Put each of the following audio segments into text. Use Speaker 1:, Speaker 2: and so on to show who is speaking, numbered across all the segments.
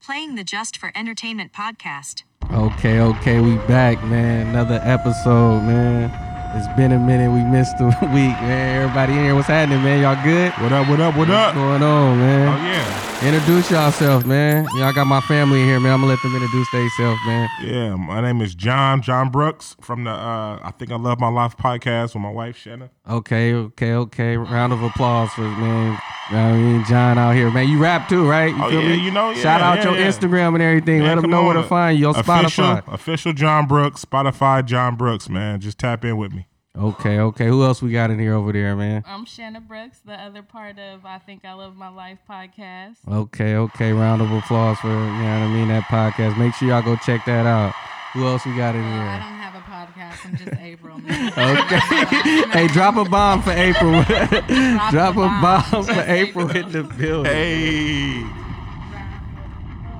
Speaker 1: playing the Just for Entertainment podcast.
Speaker 2: Okay, okay, we back, man. Another episode, man. It's been a minute. We missed a week, man. Everybody in here, what's happening, man? Y'all good?
Speaker 3: What up, what up, what
Speaker 2: What's
Speaker 3: up?
Speaker 2: going on,
Speaker 3: Oh,
Speaker 2: man?
Speaker 3: yeah.
Speaker 2: Introduce yourself, man. Y'all got my family in here, man. I'm gonna let them introduce themselves, man.
Speaker 3: Yeah, my name is John, John Brooks from the uh, I Think I Love My Life podcast with my wife, Shanna.
Speaker 2: Okay, okay, okay. Round of applause for man. You know what I mean, John out here, man. You rap too, right? You
Speaker 3: Oh, yeah, you know, yeah,
Speaker 2: Shout out
Speaker 3: yeah,
Speaker 2: your
Speaker 3: yeah.
Speaker 2: Instagram and everything.
Speaker 3: Man,
Speaker 2: let them
Speaker 3: come
Speaker 2: know where
Speaker 3: on.
Speaker 2: to find you. Your Spotify.
Speaker 3: Official, official John Brooks, Spotify John Brooks, man. Just tap in with me.
Speaker 2: Okay, okay. Who else we got in here over there, man?
Speaker 4: I'm Shanna Brooks, the other part of I Think I Love My Life podcast.
Speaker 2: Okay, okay. Round of applause for you know what I mean that podcast. Make sure y'all go check that out. Who else we got in
Speaker 4: Uh, I
Speaker 2: here?
Speaker 4: don't have a podcast. I'm just April. man.
Speaker 2: Okay. hey, drop a bomb for April. drop,
Speaker 4: Drop
Speaker 2: a
Speaker 4: a
Speaker 2: bomb,
Speaker 4: bomb.
Speaker 2: for April in the building.
Speaker 3: Hey.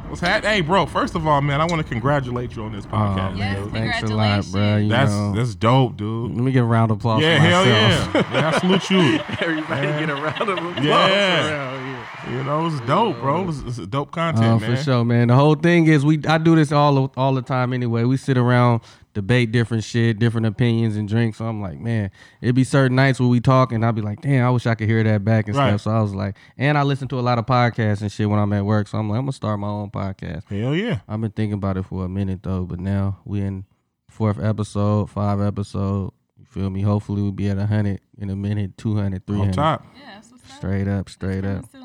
Speaker 3: What's happening? Hey, bro, first of all, man, I want to congratulate you on this
Speaker 2: Aw,
Speaker 3: podcast.
Speaker 4: Yes,
Speaker 2: man, thanks a lot, bro.
Speaker 4: congratulations.
Speaker 2: You
Speaker 3: That's
Speaker 2: know,
Speaker 3: that's dope, dude.
Speaker 2: let me give a round of applause.
Speaker 3: Yeah,
Speaker 2: for
Speaker 3: hell
Speaker 2: myself.
Speaker 3: yeah. yeah. I salute you.
Speaker 2: Everybody get a round of applause
Speaker 3: Yeah.
Speaker 2: around here.
Speaker 3: You know, it's dope, bro. It's, it's dope content,
Speaker 2: Oh,
Speaker 3: man.
Speaker 2: for sure, man. The whole thing is we I do this all all the time anyway. We sit around, debate different shit, different opinions and drinks. So I'm like, man, it'd be certain nights where we talk and I'd be like, damn, I wish I could hear that back and
Speaker 3: Right.
Speaker 2: stuff. So I was like, and I listen to a lot of podcasts and shit when I'm at work. So I'm like, I'm gonna start my own podcast.
Speaker 3: Hell yeah.
Speaker 2: I've been thinking about it for a minute though, but now we in fourth episode, five episode. You feel me? Hopefully we'll be at hundred in a minute, 200,
Speaker 3: On
Speaker 2: 300.
Speaker 3: top.
Speaker 4: Yeah, that's what's up.
Speaker 2: Straight up, straight
Speaker 4: Coming
Speaker 2: up.
Speaker 4: soon.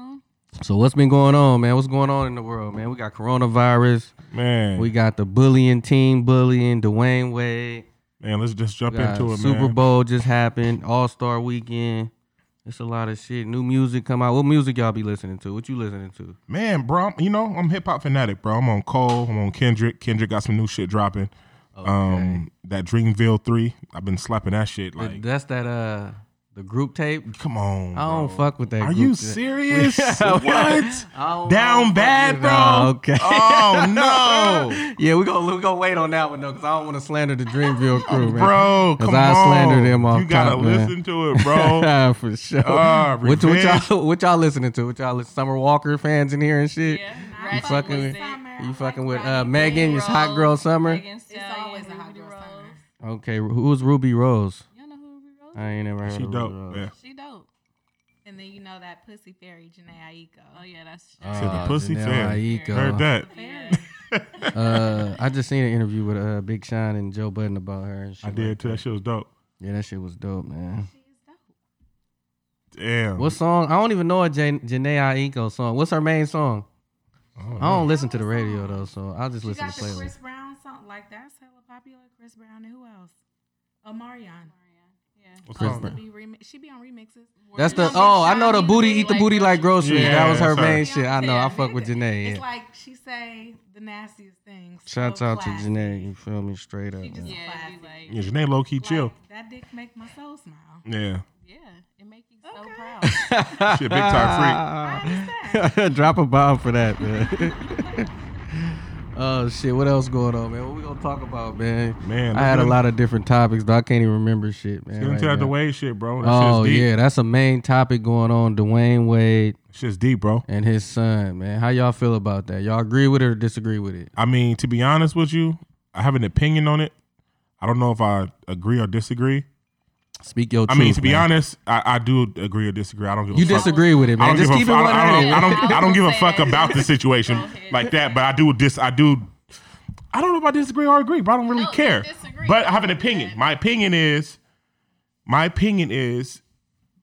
Speaker 2: So what's been going on, man? What's going on in the world, man? We got coronavirus.
Speaker 3: Man.
Speaker 2: We got the bullying team bullying Dwayne Wade.
Speaker 3: Man, let's just jump
Speaker 2: We got
Speaker 3: into it,
Speaker 2: Super
Speaker 3: man.
Speaker 2: Bowl just happened. All Star Weekend. It's a lot of shit. New music come out. What music y'all be listening to? What you listening to?
Speaker 3: Man, bro, I'm- you know, I'm hip hop fanatic, bro. I'm on Cole, I'm on Kendrick. Kendrick got some new shit dropping. Um that Dreamville 3, I've been slapping that shit like
Speaker 2: That's that uh the group tape.
Speaker 3: come on.
Speaker 2: I don't
Speaker 3: bro.
Speaker 2: fuck with that.
Speaker 3: Are
Speaker 2: group
Speaker 3: you
Speaker 2: tape.
Speaker 3: serious?
Speaker 2: Yeah.
Speaker 3: what?
Speaker 2: I don't- I don't
Speaker 3: Down
Speaker 2: fuck
Speaker 3: bad,
Speaker 2: with-
Speaker 3: bro.
Speaker 2: Nah, okay.
Speaker 3: Oh no.
Speaker 2: yeah, we gonna we gonna wait on that one though, cause I don't want to slander the Dreamville crew, man.
Speaker 3: Bro,
Speaker 2: Cause
Speaker 3: come
Speaker 2: I
Speaker 3: on.
Speaker 2: slandered him off
Speaker 3: You gotta
Speaker 2: top, man.
Speaker 3: listen to it, bro.
Speaker 2: for sure.
Speaker 3: Ah,
Speaker 2: what, what
Speaker 3: revenge.
Speaker 2: y'all what y'all listening to? What y'all listen, Summer Walker fans in here and shit?
Speaker 4: Yeah,
Speaker 2: You
Speaker 4: Ratchet
Speaker 2: fucking
Speaker 4: was
Speaker 2: with,
Speaker 4: sick.
Speaker 2: you fucking with uh, Megan, it's Hot Girl
Speaker 4: Rose,
Speaker 2: Summer.
Speaker 4: Megan Stallion,
Speaker 5: always a hot
Speaker 4: Ruby
Speaker 5: girl
Speaker 4: Rose.
Speaker 5: summer.
Speaker 2: Okay, who's Ruby Rose?
Speaker 4: You know who Ruby Rose?
Speaker 2: I ain't never heard
Speaker 3: She
Speaker 2: of
Speaker 3: dope,
Speaker 2: Ruby Rose.
Speaker 3: man.
Speaker 5: She dope. And then you know that pussy fairy Janae
Speaker 4: Oh
Speaker 5: Aiko.
Speaker 4: yeah, that's
Speaker 2: Uh,
Speaker 3: To the pussy
Speaker 2: Janelle
Speaker 3: fan.
Speaker 2: Aiko.
Speaker 3: Heard that.
Speaker 4: yeah.
Speaker 2: Uh, I just seen an interview with uh, Big Sean and Joe Budden about her. And shit
Speaker 3: I
Speaker 2: like
Speaker 3: did too. That shit was dope.
Speaker 2: Yeah, that shit was dope, man.
Speaker 3: Damn.
Speaker 2: What song? I don't even know a Jan- Janae Aiko song. What's her main song?
Speaker 3: Oh,
Speaker 2: I don't listen to the radio though, so I'll just
Speaker 5: She
Speaker 2: listen
Speaker 5: got
Speaker 2: to
Speaker 5: the
Speaker 2: playlists.
Speaker 5: Chris Brown song. Like that's hella popular. Chris Brown and who else? Omarion.
Speaker 3: What's
Speaker 2: Chris
Speaker 3: up?
Speaker 2: Brown.
Speaker 5: Be remix. She be on remixes.
Speaker 2: That's the
Speaker 5: Remember
Speaker 2: oh, I
Speaker 5: Shawty
Speaker 2: know the booty eat the booty like groceries.
Speaker 3: Yeah,
Speaker 2: that was her
Speaker 3: that's her.
Speaker 2: main shit. I know. I
Speaker 5: Yeah,
Speaker 2: fuck with
Speaker 5: nigga.
Speaker 2: Janae.
Speaker 5: It's
Speaker 2: Yeah.
Speaker 5: like she say the nastiest things.
Speaker 2: Shouts
Speaker 5: so
Speaker 2: out to
Speaker 5: classy.
Speaker 2: Janae. You feel me? Straight up.
Speaker 5: She just-
Speaker 2: man.
Speaker 4: Yeah, it'd be like,
Speaker 3: Yeah, Janae low key
Speaker 5: Like,
Speaker 3: chill.
Speaker 5: That dick make my soul smile.
Speaker 3: Yeah.
Speaker 4: yeah, it make you so
Speaker 5: Okay.
Speaker 4: proud.
Speaker 3: She a big time freak.
Speaker 2: Ah. Drop a bomb for that, man. Oh shit! What else going on, man? What we gonna talk about, man?
Speaker 3: Man,
Speaker 2: I had a
Speaker 3: let's-
Speaker 2: lot of different topics, though. I can't even remember shit, man.
Speaker 3: Get
Speaker 2: right
Speaker 3: into that
Speaker 2: now.
Speaker 3: Dwayne shit, bro. That
Speaker 2: Oh
Speaker 3: shit's deep.
Speaker 2: yeah, that's a main topic going on. Dwayne Wade
Speaker 3: Shit's deep, bro.
Speaker 2: and his son, man. How y'all feel about that? Y'all agree with it or disagree with it?
Speaker 3: I mean, to be honest with you, I have an opinion on it. I don't know if I agree or disagree.
Speaker 2: Speak your
Speaker 3: I
Speaker 2: truth.
Speaker 3: mean, to be
Speaker 2: man.
Speaker 3: honest, I, I do agree or disagree. I don't give a
Speaker 2: you
Speaker 3: fuck.
Speaker 2: disagree with it,
Speaker 3: I
Speaker 2: man.
Speaker 3: don't
Speaker 2: Just
Speaker 3: give
Speaker 2: keep
Speaker 3: a
Speaker 2: it
Speaker 3: fuck. I, don't-
Speaker 2: 100.
Speaker 3: I don't. I don't,
Speaker 4: I was
Speaker 3: give a
Speaker 4: gonna
Speaker 3: fuck
Speaker 4: say that.
Speaker 3: about the situation
Speaker 4: Go ahead.
Speaker 3: like that. But I do dis. I do. I don't know if I disagree or agree, but I don't really
Speaker 4: No, you
Speaker 3: care.
Speaker 4: disagree.
Speaker 3: But I have an opinion. My opinion is, my opinion is,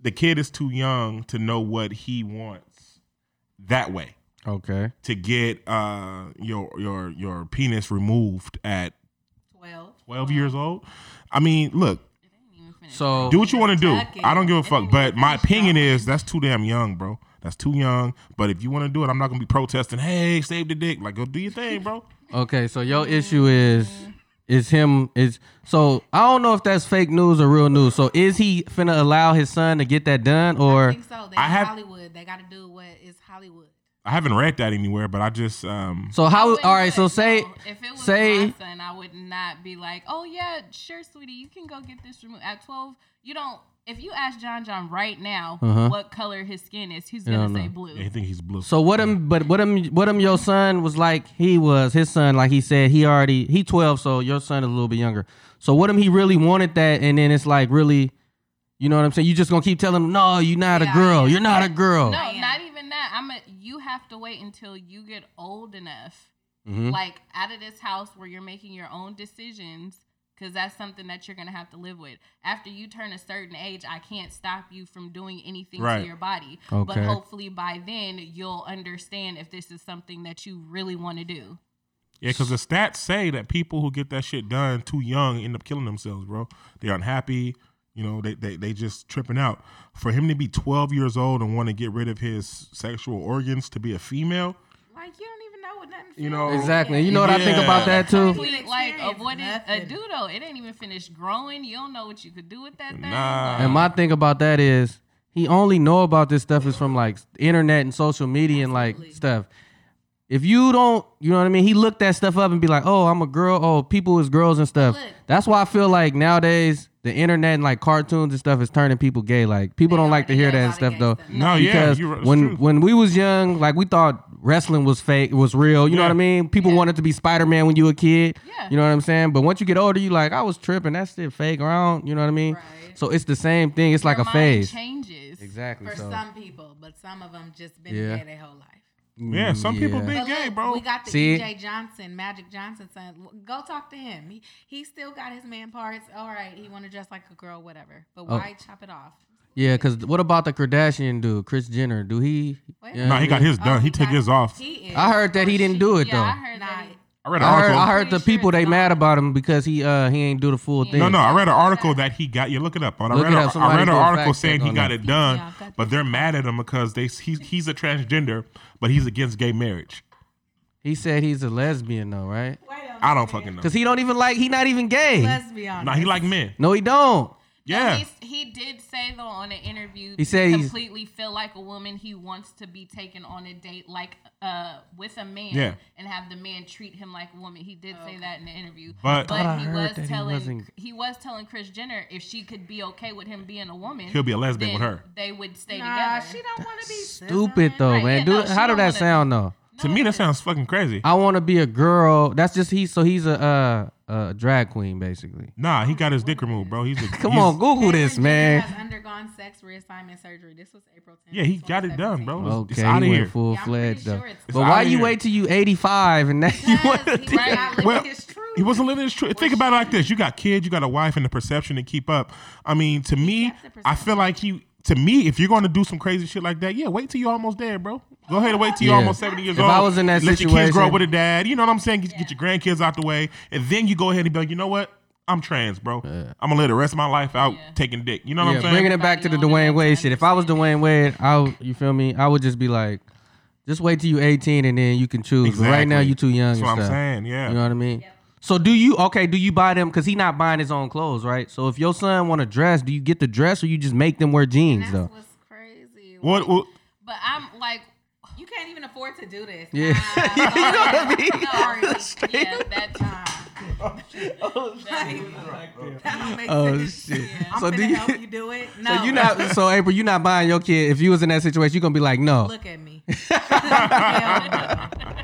Speaker 3: the kid is too young to know what he wants that way.
Speaker 2: Okay.
Speaker 3: to get uh your your your penis removed at
Speaker 5: Twelve.
Speaker 3: 12 years old. I mean, look,
Speaker 2: So
Speaker 3: do what you want to do.
Speaker 5: Tuck it.
Speaker 3: I don't give a fuck, but my opinion is that's too damn young, bro. That's too young. But if you want to do it, I'm not going to be protesting, "Hey, save the dick." Like, go do your thing, bro.
Speaker 2: okay, so your issue is is him is so I don't know if that's fake news or real news. So is he finna allow his son to get that done
Speaker 5: I
Speaker 2: or
Speaker 5: think so. They
Speaker 3: I
Speaker 5: in
Speaker 3: have-
Speaker 5: Hollywood. They got to do what is Hollywood.
Speaker 3: I haven't read that anywhere, but I just um
Speaker 2: so how all right, so
Speaker 4: No,
Speaker 2: say
Speaker 4: if it was
Speaker 2: say
Speaker 4: my son, I would not be like, oh yeah, sure, sweetie, you can go get this removed at twelve. You don't If you ask John John right now
Speaker 2: Uh-huh.
Speaker 4: what color his skin is, he's
Speaker 2: Yeah, I
Speaker 4: gonna say
Speaker 2: know.
Speaker 4: blue.
Speaker 3: They think he's blue.
Speaker 2: So what him, but what him, what him, your son was like. He was his son, like he said. He already he twelve, so your son is a little bit younger. So what him, he really wanted that, and then it's like really, you know what I'm saying. You just gonna keep telling him, no, you're not a
Speaker 5: Yeah,
Speaker 2: girl.
Speaker 5: yeah.
Speaker 2: You're not a girl.
Speaker 4: No,
Speaker 5: I am.
Speaker 4: not even that. I'm a, you have to wait until you get old enough,
Speaker 2: Mhm.
Speaker 4: like out of this house where you're making your own decisions, because that's something that you're gonna have to live with. After you turn a certain age, I can't stop you from doing anything
Speaker 3: Right.
Speaker 4: to your body. But
Speaker 2: Okay.
Speaker 4: hopefully by then you'll understand if this is something that you really want to do.
Speaker 3: Yeah, because the stats say that people who get that shit done too young end up killing themselves, bro. They're unhappy. You know, they, they, they just tripping out. For him to be 12 years old and want to get rid of his sexual organs to be a female,
Speaker 5: Like you don't even know what nothing.
Speaker 3: You
Speaker 5: feels
Speaker 3: know-
Speaker 5: like.
Speaker 2: Exactly. You know what I think
Speaker 3: Yeah.
Speaker 2: about that too.
Speaker 4: Complete, like
Speaker 5: experience
Speaker 4: avoiding a
Speaker 5: nothing.
Speaker 4: doodle. It ain't even finished growing. You don't know what you could do with that thing.
Speaker 3: Nah.
Speaker 2: And my thing about that is he only know about this stuff is from like internet and social media and like stuff. If you don't, you know what I mean. He looked that stuff up and be like, "Oh, I'm a girl. Oh, people is girls and stuff."
Speaker 5: Look.
Speaker 2: That's why I feel like nowadays the internet and like cartoons and stuff is turning people gay. Like people
Speaker 5: They
Speaker 2: don't
Speaker 5: are.
Speaker 2: like to
Speaker 5: They
Speaker 2: hear
Speaker 5: know
Speaker 2: that
Speaker 5: a
Speaker 2: and
Speaker 5: lot
Speaker 2: stuff
Speaker 5: of
Speaker 2: though.
Speaker 5: gay stuff.
Speaker 3: No, yeah,
Speaker 2: because
Speaker 3: you're right, it's
Speaker 2: when
Speaker 3: true.
Speaker 2: when we was young, like we thought wrestling was fake, was real. You know
Speaker 3: Yeah.
Speaker 2: what I mean? People wanted to be Spider Man when you were a kid.
Speaker 4: Yeah.
Speaker 2: You know what I'm saying? But once you get older, you like I was tripping. That's shit fake around. You know what I mean?
Speaker 5: Right.
Speaker 2: So it's the same thing. It's like
Speaker 4: Your
Speaker 2: a
Speaker 4: mind
Speaker 2: phase.
Speaker 4: changes.
Speaker 2: Exactly.
Speaker 5: for
Speaker 2: so
Speaker 5: some people, but some of them just been
Speaker 2: Yeah.
Speaker 5: gay their whole life.
Speaker 3: yeah, some people
Speaker 2: yeah.
Speaker 3: been
Speaker 5: But
Speaker 3: gay,
Speaker 5: look,
Speaker 3: bro.
Speaker 5: We got the
Speaker 2: See?
Speaker 5: EJ Johnson, Magic Johnson son. Go talk to him. He, he still got his man parts. All right, he want to dress like a girl, whatever. But
Speaker 2: Oh.
Speaker 5: why chop it off?
Speaker 2: yeah. Because what about the Kardashian dude, Chris Jenner? Do he?
Speaker 5: What?
Speaker 2: yeah,
Speaker 3: no, he got his
Speaker 5: Oh,
Speaker 3: done. he took his off.
Speaker 5: He is.
Speaker 2: I heard that he didn't do it
Speaker 4: yeah, I
Speaker 2: though.
Speaker 4: heard that.
Speaker 5: not.
Speaker 4: he-
Speaker 3: I read an
Speaker 2: I heard,
Speaker 3: article.
Speaker 2: I heard the
Speaker 4: Pretty sure
Speaker 2: people
Speaker 4: it's
Speaker 2: they
Speaker 4: not.
Speaker 2: mad about him because he uh he ain't do the full thing.
Speaker 3: no, no, I read an article that he got. You look it up. But I
Speaker 2: Look
Speaker 3: read,
Speaker 2: it
Speaker 3: a,
Speaker 2: up. Somebody
Speaker 3: I read
Speaker 2: do
Speaker 3: an
Speaker 2: a
Speaker 3: article
Speaker 2: fact
Speaker 3: saying
Speaker 2: check
Speaker 3: he
Speaker 2: on
Speaker 3: got
Speaker 2: that.
Speaker 3: it done,
Speaker 5: Yeah, I've got
Speaker 3: but they're mad at him because they he's he's a transgender, but he's against gay marriage.
Speaker 2: He said he's a lesbian though, right?
Speaker 3: I don't fucking know.
Speaker 2: Because he don't even like he not even gay.
Speaker 5: Let's be honest.
Speaker 3: Nah, he like men.
Speaker 2: no, he don't.
Speaker 3: Yeah.
Speaker 4: He's, he did say though on an interview,
Speaker 2: He said he's-
Speaker 4: completely feel like a woman. He wants to be taken on a date like uh with a man
Speaker 3: Yeah.
Speaker 4: and have the man treat him like a woman. He did say that in the interview,
Speaker 3: But-
Speaker 2: I thought I
Speaker 4: he
Speaker 2: heard that
Speaker 4: was
Speaker 2: he
Speaker 4: telling
Speaker 2: wasn't-
Speaker 4: he, was telling Chris Jenner if she could be okay with him being a woman,
Speaker 3: He'll be a lesbian with
Speaker 4: then
Speaker 3: her.
Speaker 4: They would stay
Speaker 5: Nah,
Speaker 4: together.
Speaker 5: she don't want to be
Speaker 2: Stupid
Speaker 5: scissoring.
Speaker 2: though,
Speaker 4: Right,
Speaker 2: man.
Speaker 4: yeah,
Speaker 2: do
Speaker 4: no,
Speaker 2: it-
Speaker 4: she
Speaker 2: how
Speaker 4: don't
Speaker 2: did that
Speaker 4: wanna-
Speaker 2: sound though?
Speaker 3: To me, that sounds fucking crazy.
Speaker 2: I want to be a girl. That's just he. So he's a uh, uh drag queen basically.
Speaker 3: Nah, he got his dick removed, bro. He's a,
Speaker 2: Come
Speaker 3: he's-
Speaker 2: on, Google this,
Speaker 5: Cameron
Speaker 2: man.
Speaker 5: Diaz Has undergone sex reassignment surgery. This was April 10th.
Speaker 3: Yeah, he got it done, bro. It's-
Speaker 2: Okay,
Speaker 3: it's out
Speaker 2: he
Speaker 3: of here.
Speaker 2: went full
Speaker 5: Yeah, I'm pretty
Speaker 2: fledged
Speaker 5: sure
Speaker 2: though.
Speaker 5: it's-
Speaker 2: But
Speaker 3: It's
Speaker 2: why
Speaker 3: outta
Speaker 2: you
Speaker 3: here.
Speaker 2: wait till you 85 and that you want to?
Speaker 5: Because he was not living
Speaker 3: Well,
Speaker 5: his truth.
Speaker 3: He wasn't living his truth. Think about it like this: you got kids, you got a wife, and the perception to keep up. I mean, to me,
Speaker 5: kept the
Speaker 3: I feel like he. To me, if you're going to do some crazy shit like that, yeah, wait till you're almost there, bro. Go ahead and wait till you're
Speaker 2: Yeah.
Speaker 3: almost 70 years
Speaker 2: If
Speaker 3: old.
Speaker 2: I was in that
Speaker 3: Let your kids grow
Speaker 2: situation-
Speaker 3: up with a dad. You know what I'm saying? Get, get your grandkids out the way, and then you go ahead and be like, you know what? I'm trans, bro. I'm gonna live the rest of my life out taking dick. You know what
Speaker 2: Yeah,
Speaker 3: I'm saying?
Speaker 2: bringing it back to the Dwayne Wade shit. If I was Dwayne Wade, I would- you feel me? I would just be like, just wait till you 18 and then you can choose. But Right now
Speaker 3: Exactly.
Speaker 2: you too young.
Speaker 3: That's
Speaker 2: and
Speaker 3: what I'm
Speaker 2: stuff.
Speaker 3: saying, yeah.
Speaker 2: you know what I mean. So do you okay? Do you buy them? Cause he not buying his own clothes, right? So if your son want a dress, do you get the dress or you just make them wear jeans
Speaker 5: That's
Speaker 2: though?
Speaker 5: what's crazy.
Speaker 3: what, what?
Speaker 4: but I'm like,
Speaker 5: You can't even afford to do this.
Speaker 2: Yeah. You know what I mean?
Speaker 5: Nah, sorry.
Speaker 4: yeah, that's
Speaker 5: That don't make
Speaker 2: Oh
Speaker 5: sense.
Speaker 2: shit!
Speaker 5: I'm
Speaker 2: So
Speaker 5: finna
Speaker 2: do you?
Speaker 5: help you do it. No.
Speaker 2: So you not? So April, you not buying your kid? If you was in that situation, you gonna be like, no.
Speaker 5: Look at me. Hell no.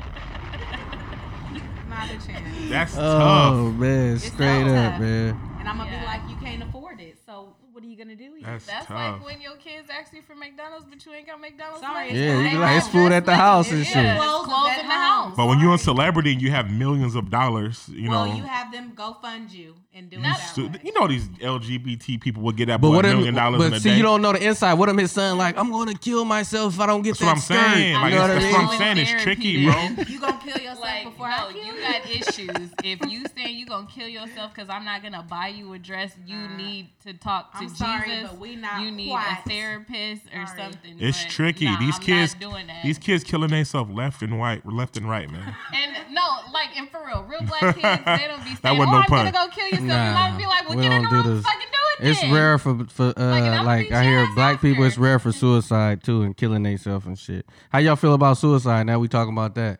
Speaker 5: Not a chance.
Speaker 3: That's tough.
Speaker 2: oh man, straight
Speaker 5: so
Speaker 2: up,
Speaker 5: tough.
Speaker 2: man.
Speaker 5: And I'm gonna
Speaker 4: Yeah.
Speaker 5: be like, you can't afford it. So what are you gonna do?
Speaker 3: That's,
Speaker 4: that's
Speaker 3: tough.
Speaker 4: like when your kids ask you for McDonald's, but you ain't got McDonald's.
Speaker 5: Sorry,
Speaker 4: money.
Speaker 5: it's
Speaker 2: Yeah, you
Speaker 5: They
Speaker 2: be like, it's
Speaker 5: might
Speaker 2: food
Speaker 5: just
Speaker 2: at the
Speaker 5: let
Speaker 2: house
Speaker 5: you
Speaker 2: and
Speaker 5: do
Speaker 2: shit.
Speaker 5: it.
Speaker 4: Clothes at
Speaker 5: at
Speaker 4: the
Speaker 5: home.
Speaker 4: house.
Speaker 3: but when you're a celebrity and you have millions of dollars, you
Speaker 5: well,
Speaker 3: know,
Speaker 5: you have them go fund you and do it
Speaker 3: You,
Speaker 5: that
Speaker 3: stu-
Speaker 5: way.
Speaker 3: you know these LGBT people will get that
Speaker 2: But
Speaker 3: boy a
Speaker 2: what if,
Speaker 3: million dollars in
Speaker 2: but
Speaker 3: a
Speaker 2: see,
Speaker 3: day.
Speaker 2: you don't know the inside. What if his son like, I'm going to kill myself if I don't get
Speaker 3: that's
Speaker 2: that
Speaker 3: what I'm
Speaker 2: skirt.
Speaker 3: saying.
Speaker 2: You
Speaker 3: Like,
Speaker 2: know what
Speaker 3: that's,
Speaker 2: I
Speaker 3: that's
Speaker 2: mean?
Speaker 3: what I'm saying. It's tricky, bro.
Speaker 4: Therapy,
Speaker 5: You gonna kill yourself
Speaker 4: Like,
Speaker 5: before
Speaker 4: no,
Speaker 5: I kill
Speaker 4: you got issues. If you saying you gonna kill yourself because I'm not gonna buy you a dress, you need to talk to
Speaker 5: I'm
Speaker 4: Jesus.
Speaker 5: sorry, but we not
Speaker 4: you need
Speaker 5: quite.
Speaker 4: a therapist or
Speaker 5: Sorry.
Speaker 4: something.
Speaker 3: It's
Speaker 4: but
Speaker 3: tricky.
Speaker 4: nah,
Speaker 3: these
Speaker 4: I'm
Speaker 3: kids,
Speaker 4: not doing that.
Speaker 3: these kids killing themselves left and right, left and right, man.
Speaker 4: and no, like, and for real, real black kids, they don't be
Speaker 3: That
Speaker 4: saying, "Oh,
Speaker 3: wasn't no
Speaker 4: I'm
Speaker 3: pun.
Speaker 4: gonna go kill yourself."
Speaker 2: Nah,
Speaker 4: and I be like, "Well,
Speaker 2: we
Speaker 4: get in the
Speaker 2: don't do
Speaker 4: room,
Speaker 2: this.
Speaker 4: and fucking do it."
Speaker 2: It's
Speaker 4: then.
Speaker 2: rare for for uh,
Speaker 4: I'ma
Speaker 2: like
Speaker 4: beat
Speaker 2: I
Speaker 4: your
Speaker 2: hear
Speaker 4: ass
Speaker 2: black people.
Speaker 4: after.
Speaker 2: It's rare for suicide too and killing themselves and shit. How y'all feel about suicide? Now we talking about that.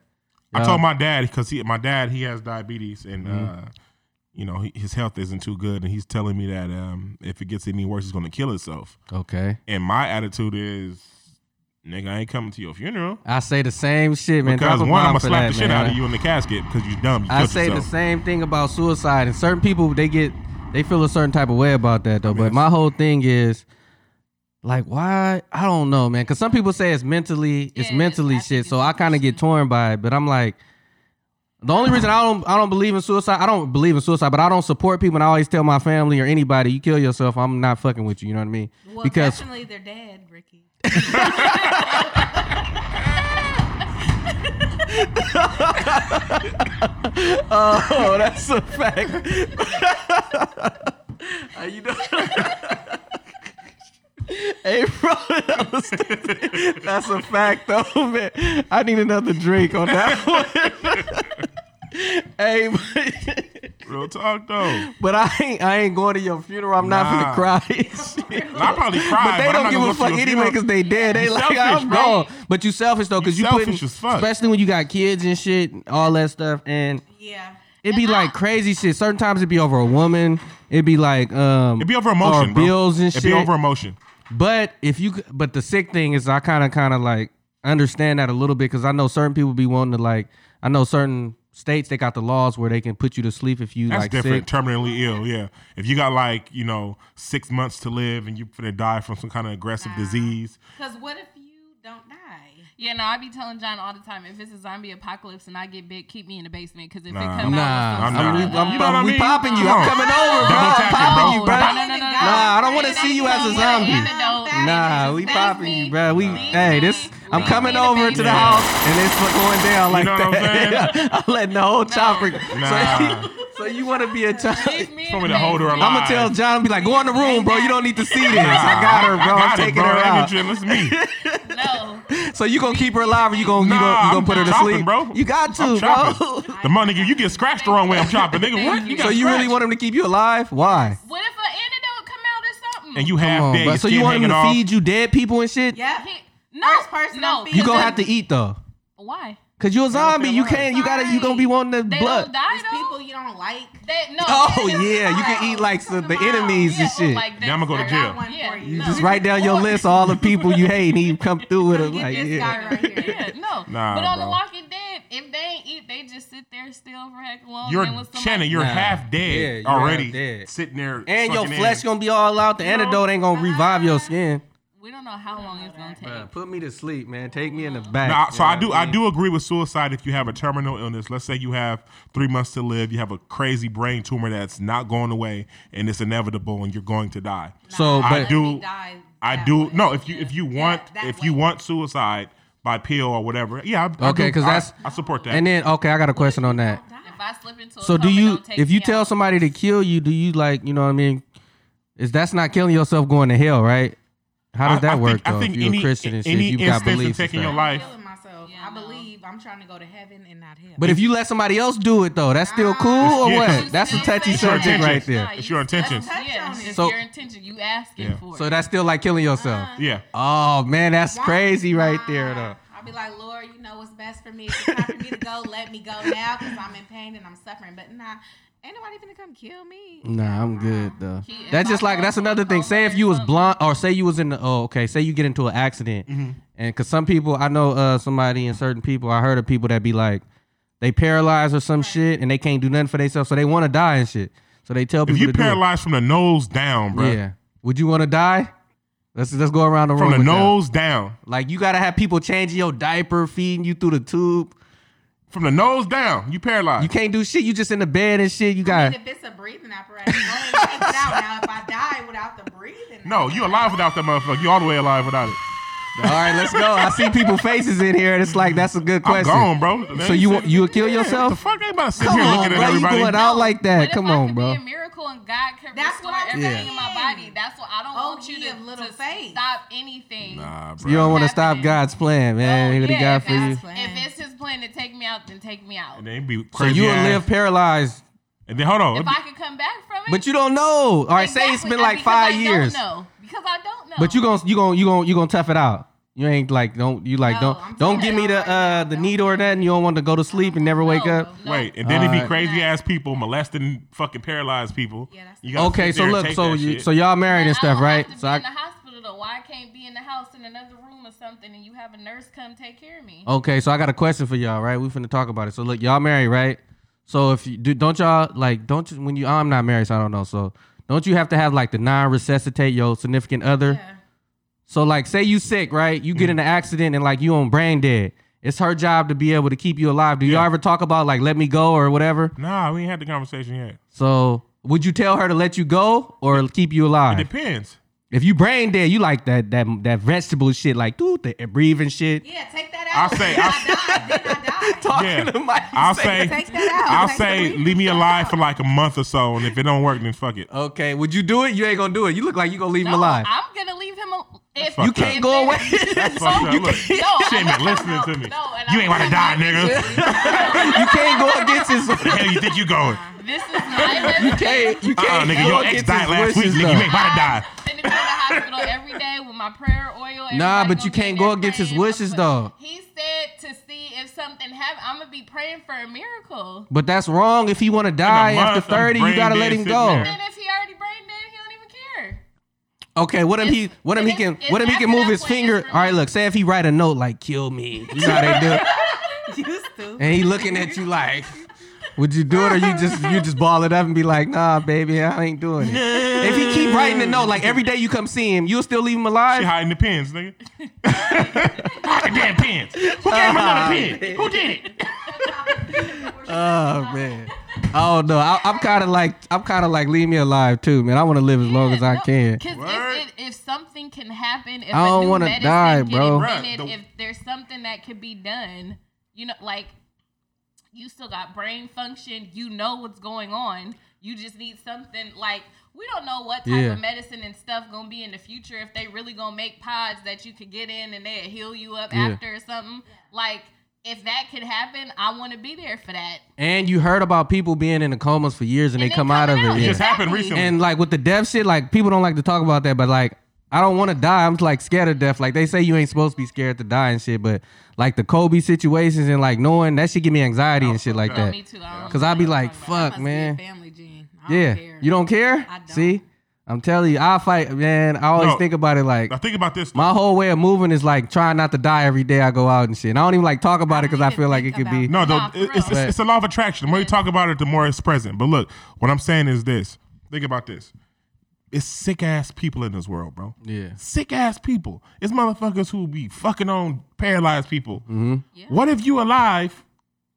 Speaker 2: Mm-hmm.
Speaker 3: I told my dad because he, my dad, he has diabetes, and uh, you know, he, his health isn't too good, and he's telling me that um, if it gets any worse, he's gonna kill himself.
Speaker 2: Okay.
Speaker 3: And my attitude is, nigga, I ain't coming to your funeral.
Speaker 2: I say the same shit, man.
Speaker 3: Because
Speaker 2: Drop a
Speaker 3: one,
Speaker 2: bomb
Speaker 3: I'm gonna
Speaker 2: for
Speaker 3: slap
Speaker 2: that,
Speaker 3: the shit
Speaker 2: man.
Speaker 3: out of you in the casket because you dumb. You
Speaker 2: I
Speaker 3: killed
Speaker 2: say
Speaker 3: yourself.
Speaker 2: the same thing about suicide, and certain people they get they feel a certain type of way about that though. but my whole thing is like, why? I don't know, man. Because some people say it's mentally,
Speaker 4: Yeah,
Speaker 2: it's
Speaker 4: it's
Speaker 2: mentally
Speaker 4: after
Speaker 2: shit. So I kind of get torn by it. But I'm like, the only reason I don't, I don't believe in suicide. I don't believe in suicide, but I don't support people, and I always tell my family or anybody, you kill yourself, I'm not fucking with you. You know what I mean?
Speaker 5: Well,
Speaker 2: because
Speaker 5: definitely they're dead, Ricky.
Speaker 2: oh, that's a fact. How you doing? Hey bro, that was stupid. that's a fact though, man. I need another drink on that one. hey, but,
Speaker 3: Real talk though.
Speaker 2: but I ain't I ain't going to your funeral. I'm
Speaker 3: Nah.
Speaker 2: not gonna cry.
Speaker 3: I probably cried,
Speaker 2: But they
Speaker 3: I'm
Speaker 2: don't
Speaker 3: not
Speaker 2: give
Speaker 3: gonna
Speaker 2: a
Speaker 3: go
Speaker 2: fuck
Speaker 3: to your
Speaker 2: anyway
Speaker 3: funeral.
Speaker 2: because they dead. They
Speaker 3: You
Speaker 2: like,
Speaker 3: selfish,
Speaker 2: I'm
Speaker 3: right?
Speaker 2: gone. But you selfish though because
Speaker 3: You
Speaker 2: you, put,
Speaker 3: selfish as fuck.
Speaker 2: especially when you got kids and shit, all that stuff, and
Speaker 5: Yeah.
Speaker 2: it'd be like crazy shit. Certain times it'd be over a woman. It'd be like um,
Speaker 3: It'd be over emotion,
Speaker 2: or
Speaker 3: bro.
Speaker 2: bills and
Speaker 3: It'd
Speaker 2: shit.
Speaker 3: be over emotion.
Speaker 2: But if you, c- but the sick thing is, I kind of, kind of like understand that a little bit because I know certain people be wanting to like, I know certain states they got the laws where they can put you to sleep if you
Speaker 3: That's
Speaker 2: like
Speaker 3: different.
Speaker 2: sick.
Speaker 3: Terminally ill, yeah. If you got like you know six months to live and you finna die from some kind of aggressive disease,
Speaker 5: Because what if you don't die?
Speaker 4: Yeah, no, I be telling John all the time if it's a zombie apocalypse and I get bit, keep me in the basement because if
Speaker 3: Nah.
Speaker 4: it come
Speaker 2: Nah,
Speaker 4: out,
Speaker 3: I'm
Speaker 2: I'm,
Speaker 4: it's
Speaker 2: I'm,
Speaker 3: not.
Speaker 4: gonna-
Speaker 2: we-
Speaker 3: You know
Speaker 2: I'm,
Speaker 3: what I
Speaker 2: I'm- we
Speaker 3: mean?
Speaker 2: popping you.
Speaker 3: Come on.
Speaker 2: I'm coming over, bro.
Speaker 3: Double
Speaker 2: I'm
Speaker 3: tap it,
Speaker 2: popping you,
Speaker 4: bro.
Speaker 2: bro.
Speaker 4: No, no, no, no, no.
Speaker 2: Nah, I don't want to see you as a zombie.
Speaker 4: Antidote.
Speaker 2: Nah, we
Speaker 4: Leave
Speaker 2: popping
Speaker 4: me.
Speaker 2: you, bro. We
Speaker 4: Leave
Speaker 2: hey, this
Speaker 4: me.
Speaker 2: I'm
Speaker 4: Leave
Speaker 2: coming
Speaker 4: me in the
Speaker 2: over to the
Speaker 4: basement.
Speaker 2: house and it's going down like
Speaker 3: know what I'm
Speaker 2: that.
Speaker 3: saying?
Speaker 2: I'm letting the whole chopper.
Speaker 3: Nah.
Speaker 2: So, so you want to be a child?
Speaker 4: Leave me in
Speaker 3: Tell me
Speaker 4: the
Speaker 3: to hold her
Speaker 4: basement.
Speaker 3: alive.
Speaker 2: I'm gonna tell John, be like, go in the room, bro. You don't need to see this. I got her, bro. I'm
Speaker 3: I got it,
Speaker 2: taking
Speaker 3: bro.
Speaker 2: her
Speaker 3: That
Speaker 2: out.
Speaker 3: bitch endless me.
Speaker 4: No.
Speaker 2: So you gonna keep her alive, or you gonna you
Speaker 3: Nah,
Speaker 2: gonna, you gonna
Speaker 3: I'm
Speaker 2: put her to
Speaker 3: chopping,
Speaker 2: sleep,
Speaker 3: bro.
Speaker 2: You got
Speaker 3: I'm
Speaker 2: to, bro.
Speaker 3: chopping. The money, you get scratched the wrong way. I'm chopping, nigga. What? You got
Speaker 2: So you really
Speaker 3: scratched.
Speaker 2: want him to keep you alive? Why?
Speaker 4: What if an antidote come out or something?
Speaker 3: And you
Speaker 2: Come
Speaker 3: half
Speaker 2: on,
Speaker 3: dead.
Speaker 2: bro.
Speaker 3: your
Speaker 2: So you
Speaker 3: skin
Speaker 2: want him
Speaker 3: hanging
Speaker 2: to
Speaker 3: off.
Speaker 2: feed you dead people and shit?
Speaker 5: Yeah.
Speaker 4: He- no,
Speaker 5: First person
Speaker 4: no.
Speaker 5: I'm
Speaker 2: You
Speaker 5: feeding.
Speaker 2: gonna have to eat though,
Speaker 4: Why?
Speaker 2: cause you a zombie. You
Speaker 3: alive.
Speaker 2: can't. You gotta. You gonna be wanting the
Speaker 4: They
Speaker 2: blood.
Speaker 4: don't die
Speaker 5: There's
Speaker 4: though.
Speaker 5: people you don't like.
Speaker 4: They, no.
Speaker 2: Oh
Speaker 4: they don't
Speaker 2: yeah, you
Speaker 4: die.
Speaker 2: can eat like some, the
Speaker 5: Come on.
Speaker 2: enemies
Speaker 4: Yeah, oh
Speaker 2: and shit.
Speaker 4: Like
Speaker 3: Yeah, I'ma go to
Speaker 5: I
Speaker 4: that.
Speaker 3: jail.
Speaker 5: got one
Speaker 4: Yeah,
Speaker 5: for
Speaker 4: you
Speaker 5: you.
Speaker 2: you
Speaker 4: no.
Speaker 2: just write down your list of all the people you hate, and he come through with it.
Speaker 5: Get
Speaker 2: Like,
Speaker 5: this
Speaker 2: yeah.
Speaker 5: guy right here.
Speaker 4: Yeah, no.
Speaker 3: Nah,
Speaker 4: but on
Speaker 3: bro.
Speaker 4: the Walking Dead, if they ain't eat, they just sit there still for heck long.
Speaker 3: You're
Speaker 4: then when somebody-
Speaker 3: Shannon. You're
Speaker 2: Nah.
Speaker 3: half
Speaker 2: Yeah,
Speaker 3: dead
Speaker 2: you're
Speaker 3: already,
Speaker 2: half dead.
Speaker 3: sitting there.
Speaker 2: And your
Speaker 3: sucking
Speaker 2: flesh
Speaker 3: in.
Speaker 2: gonna be all out. The antidote ain't gonna revive your skin.
Speaker 4: We don't know how long it's gonna take.
Speaker 2: put me to sleep, man. Take me in the back.
Speaker 3: Nah, so I do. I do agree with suicide if you have a terminal illness. Let's say you have three months to live. You have a crazy brain tumor that's not going away, and it's inevitable, and you're going to die.
Speaker 2: So,
Speaker 3: I
Speaker 2: but
Speaker 3: do.
Speaker 5: die
Speaker 3: I
Speaker 5: that
Speaker 3: do.
Speaker 5: way.
Speaker 3: No, if you if you want
Speaker 5: that
Speaker 3: if you
Speaker 5: way.
Speaker 3: want suicide by pill or whatever, yeah. I, I
Speaker 2: okay,
Speaker 3: do-
Speaker 2: because
Speaker 3: I-
Speaker 2: that's
Speaker 3: I support that.
Speaker 2: And then okay, I got a question on that.
Speaker 4: If I slip into a
Speaker 2: So do
Speaker 4: coma,
Speaker 2: you
Speaker 4: don't take
Speaker 2: if you
Speaker 4: me
Speaker 2: tell
Speaker 4: out.
Speaker 2: somebody to kill you, do you like you know what I mean? Is that's not killing yourself going to hell, right? How does
Speaker 3: I- I
Speaker 2: that
Speaker 3: think-
Speaker 2: work
Speaker 3: I
Speaker 2: though?
Speaker 3: think
Speaker 2: if you're
Speaker 3: any-
Speaker 2: a Christian and shit,
Speaker 3: any
Speaker 2: you've got
Speaker 3: instance of
Speaker 2: beliefs. and
Speaker 3: taking
Speaker 2: stuff.
Speaker 3: your life.
Speaker 5: I'm killing myself.
Speaker 4: Yeah,
Speaker 5: I
Speaker 4: no.
Speaker 5: believe I'm trying to go to heaven and not hell.
Speaker 2: But if you let somebody else do it though, that's still cool or
Speaker 3: yeah.
Speaker 2: what? That's a
Speaker 4: Don't
Speaker 2: touchy
Speaker 4: say that.
Speaker 2: subject right
Speaker 4: Nah,
Speaker 2: there.
Speaker 3: It's
Speaker 4: you-
Speaker 3: your intentions.
Speaker 4: that's- Yeah, it's
Speaker 2: So-
Speaker 4: your intention. You asking
Speaker 3: Yeah.
Speaker 4: for it.
Speaker 2: So that's still like killing yourself.
Speaker 3: Yeah.
Speaker 2: Oh man, that's
Speaker 5: Why?
Speaker 2: crazy right
Speaker 5: Nah.
Speaker 2: there though.
Speaker 5: I'll be like, Lord, you know what's best for me. If it's time for me to go, let me go now because I'm in pain and I'm suffering. But nah, ain't nobody gonna come kill me.
Speaker 2: Nah, I'm good though.
Speaker 4: He- if
Speaker 2: That's
Speaker 4: I
Speaker 2: just like
Speaker 4: go
Speaker 2: that's
Speaker 4: to a
Speaker 2: another thing.
Speaker 4: coma
Speaker 2: Say if
Speaker 4: or
Speaker 2: you was
Speaker 4: something-
Speaker 2: blunt, or say you was in the oh okay, say you get into an accident,
Speaker 3: Mm-hmm.
Speaker 2: and because some people I know uh somebody and certain people I heard of people that be like they paralyzed or some shit and they can't do nothing for themselves, so they want to die and shit. So they tell
Speaker 3: If
Speaker 2: people
Speaker 3: you
Speaker 2: to do it.
Speaker 3: paralyzed from the nose down, bro,
Speaker 2: yeah. Would you want to die? Let's let's go around the room
Speaker 3: from the
Speaker 2: with that.
Speaker 3: nose down,
Speaker 2: Like you gotta have people changing your diaper, feeding you through the tube.
Speaker 3: from the nose down, you paralyzed.
Speaker 2: You can't do shit. You just in the bed and shit. You got
Speaker 5: And if it's a breathing apparatus, go ahead and take it out. Now, if I die without the breathing,
Speaker 3: no, you alive without that motherfucker. You all the way alive without it.
Speaker 2: all right. Let's go. I see people faces in here, and it's like that's a good
Speaker 3: I'm
Speaker 2: question.
Speaker 3: gone, bro.
Speaker 2: So you want- you would kill
Speaker 3: Yeah,
Speaker 2: yourself?
Speaker 3: What the fuck? I ain't about to sit
Speaker 2: Come
Speaker 3: here
Speaker 2: on,
Speaker 3: looking
Speaker 2: bro,
Speaker 3: at
Speaker 2: you
Speaker 3: everybody.
Speaker 2: going out like that.
Speaker 4: But if
Speaker 2: Come
Speaker 4: I
Speaker 2: on,
Speaker 4: could
Speaker 2: bro.
Speaker 4: Be a miracle and God could
Speaker 5: That's
Speaker 4: restore
Speaker 5: what I'm
Speaker 4: everything
Speaker 2: Yeah.
Speaker 4: in my body. That's what I don't
Speaker 5: Oh,
Speaker 4: want you
Speaker 5: ye
Speaker 4: to,
Speaker 5: of little
Speaker 4: to
Speaker 5: faith.
Speaker 4: stop anything.
Speaker 3: Nah, bro.
Speaker 2: You don't want to stop
Speaker 4: Happening.
Speaker 2: God's plan, man.
Speaker 4: Oh,
Speaker 2: What he
Speaker 4: yeah,
Speaker 2: got
Speaker 4: if
Speaker 2: for
Speaker 4: it's-
Speaker 2: you?
Speaker 5: plan.
Speaker 4: If it's His plan to take me out, then take me out.
Speaker 3: And then be
Speaker 2: So
Speaker 3: crazy.
Speaker 2: you would
Speaker 3: ass.
Speaker 2: live paralyzed,
Speaker 3: And then hold on.
Speaker 4: If I could come back from it,
Speaker 2: but you don't know. All right, say it's
Speaker 4: Exactly,
Speaker 2: been
Speaker 4: and
Speaker 2: like
Speaker 4: because
Speaker 2: five
Speaker 4: I
Speaker 2: years,
Speaker 4: Don't know, because I don't know.
Speaker 2: but you gon' you gon' you gon' you gonna tough it out. You ain't like don't you like
Speaker 5: No, I'm
Speaker 2: don't don't
Speaker 5: saying
Speaker 2: give me
Speaker 5: don't
Speaker 2: the
Speaker 5: right now.
Speaker 2: uh the
Speaker 5: Don't
Speaker 2: need or that and you don't want to go to sleep and never wake
Speaker 4: No,
Speaker 2: up.
Speaker 4: no.
Speaker 3: Wait, and then it'd be
Speaker 2: Alright.
Speaker 3: crazy ass people molesting fucking paralyzed people.
Speaker 5: Yeah, that's-
Speaker 3: You gotta
Speaker 2: Okay,
Speaker 3: sit
Speaker 2: so
Speaker 3: there and
Speaker 2: look,
Speaker 3: take
Speaker 2: so
Speaker 3: that
Speaker 2: you
Speaker 3: shit.
Speaker 2: so y'all married and
Speaker 4: But I
Speaker 2: stuff,
Speaker 4: don't
Speaker 2: right?
Speaker 4: Have to
Speaker 2: So
Speaker 4: be
Speaker 2: I,
Speaker 4: in the hospital though. Why I can't be in the house in another room or something, and you have a nurse come take care of me?
Speaker 2: okay, so I got a question for y'all, right? We finna talk about it. So look, y'all married, right? So if you do, don't y'all like don't you, when you I'm not married, so I don't know. So don't you have to have like the non resuscitate your significant other?
Speaker 5: Yeah.
Speaker 2: So like say you sick, right? You
Speaker 3: Mm.
Speaker 2: get in an accident and like you on brain dead. It's her job to be able to keep you alive. Do y'all
Speaker 3: Yeah.
Speaker 2: ever talk about like let me go or whatever?
Speaker 3: Nah, we ain't had the conversation yet.
Speaker 2: So would you tell her to let you go or keep you
Speaker 3: It
Speaker 2: alive?
Speaker 3: depends.
Speaker 2: If you brain dead, you like that that that vegetable shit, like dude, the breathing shit.
Speaker 5: Yeah, take that out.
Speaker 3: I say-
Speaker 5: Then
Speaker 3: I
Speaker 5: I, die. Then I die.
Speaker 2: Talking
Speaker 3: Yeah.
Speaker 2: to Mike.
Speaker 3: I'll say,
Speaker 5: Take that out.
Speaker 3: I'll
Speaker 5: Take
Speaker 3: say,
Speaker 5: the
Speaker 3: leave me alive for like a month or so, and if it don't work, then fuck it.
Speaker 2: Okay, would you do it? You ain't gonna do it. You look like you gonna leave
Speaker 4: No,
Speaker 2: him alive.
Speaker 4: I'm gonna leave him. Al- if
Speaker 3: fucked You can't
Speaker 4: if
Speaker 2: go
Speaker 4: there-
Speaker 2: away.
Speaker 3: That's fucked up. Look,
Speaker 4: No, I
Speaker 3: shit, man,
Speaker 4: know,
Speaker 3: listening
Speaker 4: no,
Speaker 3: to me.
Speaker 4: no, and
Speaker 3: you
Speaker 4: I-
Speaker 3: ain't want to die, nigga.
Speaker 2: you can't go against his.
Speaker 3: the hell you think you going?
Speaker 4: This is my
Speaker 2: You can't. You
Speaker 3: Uh-uh,
Speaker 2: can't.
Speaker 3: nigga,
Speaker 2: go
Speaker 3: your ex
Speaker 2: against
Speaker 3: died
Speaker 2: his
Speaker 3: last week,
Speaker 2: wishes,
Speaker 3: nigga. You
Speaker 2: though.
Speaker 3: ain't about to die.
Speaker 4: I'm finna go to the hospital every day with my prayer oil.
Speaker 2: Nah, but
Speaker 4: Everybody gonna
Speaker 2: you
Speaker 4: be in
Speaker 2: can't go
Speaker 4: there
Speaker 2: against his
Speaker 4: praying.
Speaker 2: wishes,
Speaker 4: But
Speaker 2: though.
Speaker 4: He said to see if something happened. I'm gonna be praying for a miracle.
Speaker 2: But that's wrong. If he want to die
Speaker 3: month,
Speaker 2: after
Speaker 3: I'm
Speaker 2: thirty, you
Speaker 3: brain
Speaker 2: gotta
Speaker 3: dead
Speaker 2: let him
Speaker 3: sitting
Speaker 2: go.
Speaker 3: there.
Speaker 4: And if he already brain dead, he don't even care.
Speaker 2: Okay, what if he?
Speaker 4: It's-
Speaker 2: What if he
Speaker 4: it's-
Speaker 2: can?
Speaker 4: it's
Speaker 2: What if he
Speaker 4: after
Speaker 2: can move
Speaker 4: that
Speaker 2: his
Speaker 4: point, it's
Speaker 2: finger?
Speaker 4: for
Speaker 2: All right,
Speaker 4: me.
Speaker 2: look. Say if he write a note like "kill me," you know how they do. it?
Speaker 5: You stupid.
Speaker 2: and he looking at you like, would you do it or you just you just ball it up and be like, nah, baby, I ain't doing it. If he keep writing a note, like every day you come see him, you'll still leave him
Speaker 3: She
Speaker 2: alive.
Speaker 3: hiding the pins, nigga. Hiding damn pins. Who gave him another pin? Who did it?
Speaker 2: Oh man, oh no, I, I'm kind of like I'm kind of like leave me alive too, man. I want to live as long as I can.
Speaker 4: Because
Speaker 3: Word.
Speaker 4: if, it, if something can happen, if
Speaker 2: I don't
Speaker 4: a new
Speaker 2: wanna
Speaker 4: medicine
Speaker 2: die,
Speaker 4: can
Speaker 2: bro.
Speaker 3: Bruh,
Speaker 4: invented,
Speaker 3: the-
Speaker 4: if there's something that could be done, you know, like you still got brain function, you know what's going on. You just need something like we don't know what type
Speaker 2: Yeah.
Speaker 4: of medicine and stuff gonna be in the future. If they really gonna make pods that you could get in and they heal you up
Speaker 2: Yeah.
Speaker 4: after or something, like if that could happen, I want to be there for that.
Speaker 2: And you heard about people being in the comas for years and,
Speaker 4: And
Speaker 2: they
Speaker 4: they
Speaker 2: come out of
Speaker 4: coming out.
Speaker 2: it.
Speaker 3: It
Speaker 2: yeah.
Speaker 3: just happened
Speaker 4: Exactly.
Speaker 3: recently.
Speaker 2: And like with the death shit, like people don't like to talk about that, but like I don't want to die. I'm like scared of death. Like they say you ain't supposed to be scared to die and shit, but like the Kobe situations and like knowing that shit give me anxiety and shit like
Speaker 3: Oh,
Speaker 4: Oh,
Speaker 2: that.
Speaker 4: me too. I don't
Speaker 2: Cause I'd be like,
Speaker 5: That
Speaker 2: fuck,
Speaker 5: must be a
Speaker 2: man.
Speaker 5: Family gene. I don't
Speaker 2: Yeah,
Speaker 5: care.
Speaker 2: you don't care.
Speaker 5: I don't.
Speaker 2: See, I'm telling you, I fight, man. I always
Speaker 3: No.
Speaker 2: think about it like
Speaker 3: Now think about this.
Speaker 2: my whole way of moving is like trying not to die every day I go out and shit. And I don't even like talk about it
Speaker 5: don't
Speaker 2: because I
Speaker 5: even
Speaker 2: feel like it
Speaker 5: think
Speaker 2: could be.
Speaker 3: No, though,
Speaker 4: Nah,
Speaker 3: it-
Speaker 4: for
Speaker 3: it's, it's,
Speaker 2: real.
Speaker 3: it's a law of attraction. The more you talk about it, the more it's present. But look, what I'm saying is this. Think about this. It's sick ass people in this world, bro.
Speaker 2: Yeah.
Speaker 3: Sick ass people. It's motherfuckers who be fucking on paralyzed people.
Speaker 2: Mm-hmm.
Speaker 3: What if you alive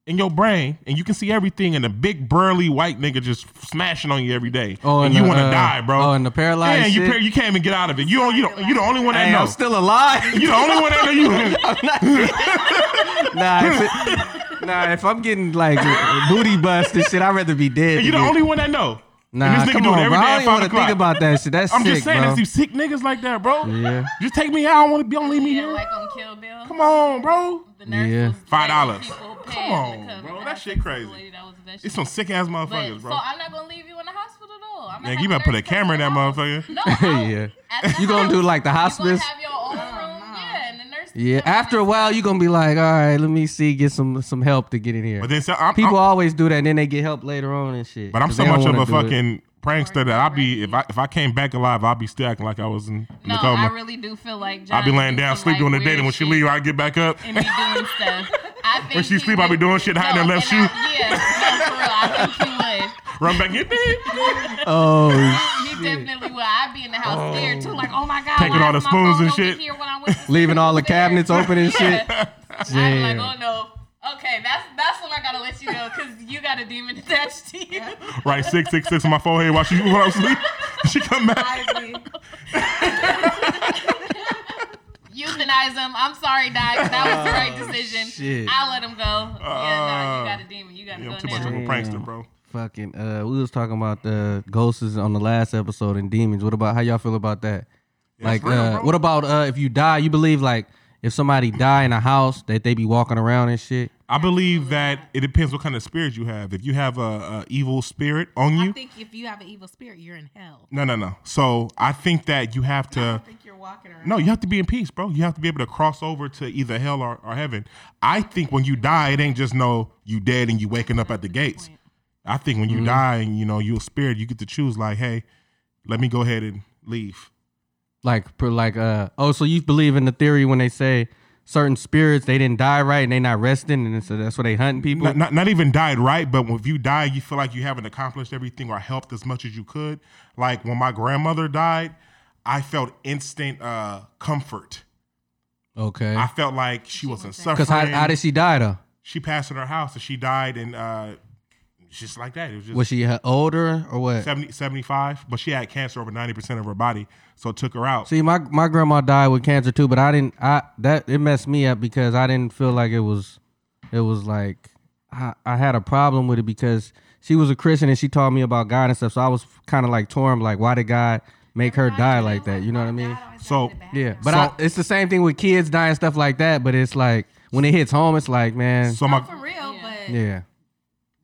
Speaker 3: in your brain and you can see everything and a big burly white nigga just smashing on you every day?
Speaker 2: Oh,
Speaker 3: and,
Speaker 2: and
Speaker 3: you
Speaker 2: the,
Speaker 3: want to
Speaker 2: uh,
Speaker 3: die, bro.
Speaker 2: oh, and the paralyzed
Speaker 3: Yeah, you,
Speaker 2: shit?
Speaker 3: par- you can't even get out of it. You don't. You don't. You the only one that
Speaker 2: Hey, I'm
Speaker 3: knows.
Speaker 2: still alive.
Speaker 3: you the only one that know. You.
Speaker 2: nah, if it- nah, if I'm getting like booty bust and shit, I'd rather be dead.
Speaker 3: And you the
Speaker 2: than get-
Speaker 3: only one that know. and
Speaker 2: Nah,
Speaker 3: this nigga
Speaker 2: come
Speaker 3: do it
Speaker 2: on,
Speaker 3: every
Speaker 2: bro.
Speaker 3: day
Speaker 2: I
Speaker 3: at
Speaker 2: don't even want
Speaker 3: five
Speaker 2: to think
Speaker 3: o'clock.
Speaker 2: about that shit. That's
Speaker 3: I'm
Speaker 2: sick,
Speaker 3: just saying,
Speaker 2: bro.
Speaker 3: there's these sick niggas like that, bro.
Speaker 2: Yeah.
Speaker 3: Just take me out. I don't want to be. Don't leave me
Speaker 4: Yeah,
Speaker 3: here.
Speaker 4: like on Kill Bill.
Speaker 3: Come on, bro.
Speaker 4: The nurse
Speaker 2: Yeah.
Speaker 4: was
Speaker 3: Five
Speaker 4: letting
Speaker 3: dollars.
Speaker 4: people pay
Speaker 3: Come
Speaker 4: to
Speaker 3: on,
Speaker 4: come
Speaker 3: bro.
Speaker 4: to
Speaker 3: That
Speaker 4: have
Speaker 3: shit
Speaker 4: sex with
Speaker 3: crazy.
Speaker 4: the lady that was eventually-
Speaker 3: It's some sick ass motherfuckers,
Speaker 4: But,
Speaker 3: bro.
Speaker 4: So I'm not gonna leave you in the hospital though. I'm
Speaker 3: Man, you better put a camera in that motherfucker.
Speaker 4: No, I'll-
Speaker 2: Yeah.
Speaker 4: at the
Speaker 2: You gonna do, like, the
Speaker 4: house, you gonna
Speaker 2: hospice?
Speaker 4: have your own room, yeah, and the nurse. can
Speaker 2: Yeah.
Speaker 4: come
Speaker 2: After a
Speaker 4: in.
Speaker 2: while, you're gonna be like, all right, let me see, get some some help to get in here.
Speaker 3: But then so I'm,
Speaker 2: People
Speaker 3: I'm-
Speaker 2: always do that, and then they get help later on and shit.
Speaker 3: but I'm
Speaker 2: 'cause
Speaker 3: so
Speaker 2: they don't
Speaker 3: much of
Speaker 2: wanna
Speaker 3: a
Speaker 2: do it.
Speaker 3: fucking prankster that I'll be if I if I came back alive, I'll be still acting like I was in, in
Speaker 4: No,
Speaker 3: the
Speaker 4: I
Speaker 3: coma.
Speaker 4: really do feel like
Speaker 3: I'll be
Speaker 4: John
Speaker 3: laying
Speaker 4: do
Speaker 3: down,
Speaker 4: some,
Speaker 3: sleep
Speaker 4: like,
Speaker 3: during the day,
Speaker 4: weird
Speaker 3: and when she
Speaker 4: shit
Speaker 3: leave, I get back up.
Speaker 4: And be doing stuff. I think
Speaker 3: she
Speaker 4: he
Speaker 3: sleep, I be
Speaker 4: would-
Speaker 3: doing shit, hiding her
Speaker 4: No,
Speaker 3: left
Speaker 4: and I-
Speaker 3: shoe.
Speaker 4: Yeah, no, for real, I think he would.
Speaker 3: Run back in
Speaker 2: Oh,
Speaker 4: He definitely would. I'd be in the house there too, like, oh my god,
Speaker 3: Taking
Speaker 4: why
Speaker 3: all the
Speaker 4: is my
Speaker 3: spoons
Speaker 4: phone
Speaker 3: and
Speaker 4: over
Speaker 3: shit.
Speaker 4: Here when I went to
Speaker 2: leaving all the
Speaker 4: sleep?
Speaker 2: cabinets
Speaker 4: It's there.
Speaker 2: open and shit.
Speaker 4: Yeah. I'm like,
Speaker 2: Damn.
Speaker 4: oh no. Okay, that's that's when I gotta let you know because you got a demon attached to you.
Speaker 3: Right, six six six on my forehead while she while I'm asleep. She come back.
Speaker 4: Euthanize him. I'm sorry, Doc. That was the right decision.
Speaker 2: Oh, shit.
Speaker 4: I let him go. yeah, no, you got a demon. You gotta
Speaker 3: Oh. Yeah, I'm
Speaker 4: go
Speaker 3: too much of a
Speaker 4: now.
Speaker 3: prankster, bro.
Speaker 2: Fucking, uh, we was talking about the ghosts on the last episode and demons. What about how y'all feel about that? like,
Speaker 3: real,
Speaker 2: uh,
Speaker 3: bro.
Speaker 2: what about uh, if you die, you believe like if somebody die in a house that they be walking around and shit.
Speaker 3: I believe that it depends what kind of spirit you have. If you have a, a evil spirit on
Speaker 5: I
Speaker 3: you,
Speaker 5: think if you have an evil spirit, you're in hell.
Speaker 3: no, no, no. So I think that you have
Speaker 5: I
Speaker 3: to.
Speaker 5: don't think you're walking around.
Speaker 3: No, you have to be in peace, bro. You have to be able to cross over to either hell or, or heaven. I think when you die, it ain't just no you dead and you waking up at the gates. I think when you die and you know you're a spirit, you get to choose like, hey, let me go ahead and leave.
Speaker 2: Like per- like uh oh, so you believe in the theory when they say certain spirits they didn't die right and they not resting and so that's why they hunting people.
Speaker 3: Not, not, not even died right, but if you die, you feel like you haven't accomplished everything or helped as much as you could. Like when my grandmother died, I felt instant uh, comfort.
Speaker 2: okay.
Speaker 3: I felt like she, wasn't suffering.
Speaker 2: Cause how, how did she die though?
Speaker 3: she passed in her house and she died and uh just like that. It was just
Speaker 2: Was she uh, older or what?
Speaker 3: 70, 75, but she had cancer over 90% of her body, so it took her out.
Speaker 2: See, my my grandma died with cancer too, but I didn't. I that it messed me up because I didn't feel like it was, it was like I, I had a problem with it because she was a Christian and she taught me about God and stuff. So I was kind of like torn, like why did God make her die like that? You know what I mean?
Speaker 3: so
Speaker 2: Yeah, but I, it's the same thing with kids dying and stuff like that. But it's like when it hits home, it's like man,
Speaker 3: so my
Speaker 5: For real, but
Speaker 2: yeah,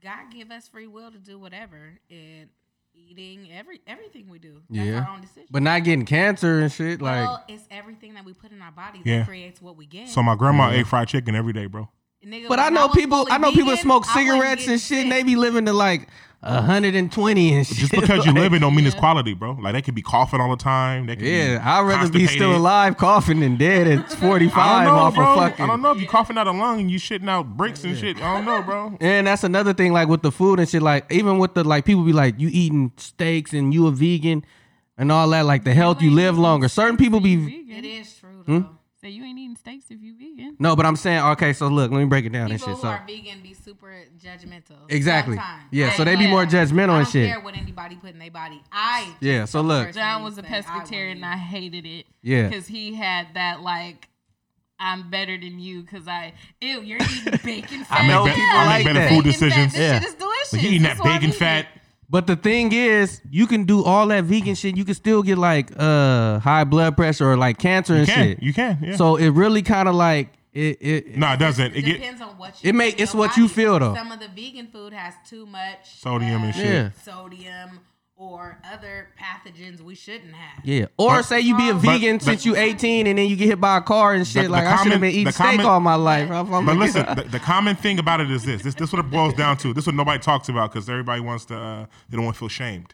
Speaker 5: God give us free will to do whatever and eating every everything we do. That's
Speaker 2: yeah.
Speaker 5: our own decision.
Speaker 2: But not getting cancer and shit, like
Speaker 5: well, it's everything that we put in our body
Speaker 3: Yeah.
Speaker 5: that creates what we get.
Speaker 3: so my grandma ate fried chicken every day, bro.
Speaker 5: Nigga,
Speaker 2: But
Speaker 5: when
Speaker 2: I know
Speaker 5: was
Speaker 2: people.
Speaker 5: fully
Speaker 2: I know people
Speaker 5: vegan,
Speaker 2: smoke
Speaker 5: I wasn't
Speaker 2: cigarettes
Speaker 5: getting
Speaker 2: and shit. And
Speaker 5: sick.
Speaker 2: they be living to like hundred and twenty and shit.
Speaker 3: Just because you
Speaker 2: Like,
Speaker 3: live it don't mean it's quality, bro. Like they could be coughing all the time. They could be
Speaker 2: Yeah, I'd rather be still
Speaker 3: Mm. constipated.
Speaker 2: alive coughing than dead at forty
Speaker 3: I
Speaker 2: five
Speaker 3: don't know,
Speaker 2: off
Speaker 3: bro.
Speaker 2: of fucking.
Speaker 3: I don't know if you're coughing out a lung and you shitting out bricks and shit. I don't know, bro.
Speaker 2: And that's another thing, like with the food and shit. Like even with the like, people be like, you eating steaks and you a vegan and all that. Like the health, you live longer. Certain people be
Speaker 5: It
Speaker 4: vegan.
Speaker 5: is true
Speaker 2: Hmm?
Speaker 5: though.
Speaker 4: So you ain't eating steaks if you vegan.
Speaker 2: no, but I'm saying okay. So look, let me break it down and shit.
Speaker 5: People who
Speaker 2: So
Speaker 5: are vegan be super judgmental.
Speaker 2: Exactly.
Speaker 5: Sometimes.
Speaker 2: Yeah,
Speaker 5: I
Speaker 2: so they
Speaker 5: ain't
Speaker 2: be more
Speaker 5: mad.
Speaker 2: judgmental
Speaker 5: I
Speaker 2: and
Speaker 5: don't
Speaker 2: shit.
Speaker 5: care what anybody put in their body. I
Speaker 2: yeah, so look,
Speaker 4: John was a
Speaker 5: Personally, say I
Speaker 4: pescatarian and I hated it.
Speaker 2: Yeah.
Speaker 4: Because he had that like I'm better than you because I ew, you're eating bacon fat.
Speaker 2: I know
Speaker 4: Yeah.
Speaker 2: people like
Speaker 4: Bacon
Speaker 2: that.
Speaker 4: fat,
Speaker 2: Food
Speaker 3: decisions.
Speaker 4: This
Speaker 2: Yeah.
Speaker 4: shit is delicious.
Speaker 3: Like, you eating
Speaker 4: That's
Speaker 3: that
Speaker 4: what I'm
Speaker 3: bacon fat?
Speaker 4: eating.
Speaker 2: But the thing is, you can do all that vegan shit. You can still get like uh high blood pressure or like cancer and
Speaker 3: You can,
Speaker 2: shit.
Speaker 3: you can. Yeah.
Speaker 2: So it really kind of like it. it
Speaker 3: no, it doesn't. It get
Speaker 5: depends on what you
Speaker 2: It may-
Speaker 5: put in
Speaker 2: it's
Speaker 5: your
Speaker 2: what you
Speaker 5: body.
Speaker 2: feel, though.
Speaker 5: Some of the vegan food has too much
Speaker 3: Sodium and
Speaker 5: uh,
Speaker 3: shit.
Speaker 2: Yeah.
Speaker 5: Sodium or other pathogens we shouldn't have.
Speaker 2: Yeah. Or
Speaker 3: But-
Speaker 2: say you be a vegan
Speaker 3: but-
Speaker 2: since you 18 and then you get hit by a car and shit.
Speaker 3: the
Speaker 2: like I should have
Speaker 3: common-
Speaker 2: been eating
Speaker 3: the
Speaker 2: steak
Speaker 3: common-
Speaker 2: all my life. I'm- I'm-
Speaker 3: But listen, the, the common thing about it is this. This this what it boils down to. This what nobody talks about because everybody wants to. Uh, they don't want to feel shamed.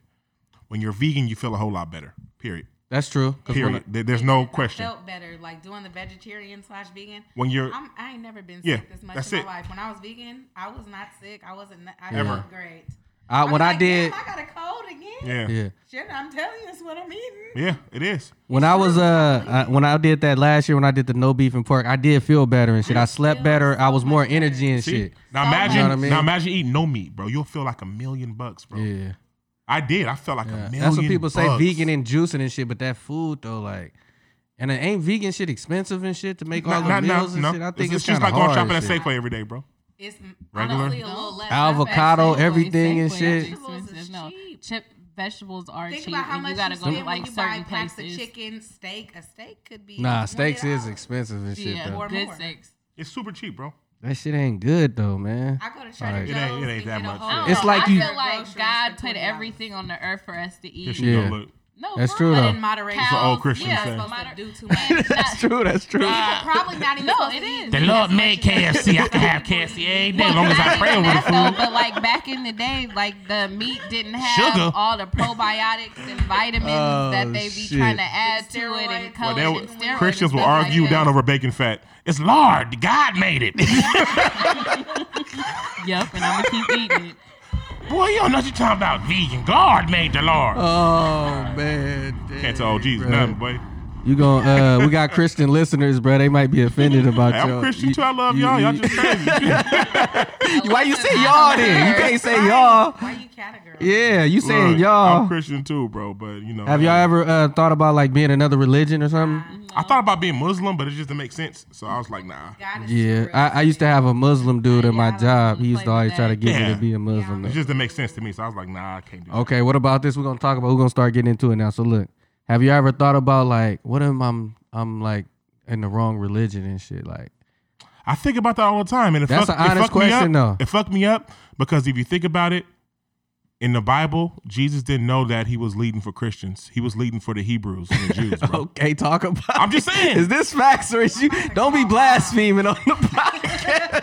Speaker 3: When you're vegan, you feel a whole lot better. Period.
Speaker 2: that's true. 'Cause we're
Speaker 3: Period.
Speaker 2: not-
Speaker 3: There- There's no
Speaker 5: I
Speaker 3: question.
Speaker 5: felt better like doing the vegetarian slash vegan.
Speaker 3: When you're
Speaker 5: I'm, I ain't never been sick
Speaker 3: Yeah,
Speaker 5: this much
Speaker 3: that's
Speaker 5: in my
Speaker 3: it.
Speaker 5: life. When I was vegan, I was not sick. I wasn't. I
Speaker 3: Ever.
Speaker 5: felt great.
Speaker 2: I, when
Speaker 5: was
Speaker 2: I
Speaker 5: like,
Speaker 2: did,
Speaker 5: "Damn, I got a cold again.
Speaker 3: yeah, yeah,
Speaker 2: yeah.
Speaker 5: Shit, I'm telling you, it's what I'm eating.
Speaker 3: it is.
Speaker 2: When I was uh uh, when I did that last year when I did the no beef and pork, I did feel better and shit. I slept better. I was more energy and
Speaker 3: See?
Speaker 2: shit.
Speaker 3: Now imagine,
Speaker 2: You know what I mean?
Speaker 3: now imagine eating no meat, bro. You'll feel like a million bucks, bro.
Speaker 2: Yeah.
Speaker 3: I did. I felt like a million.
Speaker 2: That's what people say
Speaker 3: bucks.
Speaker 2: vegan and juicing and shit, but that food though, like, and it ain't vegan shit expensive and shit to make all the meals and shit. I think it's,
Speaker 3: it's, just
Speaker 2: kinda
Speaker 3: like going
Speaker 2: hard
Speaker 3: shopping
Speaker 2: and
Speaker 3: at
Speaker 2: shit.
Speaker 3: Safeway every day, bro.
Speaker 5: It's
Speaker 3: Regular?
Speaker 5: honestly a little less.
Speaker 2: Avocado,
Speaker 4: Actually,
Speaker 2: everything and
Speaker 4: Safeway
Speaker 2: shit.
Speaker 4: is expensive. No,
Speaker 5: Vegetables is
Speaker 4: chip vegetables are
Speaker 5: Think
Speaker 4: cheap,
Speaker 5: about how
Speaker 4: and
Speaker 5: much
Speaker 4: you gotta
Speaker 5: you
Speaker 4: go to
Speaker 5: spend when
Speaker 4: like
Speaker 5: you buy
Speaker 4: certain
Speaker 5: packs of
Speaker 4: places.
Speaker 5: chicken, steak. A steak could be
Speaker 2: Nah, steaks is
Speaker 5: $20.
Speaker 2: expensive and shit.
Speaker 4: yeah,
Speaker 2: though.
Speaker 5: Or
Speaker 4: good
Speaker 5: more.
Speaker 4: steaks.
Speaker 3: It's super cheap, bro.
Speaker 2: That shit ain't good though, man.
Speaker 5: I go to Trader
Speaker 2: Like-
Speaker 5: Joe's.
Speaker 2: It
Speaker 3: ain't- it ain't
Speaker 5: and
Speaker 3: that
Speaker 5: get a
Speaker 3: much.
Speaker 5: whole-
Speaker 2: It's
Speaker 4: I
Speaker 2: like
Speaker 4: don't
Speaker 2: you-
Speaker 4: know. I feel like
Speaker 5: Groceries
Speaker 4: God
Speaker 5: for
Speaker 4: put
Speaker 5: $20.
Speaker 4: everything on the earth for us to
Speaker 3: Here
Speaker 4: eat.
Speaker 3: she go,
Speaker 2: Yeah.
Speaker 3: look.
Speaker 4: No,
Speaker 2: That's
Speaker 4: for
Speaker 2: true,
Speaker 4: real.
Speaker 2: though.
Speaker 5: in moderation.
Speaker 4: It's
Speaker 3: an old
Speaker 5: You're
Speaker 3: Christian
Speaker 5: not
Speaker 3: thing.
Speaker 5: supposed to
Speaker 4: Moderate-
Speaker 5: do too much.
Speaker 2: that's true. That's true.
Speaker 5: Probably not even.
Speaker 4: No,
Speaker 5: supposed
Speaker 4: it
Speaker 5: to
Speaker 4: is.
Speaker 5: eat
Speaker 4: The
Speaker 5: as
Speaker 4: Lord
Speaker 5: much
Speaker 6: made
Speaker 5: as you-
Speaker 6: KFC. I can have KFC every day as long as I
Speaker 4: Not
Speaker 6: pray
Speaker 4: even
Speaker 6: over the
Speaker 4: that
Speaker 6: food.
Speaker 4: though, but like back in the day, like the meat didn't have
Speaker 6: Sugar.
Speaker 4: all the probiotics and vitamins
Speaker 2: Oh,
Speaker 4: that they be
Speaker 2: shit.
Speaker 4: trying to add to it and
Speaker 5: Steroids.
Speaker 4: colors
Speaker 3: They,
Speaker 4: and steroids.
Speaker 3: Christians
Speaker 4: and
Speaker 3: will
Speaker 4: stuff like
Speaker 3: argue
Speaker 4: that.
Speaker 3: down over bacon fat.
Speaker 6: It's lard. God made it.
Speaker 4: Yep, and I'm gonna keep eating it.
Speaker 6: Boy, you don't know what you're talking about. Vegan. God made the lard.
Speaker 2: Oh man,
Speaker 3: Can't tell OGs
Speaker 2: bruh.
Speaker 3: nothing, boy.
Speaker 2: You going uh, we got Christian listeners, bro. They might be offended about
Speaker 3: Hey,
Speaker 2: y'all.
Speaker 3: I'm Christian
Speaker 2: You-
Speaker 3: too. I love
Speaker 2: you-
Speaker 3: y'all. Y'all
Speaker 2: you-
Speaker 3: just crazy.
Speaker 2: why you say y'all then? You can't say y'all.
Speaker 5: Why you categorize?
Speaker 2: Yeah, you saying
Speaker 3: Look, I'm
Speaker 2: y'all.
Speaker 3: Christian too, bro. But you know, um,
Speaker 2: Have y'all ever uh, thought about like being another religion or something?
Speaker 3: I thought about being Muslim, but it just didn't make sense. So I was like, nah.
Speaker 5: God is
Speaker 2: Yeah,
Speaker 5: too real.
Speaker 2: I, I used to have a Muslim dude at my
Speaker 4: Yeah, I
Speaker 2: job.
Speaker 4: don't
Speaker 2: He used to
Speaker 4: play
Speaker 2: always
Speaker 4: with
Speaker 2: try to
Speaker 4: that.
Speaker 2: get me
Speaker 3: Yeah.
Speaker 2: to be a Muslim.
Speaker 3: It just didn't make sense to me. So I was like, nah, I can't do that.
Speaker 2: Okay, what about this? We're gonna talk about. We're gonna start getting into it now. So look, have you ever thought about like, what if I'm I'm like in the wrong religion and shit. Like,
Speaker 3: I think about that all the time, and it
Speaker 2: That's
Speaker 3: fuck,
Speaker 2: an
Speaker 3: it
Speaker 2: honest
Speaker 3: fucked
Speaker 2: question,
Speaker 3: me up.
Speaker 2: though.
Speaker 3: It fucked me up because if you think about it, in the Bible, Jesus didn't know that he was leading for Christians. He was leading for the Hebrews and the Jews. Bro.
Speaker 2: okay, talk about.
Speaker 3: I'm just
Speaker 2: it.
Speaker 3: saying.
Speaker 2: Is this facts or is you? Don't be blaspheming on the podcast.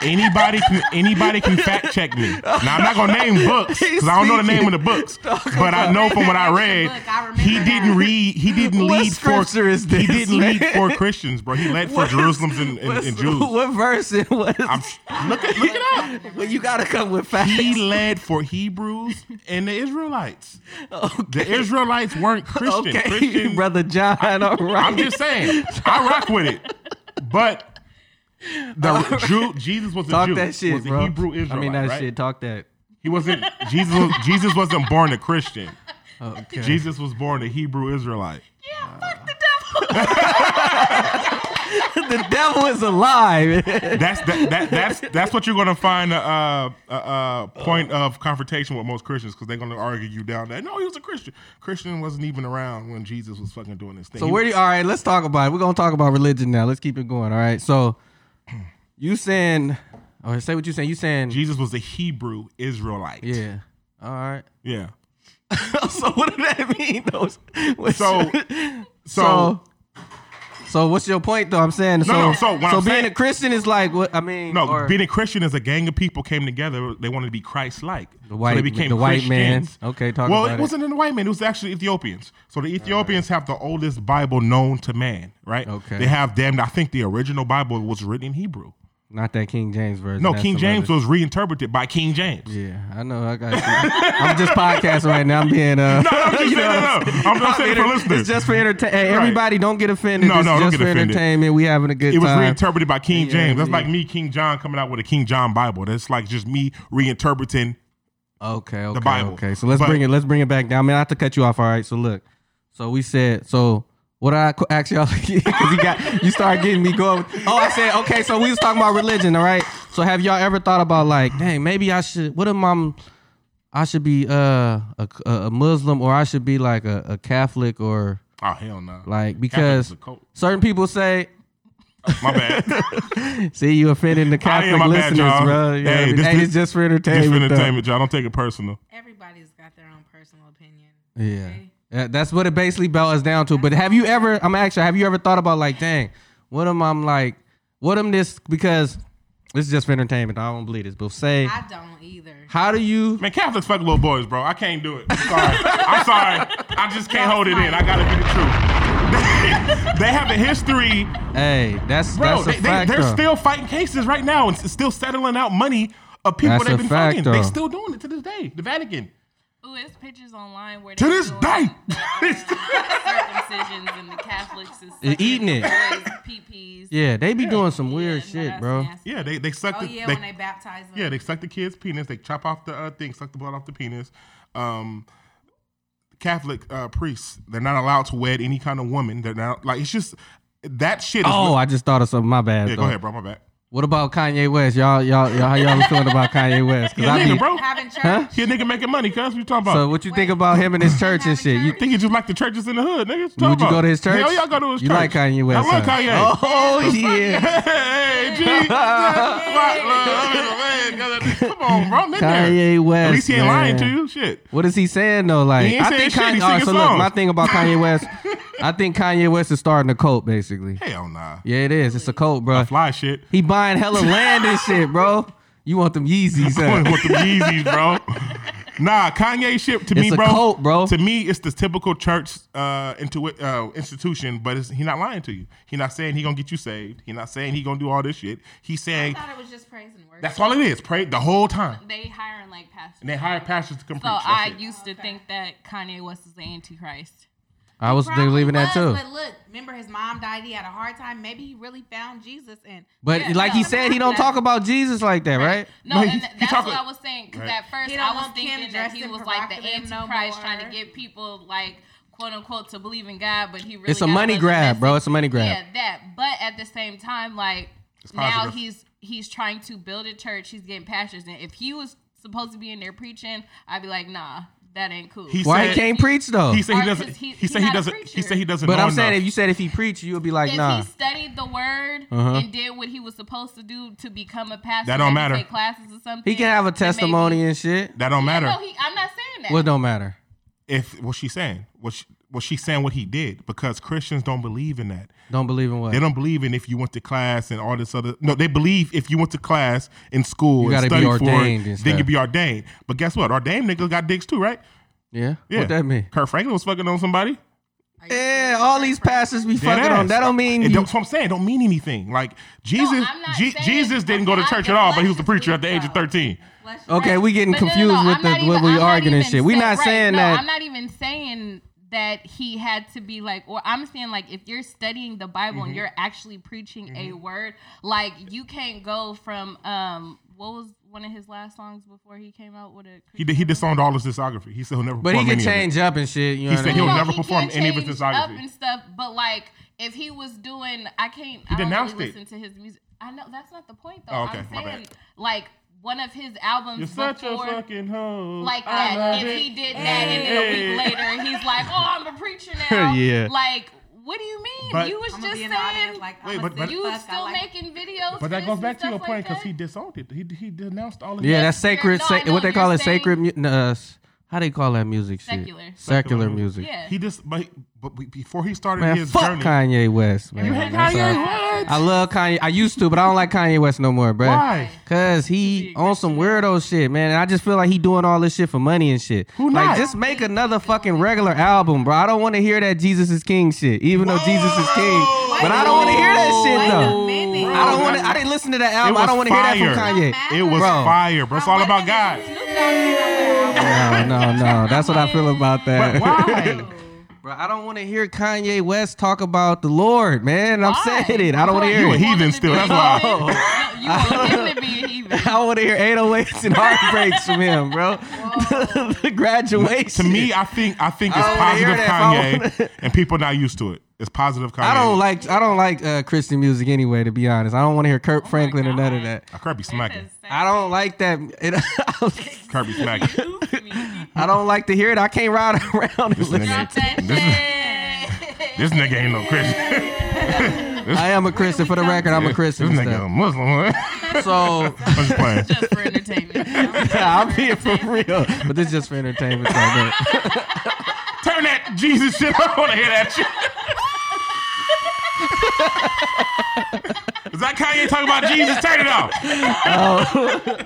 Speaker 3: Anybody can anybody can fact check me. Now I'm not gonna name books because I don't know the name of the books, but I know from what I read, he didn't read. He didn't
Speaker 2: What
Speaker 3: lead for.
Speaker 2: scripture is this,
Speaker 3: He didn't
Speaker 2: man?
Speaker 3: lead for Christians, bro. He led for
Speaker 2: What-
Speaker 3: Jerusalems and, and, and
Speaker 2: What's-
Speaker 3: Jews.
Speaker 2: What verse it was?
Speaker 3: I'm, look at look it up.
Speaker 2: well, you gotta come with facts.
Speaker 3: He led for Hebrews and the Israelites. The Israelites weren't Christian.
Speaker 2: okay,
Speaker 3: Christian
Speaker 2: brother John. all right.
Speaker 3: I'm just saying. I rock with it. But the Jew, Jesus was a
Speaker 2: talk
Speaker 3: Jew.
Speaker 2: that shit,
Speaker 3: was a
Speaker 2: bro.
Speaker 3: Hebrew Israelite.
Speaker 2: I mean that
Speaker 3: right?
Speaker 2: shit. Talk that.
Speaker 3: He wasn't Jesus. was- Jesus wasn't born a Christian.
Speaker 2: Okay.
Speaker 3: Jesus was born a Hebrew Israelite.
Speaker 2: the devil is alive.
Speaker 3: That's that, that that's that's what you're gonna find a, uh a, a point of confrontation with most Christians because they're gonna argue you down that no he was a Christian. Christian wasn't even around when Jesus was fucking doing this thing.
Speaker 2: So
Speaker 3: He-
Speaker 2: where do you, all right, let's talk about it. We're gonna talk about religion now. Let's keep it going. All right. So you saying or say what you saying, you saying
Speaker 3: Jesus was a Hebrew Israelite.
Speaker 2: Yeah. All right.
Speaker 3: yeah.
Speaker 2: so what does that mean though? What's-
Speaker 3: So-
Speaker 2: so so what's your point though? I'm saying so
Speaker 3: no, so what I'm
Speaker 2: being
Speaker 3: saying-
Speaker 2: a Christian is like what I mean
Speaker 3: No,
Speaker 2: or-
Speaker 3: being a Christian is a gang of people came together. They wanted to be Christ-like. The
Speaker 2: white-
Speaker 3: so they became
Speaker 2: the white man.
Speaker 3: Christians.
Speaker 2: Okay, talk
Speaker 3: well,
Speaker 2: about
Speaker 3: it
Speaker 2: it.
Speaker 3: wasn't in the white man. It was actually Ethiopians. So the Ethiopians have the oldest Bible known to man, right?
Speaker 2: Okay.
Speaker 3: They have damn. I think the original Bible was written in Hebrew.
Speaker 2: not that King James version.
Speaker 3: No,
Speaker 2: that's
Speaker 3: King
Speaker 2: some
Speaker 3: James
Speaker 2: other-
Speaker 3: was reinterpreted by King James.
Speaker 2: Yeah, I know. I got you. I'm just podcasting right now. I'm being uh
Speaker 3: No, no, I'm just
Speaker 2: you know what
Speaker 3: saying, no,
Speaker 2: I'm
Speaker 3: no. I'm just saying for
Speaker 2: It's
Speaker 3: listeners.
Speaker 2: just for entertainment. Hey,
Speaker 3: Right.
Speaker 2: everybody, don't get offended.
Speaker 3: No,
Speaker 2: It's
Speaker 3: no, don't
Speaker 2: just
Speaker 3: get
Speaker 2: for
Speaker 3: offended.
Speaker 2: entertainment. We having a good
Speaker 3: It was
Speaker 2: time.
Speaker 3: reinterpreted by King
Speaker 2: Yeah,
Speaker 3: James. That's
Speaker 2: yeah.
Speaker 3: like me, King John, coming out with a King John Bible. That's like just me reinterpreting.
Speaker 2: Okay, okay,
Speaker 3: Bible.
Speaker 2: okay. So let's
Speaker 3: But-
Speaker 2: bring it. Let's bring it back down. Man, I have to cut you off. All right. So look. So we said. So what did I qu- ask y'all? Because you got you started getting me going. Oh, I said okay. So we was talking about religion. All right. So have y'all ever thought about like, dang, maybe I should. What am I? I should be uh, a a Muslim or I should be like a, a Catholic or
Speaker 3: Oh hell no!
Speaker 2: like
Speaker 3: Catholic is
Speaker 2: because
Speaker 3: a cult.
Speaker 2: certain people say
Speaker 3: My bad.
Speaker 2: See, you offending the
Speaker 3: I am,
Speaker 2: Catholic
Speaker 3: my bad,
Speaker 2: listeners,
Speaker 3: y'all.
Speaker 2: bro. You know
Speaker 3: Hey,
Speaker 2: what I mean?
Speaker 3: this-
Speaker 2: Hey,
Speaker 3: this-
Speaker 2: it's just for
Speaker 3: just for
Speaker 2: entertainment. though.
Speaker 3: entertainment, y'all. Don't take it personal.
Speaker 5: Everybody's got their own personal opinion.
Speaker 2: Yeah. Yeah, that's what it basically boils down to. But have you ever? I'm actually, have you ever thought about like, dang, what am I'm like? What am this? Because this is just for entertainment. I don't believe this, but say,
Speaker 5: I don't either.
Speaker 2: how do you?
Speaker 3: Man, Catholics fuck little boys, bro. I can't do it. I'm sorry. I'm sorry. I just can't hold it in. I gotta be the truth. they have a history,
Speaker 2: Hey, that's that's
Speaker 3: bro.
Speaker 2: a
Speaker 3: They, they,
Speaker 2: fact.
Speaker 3: they're
Speaker 2: though.
Speaker 3: still fighting cases right now and s- still settling out money of people
Speaker 2: That's a
Speaker 3: they've been
Speaker 2: fact,
Speaker 3: fucking.
Speaker 2: though.
Speaker 3: They still doing it to this day. The Vatican.
Speaker 4: Ooh, it's pictures online where
Speaker 3: To
Speaker 4: they
Speaker 3: this
Speaker 4: doing
Speaker 3: day.
Speaker 4: the, uh, circumcisions and the Catholics and
Speaker 2: They're eating it.
Speaker 4: PPs.
Speaker 2: yeah, they be doing some
Speaker 4: Yeah,
Speaker 2: weird
Speaker 4: no,
Speaker 2: shit,
Speaker 4: that's
Speaker 2: bro.
Speaker 4: nasty.
Speaker 3: Yeah, they they suck.
Speaker 5: Oh
Speaker 3: the,
Speaker 5: yeah,
Speaker 3: they,
Speaker 5: when they baptize them.
Speaker 3: yeah, they suck the kid's penis. They chop off the uh, thing, suck the blood off the penis. Um, Catholic uh, priests, they're not allowed to wed any kind of woman. They're not like it's just that shit. Is
Speaker 2: Oh, I just thought of something. My bad.
Speaker 3: yeah,
Speaker 2: though.
Speaker 3: go ahead, bro. My bad.
Speaker 2: What about Kanye West? Y'all, y'all, y'all, how y'all feeling about Kanye West? Because
Speaker 3: Yeah,
Speaker 2: I
Speaker 3: nigga,
Speaker 2: be,
Speaker 3: bro.
Speaker 5: Having church.
Speaker 2: Huh?
Speaker 3: He a nigga making money, cuz. What you talking about?
Speaker 2: so what you think about him and his church and shit? You
Speaker 3: think he just like the churches in the hood, nigga? What talking
Speaker 2: Would you
Speaker 3: about?
Speaker 2: go to his church?
Speaker 3: Hell yeah, I go to his
Speaker 2: you
Speaker 3: church.
Speaker 2: like Kanye West?
Speaker 3: I like
Speaker 2: huh?
Speaker 3: Kanye.
Speaker 2: Oh yeah.
Speaker 3: Hey, G. Come on, bro. I'm in there.
Speaker 2: Kanye West.
Speaker 3: At least he ain't lying to
Speaker 2: man.
Speaker 3: you. Shit.
Speaker 2: What is he saying though? Like
Speaker 3: He ain't
Speaker 2: I
Speaker 3: saying
Speaker 2: think
Speaker 3: shit, he
Speaker 2: Kanye. All right, so
Speaker 3: singing
Speaker 2: look, my
Speaker 3: songs.
Speaker 2: thing about Kanye West, I think Kanye West is starting a cult basically.
Speaker 3: Hell nah.
Speaker 2: Yeah, it is. It's a cult, bro.
Speaker 3: Fly shit.
Speaker 2: He buying hella land and shit, bro. You want them Yeezys?
Speaker 3: Going
Speaker 2: Huh?
Speaker 3: with the Yeezys, bro. Nah, Kanye shit to me,
Speaker 2: It's a
Speaker 3: bro.
Speaker 2: cult, bro.
Speaker 3: To me, it's the typical church uh, into uh, institution, but it's, he not lying to you. He not saying he gonna get you saved. He not saying he gonna do all this shit. He
Speaker 5: I
Speaker 3: saying
Speaker 5: thought it was just praise and worship.
Speaker 3: that's all it is. Pray the whole time.
Speaker 4: They hiring like pastors.
Speaker 3: And they hire pastors to come
Speaker 4: so
Speaker 3: preach.
Speaker 4: I
Speaker 3: That's it.
Speaker 4: used to think that Kanye West is the Antichrist.
Speaker 2: I was
Speaker 5: Probably
Speaker 2: believing that
Speaker 5: was,
Speaker 2: too.
Speaker 5: But look, remember his mom died. He had a hard time. Maybe he really found Jesus and.
Speaker 2: But
Speaker 4: Yeah,
Speaker 2: like he
Speaker 4: no,
Speaker 2: said, he don't
Speaker 4: no.
Speaker 2: talk about Jesus like that, right?
Speaker 3: No,
Speaker 4: No,
Speaker 3: he-
Speaker 4: and th-
Speaker 3: he
Speaker 4: that's
Speaker 3: talk-
Speaker 4: what I was saying. Because
Speaker 3: Right.
Speaker 4: at first
Speaker 5: He
Speaker 4: I
Speaker 5: don't
Speaker 4: was
Speaker 5: want Kim
Speaker 4: thinking that he
Speaker 5: dressed in
Speaker 4: was like the
Speaker 5: provocative no
Speaker 4: Antichrist,
Speaker 5: more.
Speaker 4: trying to get people like quote unquote to believe in God, but he really
Speaker 2: It's a
Speaker 4: got
Speaker 2: money
Speaker 4: another
Speaker 2: grab, bro.
Speaker 4: message.
Speaker 2: It's a money grab.
Speaker 4: Yeah, that. But at the same time, like
Speaker 3: It's
Speaker 4: now
Speaker 3: positive.
Speaker 4: he's he's trying to build a church. He's getting pastors, and if he was supposed to be in there preaching, I'd be like, nah, That ain't cool.
Speaker 3: He
Speaker 2: Why
Speaker 3: said,
Speaker 2: he can't preach though?
Speaker 3: He said he
Speaker 4: Or 'cause
Speaker 3: doesn't.
Speaker 4: he-
Speaker 3: He,
Speaker 4: he's
Speaker 3: said he
Speaker 4: not a
Speaker 3: doesn't. He
Speaker 4: preacher.
Speaker 3: said he doesn't.
Speaker 2: Oh. but
Speaker 3: know
Speaker 2: I'm saying
Speaker 3: enough.
Speaker 2: if you said if he preached, you would be like,
Speaker 4: if
Speaker 2: nah.
Speaker 4: he studied the word
Speaker 2: Uh-huh.
Speaker 4: and did what he was supposed to do to become a pastor,
Speaker 3: That don't
Speaker 4: maybe
Speaker 3: matter.
Speaker 4: Take classes or something.
Speaker 2: He can have a
Speaker 4: then
Speaker 2: testimony
Speaker 4: Maybe,
Speaker 2: and shit.
Speaker 3: that don't
Speaker 4: Yeah,
Speaker 3: matter.
Speaker 4: no, he, I'm not saying that.
Speaker 2: What don't matter?
Speaker 3: if what she's saying, what she, what she's saying, what he did, because Christians don't believe in that.
Speaker 2: Don't believe in what?
Speaker 3: They don't believe in if you went to class and all this other. No, they believe if you went to class in
Speaker 2: You
Speaker 3: school and
Speaker 2: gotta be
Speaker 3: studied for
Speaker 2: ordained
Speaker 3: it,
Speaker 2: and
Speaker 3: then
Speaker 2: stuff.
Speaker 3: you'd be ordained. But guess what? Ordained niggas got dicks too, right?
Speaker 2: yeah?
Speaker 3: Yeah.
Speaker 2: What that mean?
Speaker 3: Kurt Franklin was fucking on somebody.
Speaker 2: Yeah, all these pastors be
Speaker 3: Dead
Speaker 2: fucking on.
Speaker 3: ass.
Speaker 2: That don't mean
Speaker 3: It
Speaker 2: you,
Speaker 3: don't- that's what I'm saying. It Don't mean anything. Like Jesus,
Speaker 4: I'm not
Speaker 3: Je-
Speaker 4: saying-
Speaker 3: Jesus didn't go to
Speaker 4: I'm
Speaker 3: church at all, but he was the
Speaker 4: just
Speaker 3: preacher at the age of 13.
Speaker 4: saying-
Speaker 2: Okay, we getting
Speaker 4: But no, no,
Speaker 2: confused
Speaker 4: no,
Speaker 2: with
Speaker 4: I'm
Speaker 2: the
Speaker 4: not
Speaker 2: what
Speaker 4: even-
Speaker 2: we
Speaker 4: I'm not
Speaker 2: arguing and
Speaker 4: even
Speaker 2: shit. We
Speaker 4: saying-
Speaker 2: not
Speaker 4: right,
Speaker 2: saying
Speaker 4: no,
Speaker 2: that.
Speaker 4: I'm not even saying that he had to be like, or I'm saying like if you're studying the Bible
Speaker 2: Mm-hmm.
Speaker 4: and you're actually preaching a word, like you can't go from um what was one of his last songs before he came out with a
Speaker 3: He did, he disowned all his discography. He said he'll never.
Speaker 2: but he
Speaker 3: perform
Speaker 2: can
Speaker 3: any of it.
Speaker 2: change up and shit. You
Speaker 3: He
Speaker 2: know what I
Speaker 3: said
Speaker 2: mean?
Speaker 3: he'll
Speaker 4: No,
Speaker 3: never
Speaker 4: he
Speaker 3: perform
Speaker 4: can
Speaker 3: any of his
Speaker 4: change
Speaker 3: discography.
Speaker 4: up and stuff. But like, if he was doing, I can't. I don't
Speaker 3: denounced
Speaker 4: really
Speaker 3: it.
Speaker 4: listen to his music. I know that's not the point though.
Speaker 3: Oh, okay,
Speaker 4: I'm
Speaker 3: my
Speaker 4: saying
Speaker 3: bad.
Speaker 4: like one of his albums
Speaker 3: You're such a
Speaker 4: before,
Speaker 3: fucking hoe.
Speaker 4: like
Speaker 3: I
Speaker 4: that.
Speaker 3: love
Speaker 4: If
Speaker 3: it.
Speaker 4: he did that, and then a
Speaker 3: Hey.
Speaker 4: week later he's like, "Oh, I'm a preacher now."
Speaker 2: Yeah.
Speaker 4: Like, what do you mean?
Speaker 3: But-
Speaker 4: you was
Speaker 5: I'm
Speaker 4: just
Speaker 5: gonna be in the audience
Speaker 4: saying
Speaker 5: like,
Speaker 3: Wait,
Speaker 5: I'm
Speaker 3: but- but-
Speaker 4: you was still
Speaker 5: like,
Speaker 4: making videos.
Speaker 3: But
Speaker 4: for
Speaker 3: that
Speaker 4: this
Speaker 3: goes
Speaker 4: and
Speaker 3: back to your
Speaker 4: stuff like
Speaker 3: point because
Speaker 4: that?
Speaker 3: he disowned it. He, he denounced all of
Speaker 2: Yeah,
Speaker 3: that.
Speaker 2: that's sacred.
Speaker 4: No, I
Speaker 2: sa-
Speaker 4: know
Speaker 2: what they
Speaker 4: what
Speaker 2: call
Speaker 4: you're
Speaker 2: it, sacred. mu- no, uh, s- how they call that music?
Speaker 4: Secular.
Speaker 2: Shit? Secular
Speaker 3: Secular.
Speaker 2: music.
Speaker 4: Yeah.
Speaker 3: He just but, but we- before he started
Speaker 2: Man,
Speaker 3: his
Speaker 2: fuck
Speaker 3: journey,
Speaker 2: Kanye West, man.
Speaker 3: you hate
Speaker 2: That's
Speaker 3: Kanye
Speaker 2: all.
Speaker 3: West.
Speaker 2: I love Kanye. I used to, but I don't like Kanye West no more, bro.
Speaker 3: Why?
Speaker 2: Cause he on some weirdo shit, man. And I just feel like he doing all this shit for money and shit.
Speaker 3: Who
Speaker 2: like,
Speaker 3: not?
Speaker 2: just make another fucking regular album, bro. I don't want to hear that Jesus is King shit, even though Jesus is King. But I don't want to hear that shit though.
Speaker 5: Wait a minute.
Speaker 2: I don't want. to I didn't listen to that
Speaker 3: It
Speaker 2: album.
Speaker 3: was
Speaker 2: I don't want to hear that from
Speaker 3: fire.
Speaker 2: Kanye.
Speaker 3: It was
Speaker 2: Bro.
Speaker 3: fire, bro. It's all about God.
Speaker 2: No, no, no. That's what I feel about that.
Speaker 3: But why?
Speaker 2: Bro, I don't want to hear Kanye West talk about the Lord, man. I'm
Speaker 4: Why?
Speaker 2: saying it. I don't want to
Speaker 3: You
Speaker 2: hear
Speaker 3: a
Speaker 2: it.
Speaker 3: heathen still. That's why.
Speaker 4: No, you want him to be a heathen.
Speaker 2: I want to hear 808s and heartbreaks from him, bro. the
Speaker 3: To
Speaker 2: graduation.
Speaker 3: me, I think I think it's
Speaker 2: I don't wanna hear
Speaker 3: positive
Speaker 2: that. I
Speaker 3: Kanye, and people not used to it. It's positive Kanye.
Speaker 2: I don't like I don't like uh, Christian music anyway. To be honest, I don't want to hear Kurt Franklin or none of that.
Speaker 3: I Kirby smacking.
Speaker 2: I don't like that. It,
Speaker 3: Kirby smacking.
Speaker 2: I don't like to hear it. I can't ride around. And
Speaker 3: This
Speaker 2: listen.
Speaker 3: nigga, ain't- this, this nigga ain't no Christian.
Speaker 2: I am a Christian for the record. I'm a Christian.
Speaker 3: This
Speaker 2: and
Speaker 3: nigga a Muslim. I'm
Speaker 2: stuff. So
Speaker 3: just playing.
Speaker 4: Just for entertainment.
Speaker 2: I'm being for real, but this is just for entertainment. So, man.
Speaker 3: Turn that Jesus shit. I want to hear that shit. Is that Kanye talking about Jesus? Turn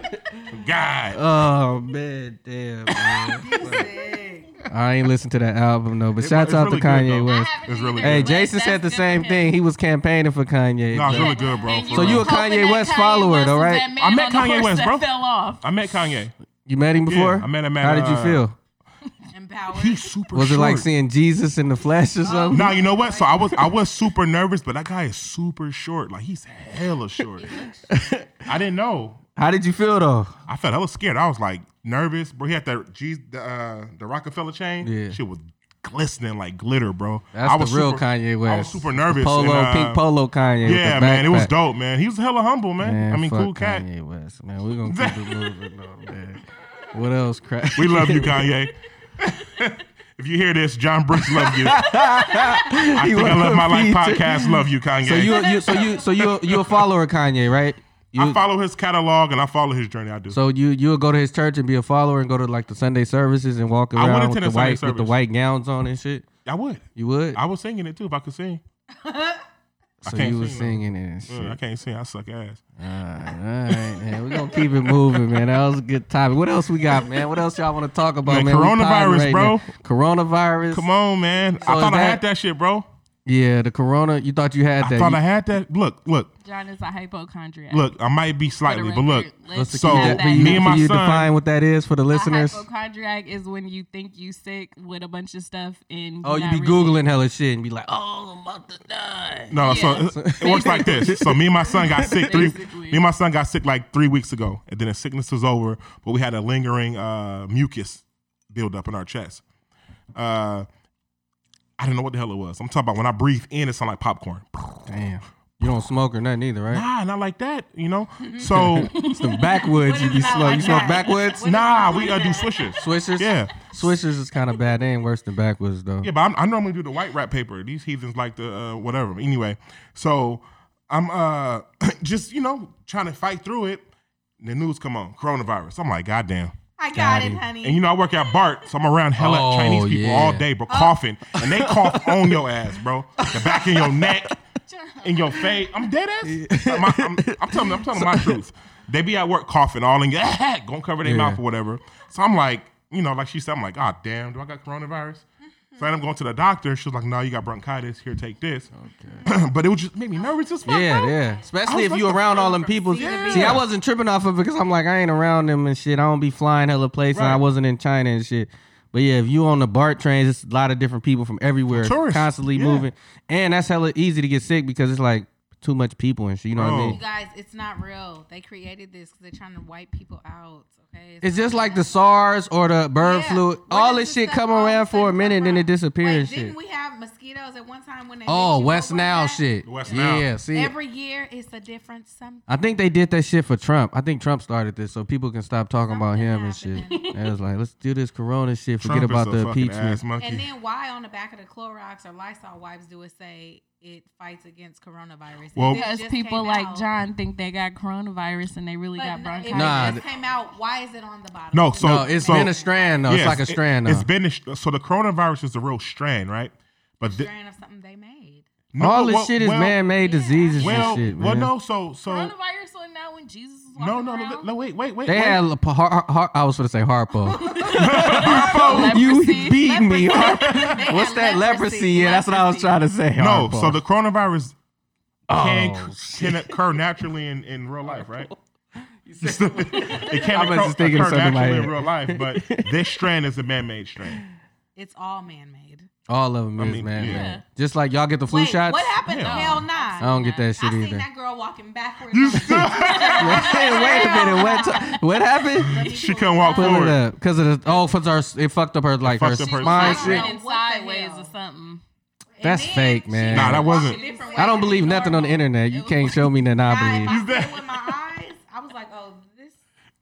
Speaker 3: it off. God.
Speaker 2: Oh man, damn. Man. I ain't listened to that album though, but
Speaker 3: It-
Speaker 2: shouts
Speaker 3: it's
Speaker 2: out
Speaker 3: really
Speaker 2: to
Speaker 3: good,
Speaker 2: Kanye
Speaker 3: though.
Speaker 2: West.
Speaker 3: It's really
Speaker 4: Either
Speaker 3: good.
Speaker 2: Hey,
Speaker 4: way,
Speaker 2: Jason
Speaker 4: that's
Speaker 2: said the
Speaker 4: good
Speaker 2: same
Speaker 4: for him.
Speaker 2: thing. He was campaigning for Kanye.
Speaker 3: No, it's
Speaker 2: bro.
Speaker 3: really good, bro.
Speaker 4: And
Speaker 3: for
Speaker 2: So
Speaker 3: real.
Speaker 2: you a
Speaker 4: was hoping
Speaker 2: Kanye
Speaker 4: that
Speaker 2: West follower,
Speaker 4: West
Speaker 2: though,
Speaker 4: was
Speaker 2: right?
Speaker 4: that man
Speaker 3: I met
Speaker 4: on the
Speaker 3: Kanye
Speaker 4: horse
Speaker 3: West,
Speaker 4: that
Speaker 3: bro.
Speaker 4: Fell off.
Speaker 3: I met Kanye.
Speaker 2: you met him before?
Speaker 3: I met him at,
Speaker 2: How did you
Speaker 3: uh,
Speaker 2: feel?
Speaker 5: Empowered.
Speaker 3: He's super.
Speaker 2: Was it like
Speaker 3: short.
Speaker 2: seeing Jesus in the flesh
Speaker 4: Oh.
Speaker 2: or something?
Speaker 3: No, you know what? So I was I was super nervous, but that guy is super short. Like he's hella short. I didn't know.
Speaker 2: How did you feel though?
Speaker 3: I felt I was scared. I was like nervous, bro. He had that G, the, uh, the Rockefeller chain.
Speaker 2: Yeah.
Speaker 3: shit was glistening like glitter, bro.
Speaker 2: That's
Speaker 3: I was
Speaker 2: the real
Speaker 3: super-
Speaker 2: Kanye West.
Speaker 3: I was super nervous.
Speaker 2: Polo,
Speaker 3: and, uh,
Speaker 2: pink polo Kanye. with
Speaker 3: Yeah,
Speaker 2: the
Speaker 3: man, it was
Speaker 2: backpack.
Speaker 3: dope, man. He was hella humble, man.
Speaker 2: Man,
Speaker 3: I mean,
Speaker 2: fuck
Speaker 3: cool cat.
Speaker 2: Kanye West, man. We're gonna keep it moving, though, man. What else, crap?
Speaker 3: We love you, Kanye. if you hear this, John Brooks love you. I think I love my life podcast. Love you, Kanye.
Speaker 2: So you, you, so you, so you, you a follower of Kanye, right? You,
Speaker 3: I follow his catalog and I follow his journey. I do.
Speaker 2: So you you would go to his church and be a follower and go to like the Sunday services and walk
Speaker 3: went
Speaker 2: around with
Speaker 3: into the
Speaker 2: the
Speaker 3: Sunday
Speaker 2: white with the
Speaker 3: service.
Speaker 2: white gowns on and shit.
Speaker 3: I would.
Speaker 2: You would.
Speaker 3: I was singing it too if I could sing.
Speaker 2: so
Speaker 3: can't
Speaker 2: you was
Speaker 3: sing, though.
Speaker 2: singing it and shit.
Speaker 3: Ugh, I can't sing. I suck ass.
Speaker 2: All right, all right, man. We're gonna keep it moving, man. That was a good topic. What else we got, man? What else y'all want to talk about, man?
Speaker 3: Man,
Speaker 2: We tired
Speaker 3: coronavirus,
Speaker 2: right
Speaker 3: bro.
Speaker 2: now. Coronavirus.
Speaker 3: Come on, man. I
Speaker 2: is
Speaker 3: thought I
Speaker 2: that-
Speaker 3: had that shit, bro.
Speaker 2: Yeah, the corona. You thought you had
Speaker 3: I
Speaker 2: that.
Speaker 3: thought
Speaker 2: You-
Speaker 3: I had that. Look, look,
Speaker 4: John is a hypochondriac.
Speaker 3: look. I might be slightly, but look.
Speaker 4: record,
Speaker 2: Let's
Speaker 4: let's
Speaker 3: so
Speaker 2: can you- can
Speaker 4: back.
Speaker 2: you,
Speaker 3: me and my
Speaker 2: can you
Speaker 3: son.
Speaker 2: define what that is for the
Speaker 4: a
Speaker 2: listeners.
Speaker 4: hypochondriac is when you think you sick with a bunch of stuff and
Speaker 2: Oh, you
Speaker 4: not
Speaker 2: be
Speaker 4: really-
Speaker 2: googling hella shit and be like, oh,
Speaker 3: No, so it, it works like this. So me and my son got sick three.
Speaker 4: Basically.
Speaker 3: Me and my son got sick like three weeks ago, and then the sickness was over, but we had a lingering uh, mucus buildup in our chest. Uh, I don't know what the hell it was. I'm talking about when I breathe in, it sounded like popcorn.
Speaker 2: damn. You don't smoke or nothing either, right?
Speaker 3: Nah, not like that, you know? So,
Speaker 2: It's the backwoods you be
Speaker 5: not
Speaker 2: smoking.
Speaker 5: like
Speaker 2: You smoke
Speaker 5: that?
Speaker 2: backwoods?
Speaker 3: nah, we uh, do swishers.
Speaker 2: Swishers?
Speaker 3: Yeah.
Speaker 2: Swishers is kind of bad. They ain't worse than backwards though.
Speaker 3: Yeah, but I'm, I normally do the white wrap paper. These heathens like the uh, whatever. Anyway, so I'm uh just you know trying to fight through it. The news come on coronavirus. I'm like, goddamn.
Speaker 5: I got,
Speaker 2: Got
Speaker 5: it,
Speaker 2: him.
Speaker 5: honey.
Speaker 3: And you know I work at Bart, so I'm around hella
Speaker 2: Oh,
Speaker 3: Chinese people
Speaker 2: yeah.
Speaker 3: all day, bro, coughing, and they cough on your ass, bro. The back in your neck, in your face. I'm dead ass. I'm, I'm- I'm telling, I'm telling my truth. They be at work coughing all in your gonna cover their
Speaker 2: Yeah.
Speaker 3: mouth or whatever. So I'm like, you know, like she said, I'm like, ah, damn, do I got coronavirus? So I end up going to the doctor. She was like, no, you got bronchitis. Here, take this. but it would just make me nervous as fuck,
Speaker 2: Yeah,
Speaker 3: bro.
Speaker 2: yeah. Especially
Speaker 3: was
Speaker 2: if
Speaker 3: like
Speaker 2: you
Speaker 3: the
Speaker 2: around all them people. See, I wasn't tripping off of it because I'm like, I ain't around them and shit. I don't be flying hella place and I
Speaker 3: Right.
Speaker 2: wasn't in China and shit. But yeah, if you on the BART trains, it's a lot of different people from everywhere
Speaker 3: Tourists,
Speaker 2: constantly
Speaker 3: yeah.
Speaker 2: moving. And that's hella easy to get sick because it's like too much people and shit. You know what I
Speaker 3: Bro.
Speaker 2: mean?
Speaker 5: You guys, it's not real. They created this because they're trying to wipe people out. Okay.
Speaker 2: It's just like the SARS or the bird
Speaker 5: Yeah.
Speaker 2: flu.
Speaker 5: Where
Speaker 2: all
Speaker 5: does
Speaker 2: this shit
Speaker 5: stuff
Speaker 2: come
Speaker 5: all
Speaker 2: around
Speaker 5: this
Speaker 2: for a
Speaker 5: stuff
Speaker 2: minute
Speaker 5: come
Speaker 2: and then it
Speaker 5: from?
Speaker 2: disappears
Speaker 5: Wait,
Speaker 2: and shit.
Speaker 5: Didn't we have mosquitoes at one time when they?
Speaker 2: Oh,
Speaker 5: hit you
Speaker 2: West
Speaker 5: over
Speaker 2: Nile
Speaker 5: that?
Speaker 2: shit.
Speaker 3: West
Speaker 2: yeah,
Speaker 3: Nile.
Speaker 2: see.
Speaker 5: Every year it's a different something.
Speaker 2: I think they did that shit for Trump. I think Trump started this so people can stop talking about
Speaker 5: Something
Speaker 2: him and shit. And it was like, let's do this corona shit. Forget
Speaker 3: Trump
Speaker 2: about
Speaker 3: is a
Speaker 2: the
Speaker 3: fucking
Speaker 2: impeachment.
Speaker 3: ass monkey.
Speaker 5: And then why on the back of the Clorox or Lysol wipes do it say it fights against coronavirus? If
Speaker 3: Well-
Speaker 5: this
Speaker 4: Because
Speaker 5: just
Speaker 4: people
Speaker 5: came
Speaker 4: like
Speaker 5: out-
Speaker 4: John think they got coronavirus and they really
Speaker 5: But
Speaker 4: got
Speaker 5: no, if
Speaker 4: bronchitis.
Speaker 5: it
Speaker 2: Nah,
Speaker 5: just came out, why is it on the bottom?
Speaker 3: No, so
Speaker 2: no, it's
Speaker 3: so,
Speaker 2: been a strand though. it's
Speaker 3: Yes,
Speaker 2: like a
Speaker 3: it-
Speaker 2: strand
Speaker 3: It's
Speaker 2: though.
Speaker 3: been a, str- so the coronavirus is the real strand, right? But thi-
Speaker 5: Strand of something they made.
Speaker 3: no,
Speaker 2: All this
Speaker 3: well-
Speaker 2: shit is
Speaker 3: well,
Speaker 2: man-made diseases
Speaker 3: Well,
Speaker 2: and shit, man.
Speaker 3: well, no, so so
Speaker 4: Coronavirus on now when Jesus was
Speaker 3: no,
Speaker 4: walking
Speaker 3: no,
Speaker 4: around.
Speaker 3: no, no, wait, wait, wait.
Speaker 2: They
Speaker 3: wait.
Speaker 2: had a p- har- har- I was going to say Harpo.
Speaker 4: Leprosy.
Speaker 2: you beat me. Har-
Speaker 5: They
Speaker 2: What's
Speaker 5: had
Speaker 2: that leprosy? Yeah, that's what I was trying to say.
Speaker 3: no,
Speaker 2: Harpo.
Speaker 3: so the coronavirus can
Speaker 2: Oh,
Speaker 3: c- can occur naturally in in real life, right? it
Speaker 2: I
Speaker 3: can
Speaker 2: was
Speaker 3: occur,
Speaker 2: just thinking of
Speaker 3: occur
Speaker 2: something in my
Speaker 3: naturally in
Speaker 2: head.
Speaker 3: real life, but this strand is a man-made strand.
Speaker 5: It's all man-made.
Speaker 2: all of them is
Speaker 3: mean,
Speaker 2: man.
Speaker 3: yeah.
Speaker 2: man. Just like y'all get the flu
Speaker 5: Wait,
Speaker 2: shots.
Speaker 5: what happened?
Speaker 3: Hell.
Speaker 5: Hell nah.
Speaker 2: I don't get that
Speaker 5: I
Speaker 2: shit
Speaker 5: seen
Speaker 2: either.
Speaker 5: that girl walking backwards.
Speaker 2: Wait a minute. What? t- what happened?
Speaker 3: She couldn't walk
Speaker 2: Pull it
Speaker 3: forward.
Speaker 2: up because of the oh, 'cause her it fucked up her like her
Speaker 3: fucked up her
Speaker 2: spine.
Speaker 3: spine.
Speaker 2: shit.
Speaker 4: Running
Speaker 5: What the
Speaker 4: sideways
Speaker 5: hell?
Speaker 4: or something.
Speaker 2: That's fake, man.
Speaker 3: Nah, that wasn't-
Speaker 2: I don't believe nothing on the internet. You can't show me nothing I
Speaker 5: I,
Speaker 2: believe.
Speaker 5: if I stayed with my eyes, I was like, oh, this.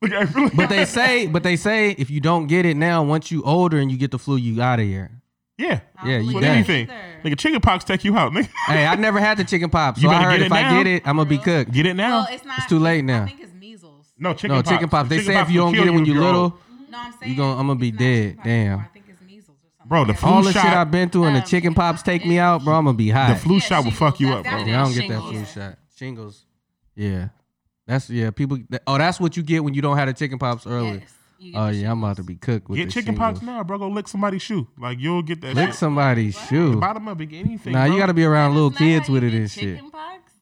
Speaker 3: Look, I feel like-
Speaker 2: But they say, but they say, if you don't get it now, once you older and you get the flu, you out of here.
Speaker 3: yeah,
Speaker 2: Yeah, you
Speaker 3: with
Speaker 5: believe
Speaker 2: done.
Speaker 5: that
Speaker 3: anything,
Speaker 5: either.
Speaker 3: nigga, chicken pox take you out, nigga.
Speaker 2: Hey, I never had the chicken pop, so
Speaker 3: You
Speaker 2: I
Speaker 3: better
Speaker 2: heard
Speaker 3: get it
Speaker 2: if I
Speaker 3: now.
Speaker 2: get it, I'm gonna be cooked.
Speaker 3: Get it now?
Speaker 5: Well, it's not.
Speaker 2: It's too late now.
Speaker 5: I think it's measles.
Speaker 3: no, chicken
Speaker 2: No
Speaker 3: pox.
Speaker 2: chicken pop. They
Speaker 3: Chicken
Speaker 2: say if
Speaker 3: pox
Speaker 2: you
Speaker 3: will
Speaker 2: don't
Speaker 3: kill
Speaker 2: get it when
Speaker 3: if
Speaker 2: you're
Speaker 3: you're old.
Speaker 2: little,
Speaker 5: No, I'm saying.
Speaker 2: gon- I'ma be
Speaker 5: it's not chicken
Speaker 2: dead.
Speaker 5: pox
Speaker 2: Damn.
Speaker 5: anymore. I think it's measles or something.
Speaker 3: Bro, the
Speaker 5: like that.
Speaker 3: flu
Speaker 2: all the shit
Speaker 3: shot-
Speaker 2: I've been through and the chicken pops take me out, bro, I'm gonna be hot.
Speaker 3: the flu shot will fuck you up,
Speaker 2: Yeah,
Speaker 3: bro.
Speaker 2: I
Speaker 4: Yeah,
Speaker 2: don't get that flu
Speaker 4: shingles.
Speaker 2: shot. Shingles. Yeah, that's yeah. People. that- Oh, that's what you get when you don't have the chicken pops early.
Speaker 5: Yes.
Speaker 4: You
Speaker 2: Oh yeah, I'm about to be cooked with
Speaker 3: Get
Speaker 2: this
Speaker 3: chicken pox
Speaker 2: shingles.
Speaker 3: now, bro. Go lick somebody's shoe. Like you'll get that.
Speaker 2: Lick
Speaker 3: shit.
Speaker 2: somebody's shoe.
Speaker 3: Bottom of it,
Speaker 2: Hmm.
Speaker 3: anything.
Speaker 2: Nah,
Speaker 3: bro.
Speaker 2: you gotta be around little
Speaker 4: Isn't that
Speaker 2: kids
Speaker 4: how
Speaker 2: with
Speaker 4: you
Speaker 2: it
Speaker 4: get
Speaker 2: and shit.
Speaker 4: Chicken pox?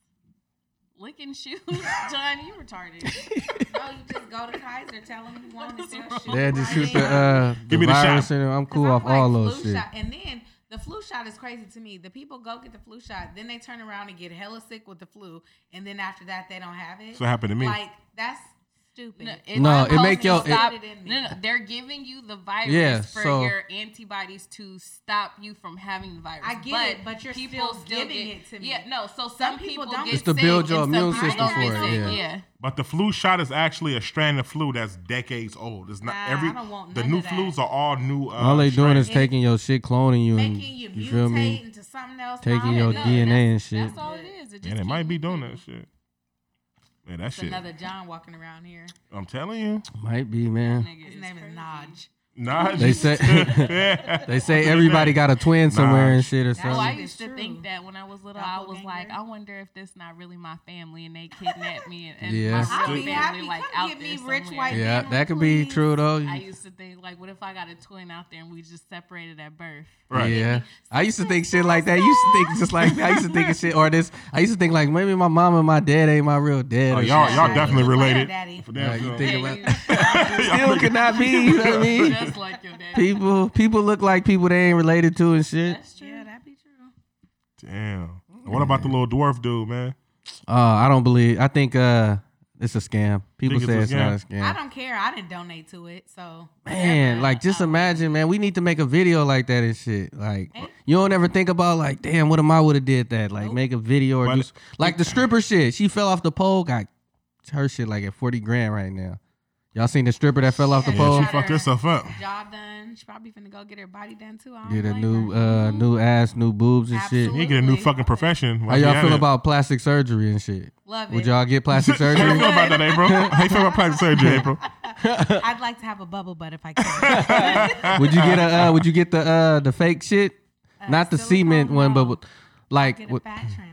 Speaker 4: Licking shoes? John, you retarded.
Speaker 5: No, you just go to Kaiser, tell them you want to sell shit.
Speaker 2: They just
Speaker 5: right
Speaker 2: shoot the
Speaker 5: there.
Speaker 2: uh the
Speaker 3: Give me the shot.
Speaker 2: virus in it. I'm
Speaker 5: 'Cause
Speaker 2: cool
Speaker 5: I'm
Speaker 2: off
Speaker 5: like,
Speaker 2: all
Speaker 5: flu
Speaker 2: those shit.
Speaker 5: Shot. And then the flu shot is crazy to me. The people go get the flu shot, then they turn around and get hella sick with the flu, and then after that they don't have it.
Speaker 3: So it happened to me.
Speaker 5: Like that's stupid.
Speaker 2: No, it make your-
Speaker 4: your
Speaker 2: it-
Speaker 4: No, no, they're giving you the virus
Speaker 2: Yeah,
Speaker 4: for
Speaker 2: so-
Speaker 4: your antibodies to stop you from having the virus.
Speaker 5: I get it, but you're
Speaker 4: people
Speaker 5: still giving
Speaker 4: get-
Speaker 5: it to me.
Speaker 4: Yeah, no. So some people don't. Get
Speaker 2: It's to
Speaker 4: sick
Speaker 2: build your
Speaker 4: and some
Speaker 2: immune
Speaker 4: people
Speaker 2: system
Speaker 4: don't
Speaker 2: for
Speaker 4: get
Speaker 2: it,
Speaker 4: sick,
Speaker 2: yeah.
Speaker 3: But the flu shot is actually a strand of flu that's decades old. It's not
Speaker 5: Nah,
Speaker 3: every.
Speaker 5: I don't want
Speaker 3: the
Speaker 5: none
Speaker 3: new
Speaker 5: of that.
Speaker 3: flus are all new. Uh,
Speaker 2: All they doing
Speaker 3: strands.
Speaker 2: is taking your shit, cloning you, and
Speaker 5: Making you,
Speaker 2: you
Speaker 5: mutate
Speaker 2: feel me?
Speaker 5: into something else.
Speaker 2: Taking
Speaker 5: Nah,
Speaker 2: your
Speaker 5: no,
Speaker 2: DNA
Speaker 5: that's-
Speaker 2: and shit.
Speaker 4: That's all it is. It just
Speaker 3: Man, they
Speaker 4: keep
Speaker 3: might be doing
Speaker 4: moving.
Speaker 3: that shit. Man, that
Speaker 5: It's
Speaker 3: shit.
Speaker 5: another John walking around here.
Speaker 3: I'm telling you.
Speaker 2: Might be, man.
Speaker 4: Nigga,
Speaker 5: His
Speaker 4: it's
Speaker 5: name
Speaker 4: crazy.
Speaker 5: is Naj.
Speaker 3: Nah.
Speaker 2: They
Speaker 3: just-
Speaker 2: say they say everybody got a twin somewhere and shit or
Speaker 4: Well, I
Speaker 2: something.
Speaker 5: shit
Speaker 4: used
Speaker 5: is
Speaker 4: to
Speaker 5: true.
Speaker 4: think that when I was little, I was like,
Speaker 5: Doppelganger.
Speaker 4: I wonder if this not really my family, and they kidnapped me and, and
Speaker 2: Yeah.
Speaker 4: my
Speaker 5: I'll
Speaker 4: real
Speaker 5: be
Speaker 4: family
Speaker 5: happy.
Speaker 4: like
Speaker 5: Come
Speaker 4: out
Speaker 5: get
Speaker 4: there
Speaker 5: me rich
Speaker 4: somewhere.
Speaker 5: white
Speaker 2: Yeah,
Speaker 5: man,
Speaker 2: that could be
Speaker 5: please.
Speaker 2: true though.
Speaker 4: I used to think like, what if I got a twin out there and we just separated at birth?
Speaker 3: Right.
Speaker 2: Yeah. I used to think shit like that. I used to think just like I used to think of shit or this. I used to think like maybe my mom and my dad ain't my real dad.
Speaker 3: Oh,
Speaker 2: or
Speaker 3: y'all,
Speaker 2: shit.
Speaker 3: y'all definitely related.
Speaker 5: Daddy.
Speaker 3: For damn
Speaker 2: Like, you
Speaker 3: sure.
Speaker 2: think about
Speaker 3: Y'all
Speaker 2: still could not be. You know what I mean?
Speaker 4: Just like your dad.
Speaker 2: People people look like people they ain't related to and shit.
Speaker 4: That's true.
Speaker 5: Yeah, that'd be true.
Speaker 3: Damn. What about the little dwarf dude, man?
Speaker 2: Uh, I don't believe. I think uh, It's a scam. People
Speaker 3: Think
Speaker 2: say
Speaker 3: it's
Speaker 2: it's
Speaker 3: a
Speaker 2: not a scam.
Speaker 5: I don't care. I didn't donate to it, so
Speaker 2: Man, like just imagine, man. We need to make a video like that and shit. Like you don't ever think about like, damn, what if I would have did that? Like make a video or
Speaker 3: But-
Speaker 2: do s- like the stripper shit. She fell off the pole, got her shit like at forty grand right now. Y'all seen the stripper that fell off the
Speaker 5: Yeah,
Speaker 2: pole?
Speaker 3: she fucked herself up.
Speaker 5: job done. She probably finna go get her body done too. I don't
Speaker 2: Get a
Speaker 5: blame
Speaker 2: new
Speaker 5: her.
Speaker 2: uh new ass, new boobs and
Speaker 5: Absolutely.
Speaker 2: shit.
Speaker 3: You get a new fucking profession.
Speaker 2: How y'all feel about plastic surgery and shit?
Speaker 5: Love
Speaker 2: Would
Speaker 5: it.
Speaker 2: y'all get plastic
Speaker 3: How you
Speaker 2: surgery?
Speaker 3: feel about that, April? How you feel about plastic surgery, April?
Speaker 5: I'd like to have a bubble butt if I could.
Speaker 2: would you get a uh, would you get the uh the fake shit? Not the
Speaker 5: Uh, silicone?
Speaker 2: cement one,
Speaker 5: No.
Speaker 2: but like
Speaker 5: get
Speaker 2: what-
Speaker 5: a fat transfer.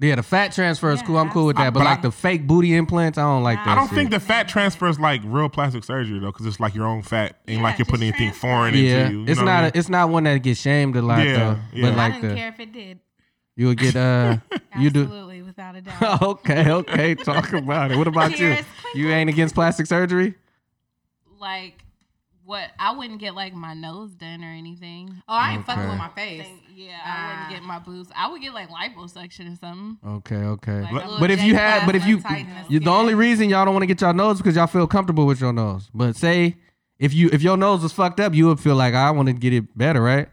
Speaker 2: Yeah, the fat transfer is cool. I'm cool with that. But
Speaker 3: but I-
Speaker 2: like the fake booty implants, I don't like that.
Speaker 3: I don't
Speaker 2: shit.
Speaker 3: think the fat transfer is like real plastic surgery though, because it's like your own fat, ain't like you're
Speaker 5: just
Speaker 3: putting anything
Speaker 5: transfer.
Speaker 3: foreign
Speaker 2: Yeah,
Speaker 3: into you. you
Speaker 2: it's
Speaker 3: know what
Speaker 2: not.
Speaker 3: I
Speaker 2: A,
Speaker 3: mean?
Speaker 2: it's not one that gets shamed a lot
Speaker 3: Yeah,
Speaker 2: though.
Speaker 3: yeah.
Speaker 2: But
Speaker 5: I
Speaker 2: like
Speaker 5: didn't care
Speaker 2: the
Speaker 5: if it did.
Speaker 2: you would get uh you do.
Speaker 5: Absolutely, without a doubt. Oh,
Speaker 2: okay, okay. Talk about it. What about
Speaker 5: Cheers.
Speaker 2: you? You ain't against plastic surgery?
Speaker 4: Like, what? I wouldn't get like my nose done or anything.
Speaker 5: Oh, I ain't fucking
Speaker 2: Okay.
Speaker 5: with my face.
Speaker 4: Yeah, I wouldn't
Speaker 5: Ah.
Speaker 4: get my boobs. I would get like liposuction or something.
Speaker 2: Okay, okay.
Speaker 4: Like, a
Speaker 2: but if you had, but if you, you the only reason y'all don't want to get your nose because y'all feel comfortable with your nose. But say if you if your nose was fucked up, you would feel like I want to get it better, right?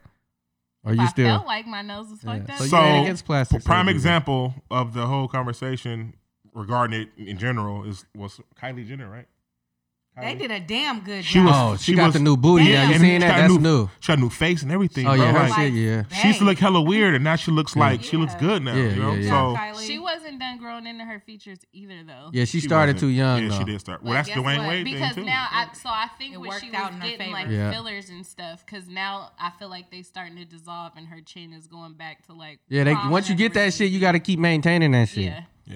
Speaker 2: Or
Speaker 4: If
Speaker 2: you
Speaker 4: I
Speaker 2: still?
Speaker 4: felt like my nose was fucked
Speaker 2: Yeah.
Speaker 4: up.
Speaker 2: So
Speaker 3: So,
Speaker 2: you ain't against plastic
Speaker 3: prime
Speaker 2: surgery.
Speaker 3: example of the whole conversation regarding it in general is was Kylie Jenner, right?
Speaker 5: they did a damn good job.
Speaker 3: She was.
Speaker 2: Oh, she,
Speaker 3: she
Speaker 2: got
Speaker 3: was-
Speaker 2: the new booty.
Speaker 5: Damn.
Speaker 2: Yeah, you
Speaker 5: And
Speaker 2: seen
Speaker 3: she
Speaker 2: that?
Speaker 3: got a
Speaker 2: That's
Speaker 3: new-
Speaker 2: new.
Speaker 3: She had new face and everything.
Speaker 2: Oh
Speaker 3: bro.
Speaker 2: yeah, her
Speaker 3: Like,
Speaker 2: shit, yeah.
Speaker 3: she used to look hella weird, and now she looks like she looks
Speaker 5: Yeah.
Speaker 3: good now.
Speaker 2: Yeah,
Speaker 3: you know?
Speaker 2: yeah, yeah.
Speaker 3: So
Speaker 5: Kylie.
Speaker 4: She wasn't done growing into her features either, though.
Speaker 2: Yeah, she,
Speaker 3: she
Speaker 2: started
Speaker 3: wasn't-
Speaker 2: too young.
Speaker 3: Yeah,
Speaker 2: though.
Speaker 3: she did start. Well,
Speaker 5: But
Speaker 3: that's
Speaker 5: guess
Speaker 3: Dwayne
Speaker 5: what?
Speaker 3: Wade thing
Speaker 4: because
Speaker 3: too.
Speaker 4: now I so I think
Speaker 5: It
Speaker 4: what she was
Speaker 5: worked out in her
Speaker 4: getting like
Speaker 5: favor.
Speaker 2: Yeah.
Speaker 4: fillers and stuff because now I feel like they starting to dissolve and her chin is going back to like
Speaker 2: Yeah, they,
Speaker 4: prom
Speaker 2: once you get that
Speaker 4: length.
Speaker 2: shit, you got to keep maintaining that shit.
Speaker 4: yeah
Speaker 3: yeah.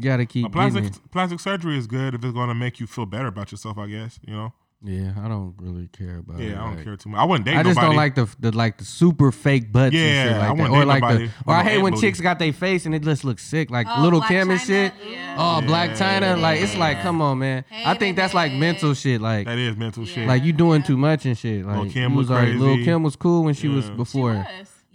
Speaker 2: You got to keep
Speaker 3: But plastic
Speaker 2: getting it.
Speaker 3: plastic surgery is good if it's going to make you feel better about yourself. I guess you know.
Speaker 2: Yeah, I don't really care about it.
Speaker 3: Yeah, I don't
Speaker 2: like-
Speaker 3: care too much. I wouldn't date
Speaker 2: Oh, I just
Speaker 3: nobody.
Speaker 2: don't like the, the like the super fake butts
Speaker 3: Yeah,
Speaker 2: and shit
Speaker 3: I
Speaker 2: like that.
Speaker 3: wouldn't
Speaker 2: Or
Speaker 3: date
Speaker 2: like
Speaker 3: nobody
Speaker 2: the or I
Speaker 3: with no
Speaker 2: hate when
Speaker 3: ad
Speaker 2: chicks
Speaker 3: booty.
Speaker 2: got their face and it just looks sick, like
Speaker 5: Oh,
Speaker 2: little
Speaker 5: Blac
Speaker 2: Kim and
Speaker 5: Chyna,
Speaker 2: shit.
Speaker 5: ooh.
Speaker 2: Oh,
Speaker 3: Yeah.
Speaker 2: Black China, like it's like,
Speaker 5: Yeah.
Speaker 2: come on, man. I think that's like
Speaker 5: Hated
Speaker 2: mental
Speaker 5: it.
Speaker 2: shit, like
Speaker 3: that is mental shit.
Speaker 2: like you doing too much and shit. Like
Speaker 3: Kim
Speaker 2: you
Speaker 3: was
Speaker 2: already- Lil
Speaker 3: crazy.
Speaker 2: Kim was cool when she was
Speaker 3: Yeah. She
Speaker 2: before.
Speaker 4: Yes.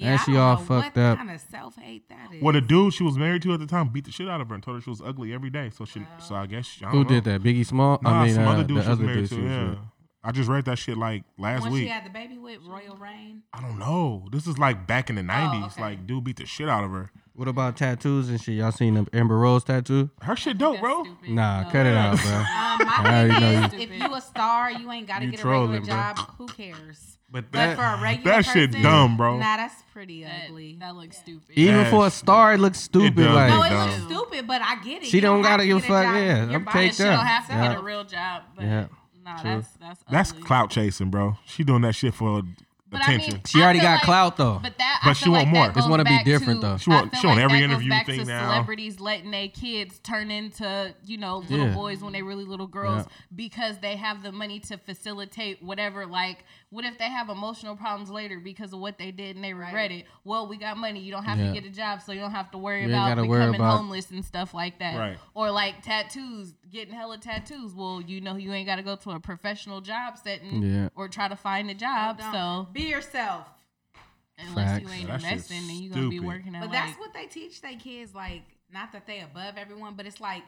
Speaker 2: And
Speaker 5: I
Speaker 2: she
Speaker 5: don't
Speaker 2: all
Speaker 5: know
Speaker 2: fucked
Speaker 5: what
Speaker 2: up.
Speaker 5: kind of self hate that is?
Speaker 3: Well, the dude she was married to at the time beat the shit out of her and told her she was ugly every day. So she, so I guess I don't
Speaker 2: Who
Speaker 3: know.
Speaker 2: did that? Biggie Small?
Speaker 3: Nah,
Speaker 2: I mean,
Speaker 3: some
Speaker 2: uh,
Speaker 3: other dude
Speaker 2: the
Speaker 3: she was
Speaker 2: other
Speaker 3: married
Speaker 2: dude.
Speaker 3: to.
Speaker 2: she was
Speaker 3: yeah,
Speaker 2: with.
Speaker 3: I just read that shit like last
Speaker 5: When she
Speaker 3: week.
Speaker 5: had the baby with Royal Rain.
Speaker 3: I don't know. This is like back in the nineties.
Speaker 5: Oh, okay.
Speaker 3: Like dude beat the shit out of her.
Speaker 2: What about tattoos and shit? Y'all seen the Amber Rose tattoo?
Speaker 3: Her shit dope, bro.
Speaker 4: Oh,
Speaker 2: Nah, cut it out, bro.
Speaker 5: Um,
Speaker 2: already
Speaker 5: my
Speaker 2: Ah, know
Speaker 5: thing is, if you a star, you ain't got to
Speaker 3: You
Speaker 5: get a regular
Speaker 3: trolling, bro.
Speaker 5: job. Who cares?
Speaker 3: But
Speaker 5: But
Speaker 3: that,
Speaker 5: for a regular
Speaker 3: that shit
Speaker 5: person,
Speaker 3: dumb, bro.
Speaker 5: Nah, that's pretty
Speaker 4: that,
Speaker 5: ugly.
Speaker 4: that looks stupid
Speaker 2: Even
Speaker 3: Yeah,
Speaker 2: for a
Speaker 3: it's-
Speaker 2: star, it looks stupid.
Speaker 3: does
Speaker 2: like
Speaker 3: look
Speaker 5: No, it
Speaker 3: dumb.
Speaker 5: looks stupid, but I get it.
Speaker 2: She
Speaker 5: You
Speaker 2: don't
Speaker 5: have
Speaker 2: gotta
Speaker 5: to
Speaker 2: give a
Speaker 5: get
Speaker 2: fuck,
Speaker 5: job.
Speaker 2: yeah,
Speaker 5: Your
Speaker 2: I'm
Speaker 5: body
Speaker 2: caked
Speaker 5: should
Speaker 2: up.
Speaker 4: she'll have to
Speaker 2: Yeah.
Speaker 4: get a real job but
Speaker 2: Yeah.
Speaker 4: nah
Speaker 2: True.
Speaker 4: that's that's
Speaker 3: that's
Speaker 4: ugly.
Speaker 3: clout chasing, bro. She doing that shit for
Speaker 4: But I mean,
Speaker 3: attention.
Speaker 2: She
Speaker 4: I
Speaker 2: already
Speaker 4: feel
Speaker 2: got
Speaker 4: like-
Speaker 2: clout, though.
Speaker 4: But that, I
Speaker 3: But
Speaker 4: feel
Speaker 3: she want
Speaker 4: like
Speaker 3: more.
Speaker 4: That
Speaker 3: It's
Speaker 4: goes
Speaker 2: wanna be
Speaker 4: back
Speaker 2: different,
Speaker 4: to-
Speaker 2: though.
Speaker 3: She want-
Speaker 4: I feel
Speaker 3: she want
Speaker 4: like
Speaker 3: every
Speaker 4: that goes
Speaker 3: interview
Speaker 4: back
Speaker 3: thing
Speaker 4: to
Speaker 3: now.
Speaker 4: Celebrities letting their kids turn into you know little
Speaker 2: Yeah.
Speaker 4: boys when they really little girls
Speaker 2: Yeah.
Speaker 4: because they have the money to facilitate whatever. Like, what if they have emotional problems later because of what they did and they regret it? Well, we got money. You don't have
Speaker 2: Yeah.
Speaker 4: to get a job, so you don't have to worry
Speaker 2: You ain't
Speaker 4: about
Speaker 2: gotta
Speaker 4: becoming
Speaker 2: worry about-
Speaker 4: homeless and stuff like that.
Speaker 3: Right.
Speaker 4: Or like tattoos, getting hella tattoos. Well, you know you ain't got to go to a professional job setting
Speaker 2: Yeah.
Speaker 4: or try to find a job.
Speaker 5: Don't.
Speaker 4: So
Speaker 5: Be yourself.
Speaker 4: Unless you
Speaker 2: Facts.
Speaker 4: ain't
Speaker 3: That shit's
Speaker 4: investing, then you gonna be
Speaker 3: stupid.
Speaker 4: working out.
Speaker 5: But
Speaker 4: like,
Speaker 5: that's what they teach their kids. Like, not that they above everyone, but it's like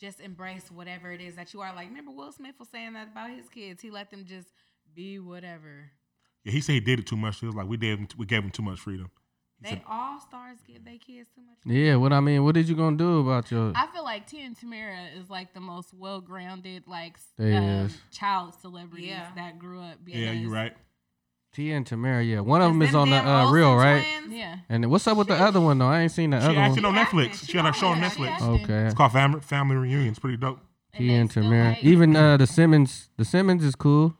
Speaker 5: just embrace whatever it is that you are. Like, remember Will Smith was saying that about his kids. He let them just be whatever.
Speaker 3: Yeah, he said he did it too much. He was like, we gave him, we gave him too much freedom.
Speaker 5: They all stars give their kids too much.
Speaker 2: yeah, what I mean, what did you gonna do about your?
Speaker 4: I feel like Tia and Tamara is like the most well grounded like s-
Speaker 2: They
Speaker 4: um,
Speaker 2: is.
Speaker 4: child celebrities
Speaker 5: Yeah.
Speaker 4: that grew up. Because,
Speaker 3: Yeah, you right.
Speaker 2: T and Tamara, yeah, one of them is
Speaker 5: Them
Speaker 2: on the
Speaker 5: damn
Speaker 2: uh,
Speaker 5: Olsen
Speaker 2: real, right?
Speaker 5: twins,
Speaker 4: Yeah,
Speaker 2: And what's up with the other one though? I ain't seen the
Speaker 3: She
Speaker 2: other
Speaker 3: acted
Speaker 2: one.
Speaker 3: on
Speaker 5: acting.
Speaker 3: Netflix.
Speaker 5: She
Speaker 3: She had a show on
Speaker 5: always
Speaker 3: Netflix.
Speaker 4: acting.
Speaker 2: Okay,
Speaker 3: It's called Family, Family Reunion. It's pretty dope.
Speaker 2: T
Speaker 4: they
Speaker 2: and
Speaker 4: still
Speaker 2: Tamara.
Speaker 4: like-
Speaker 2: Even uh, the Simmons, the Simmons is cool.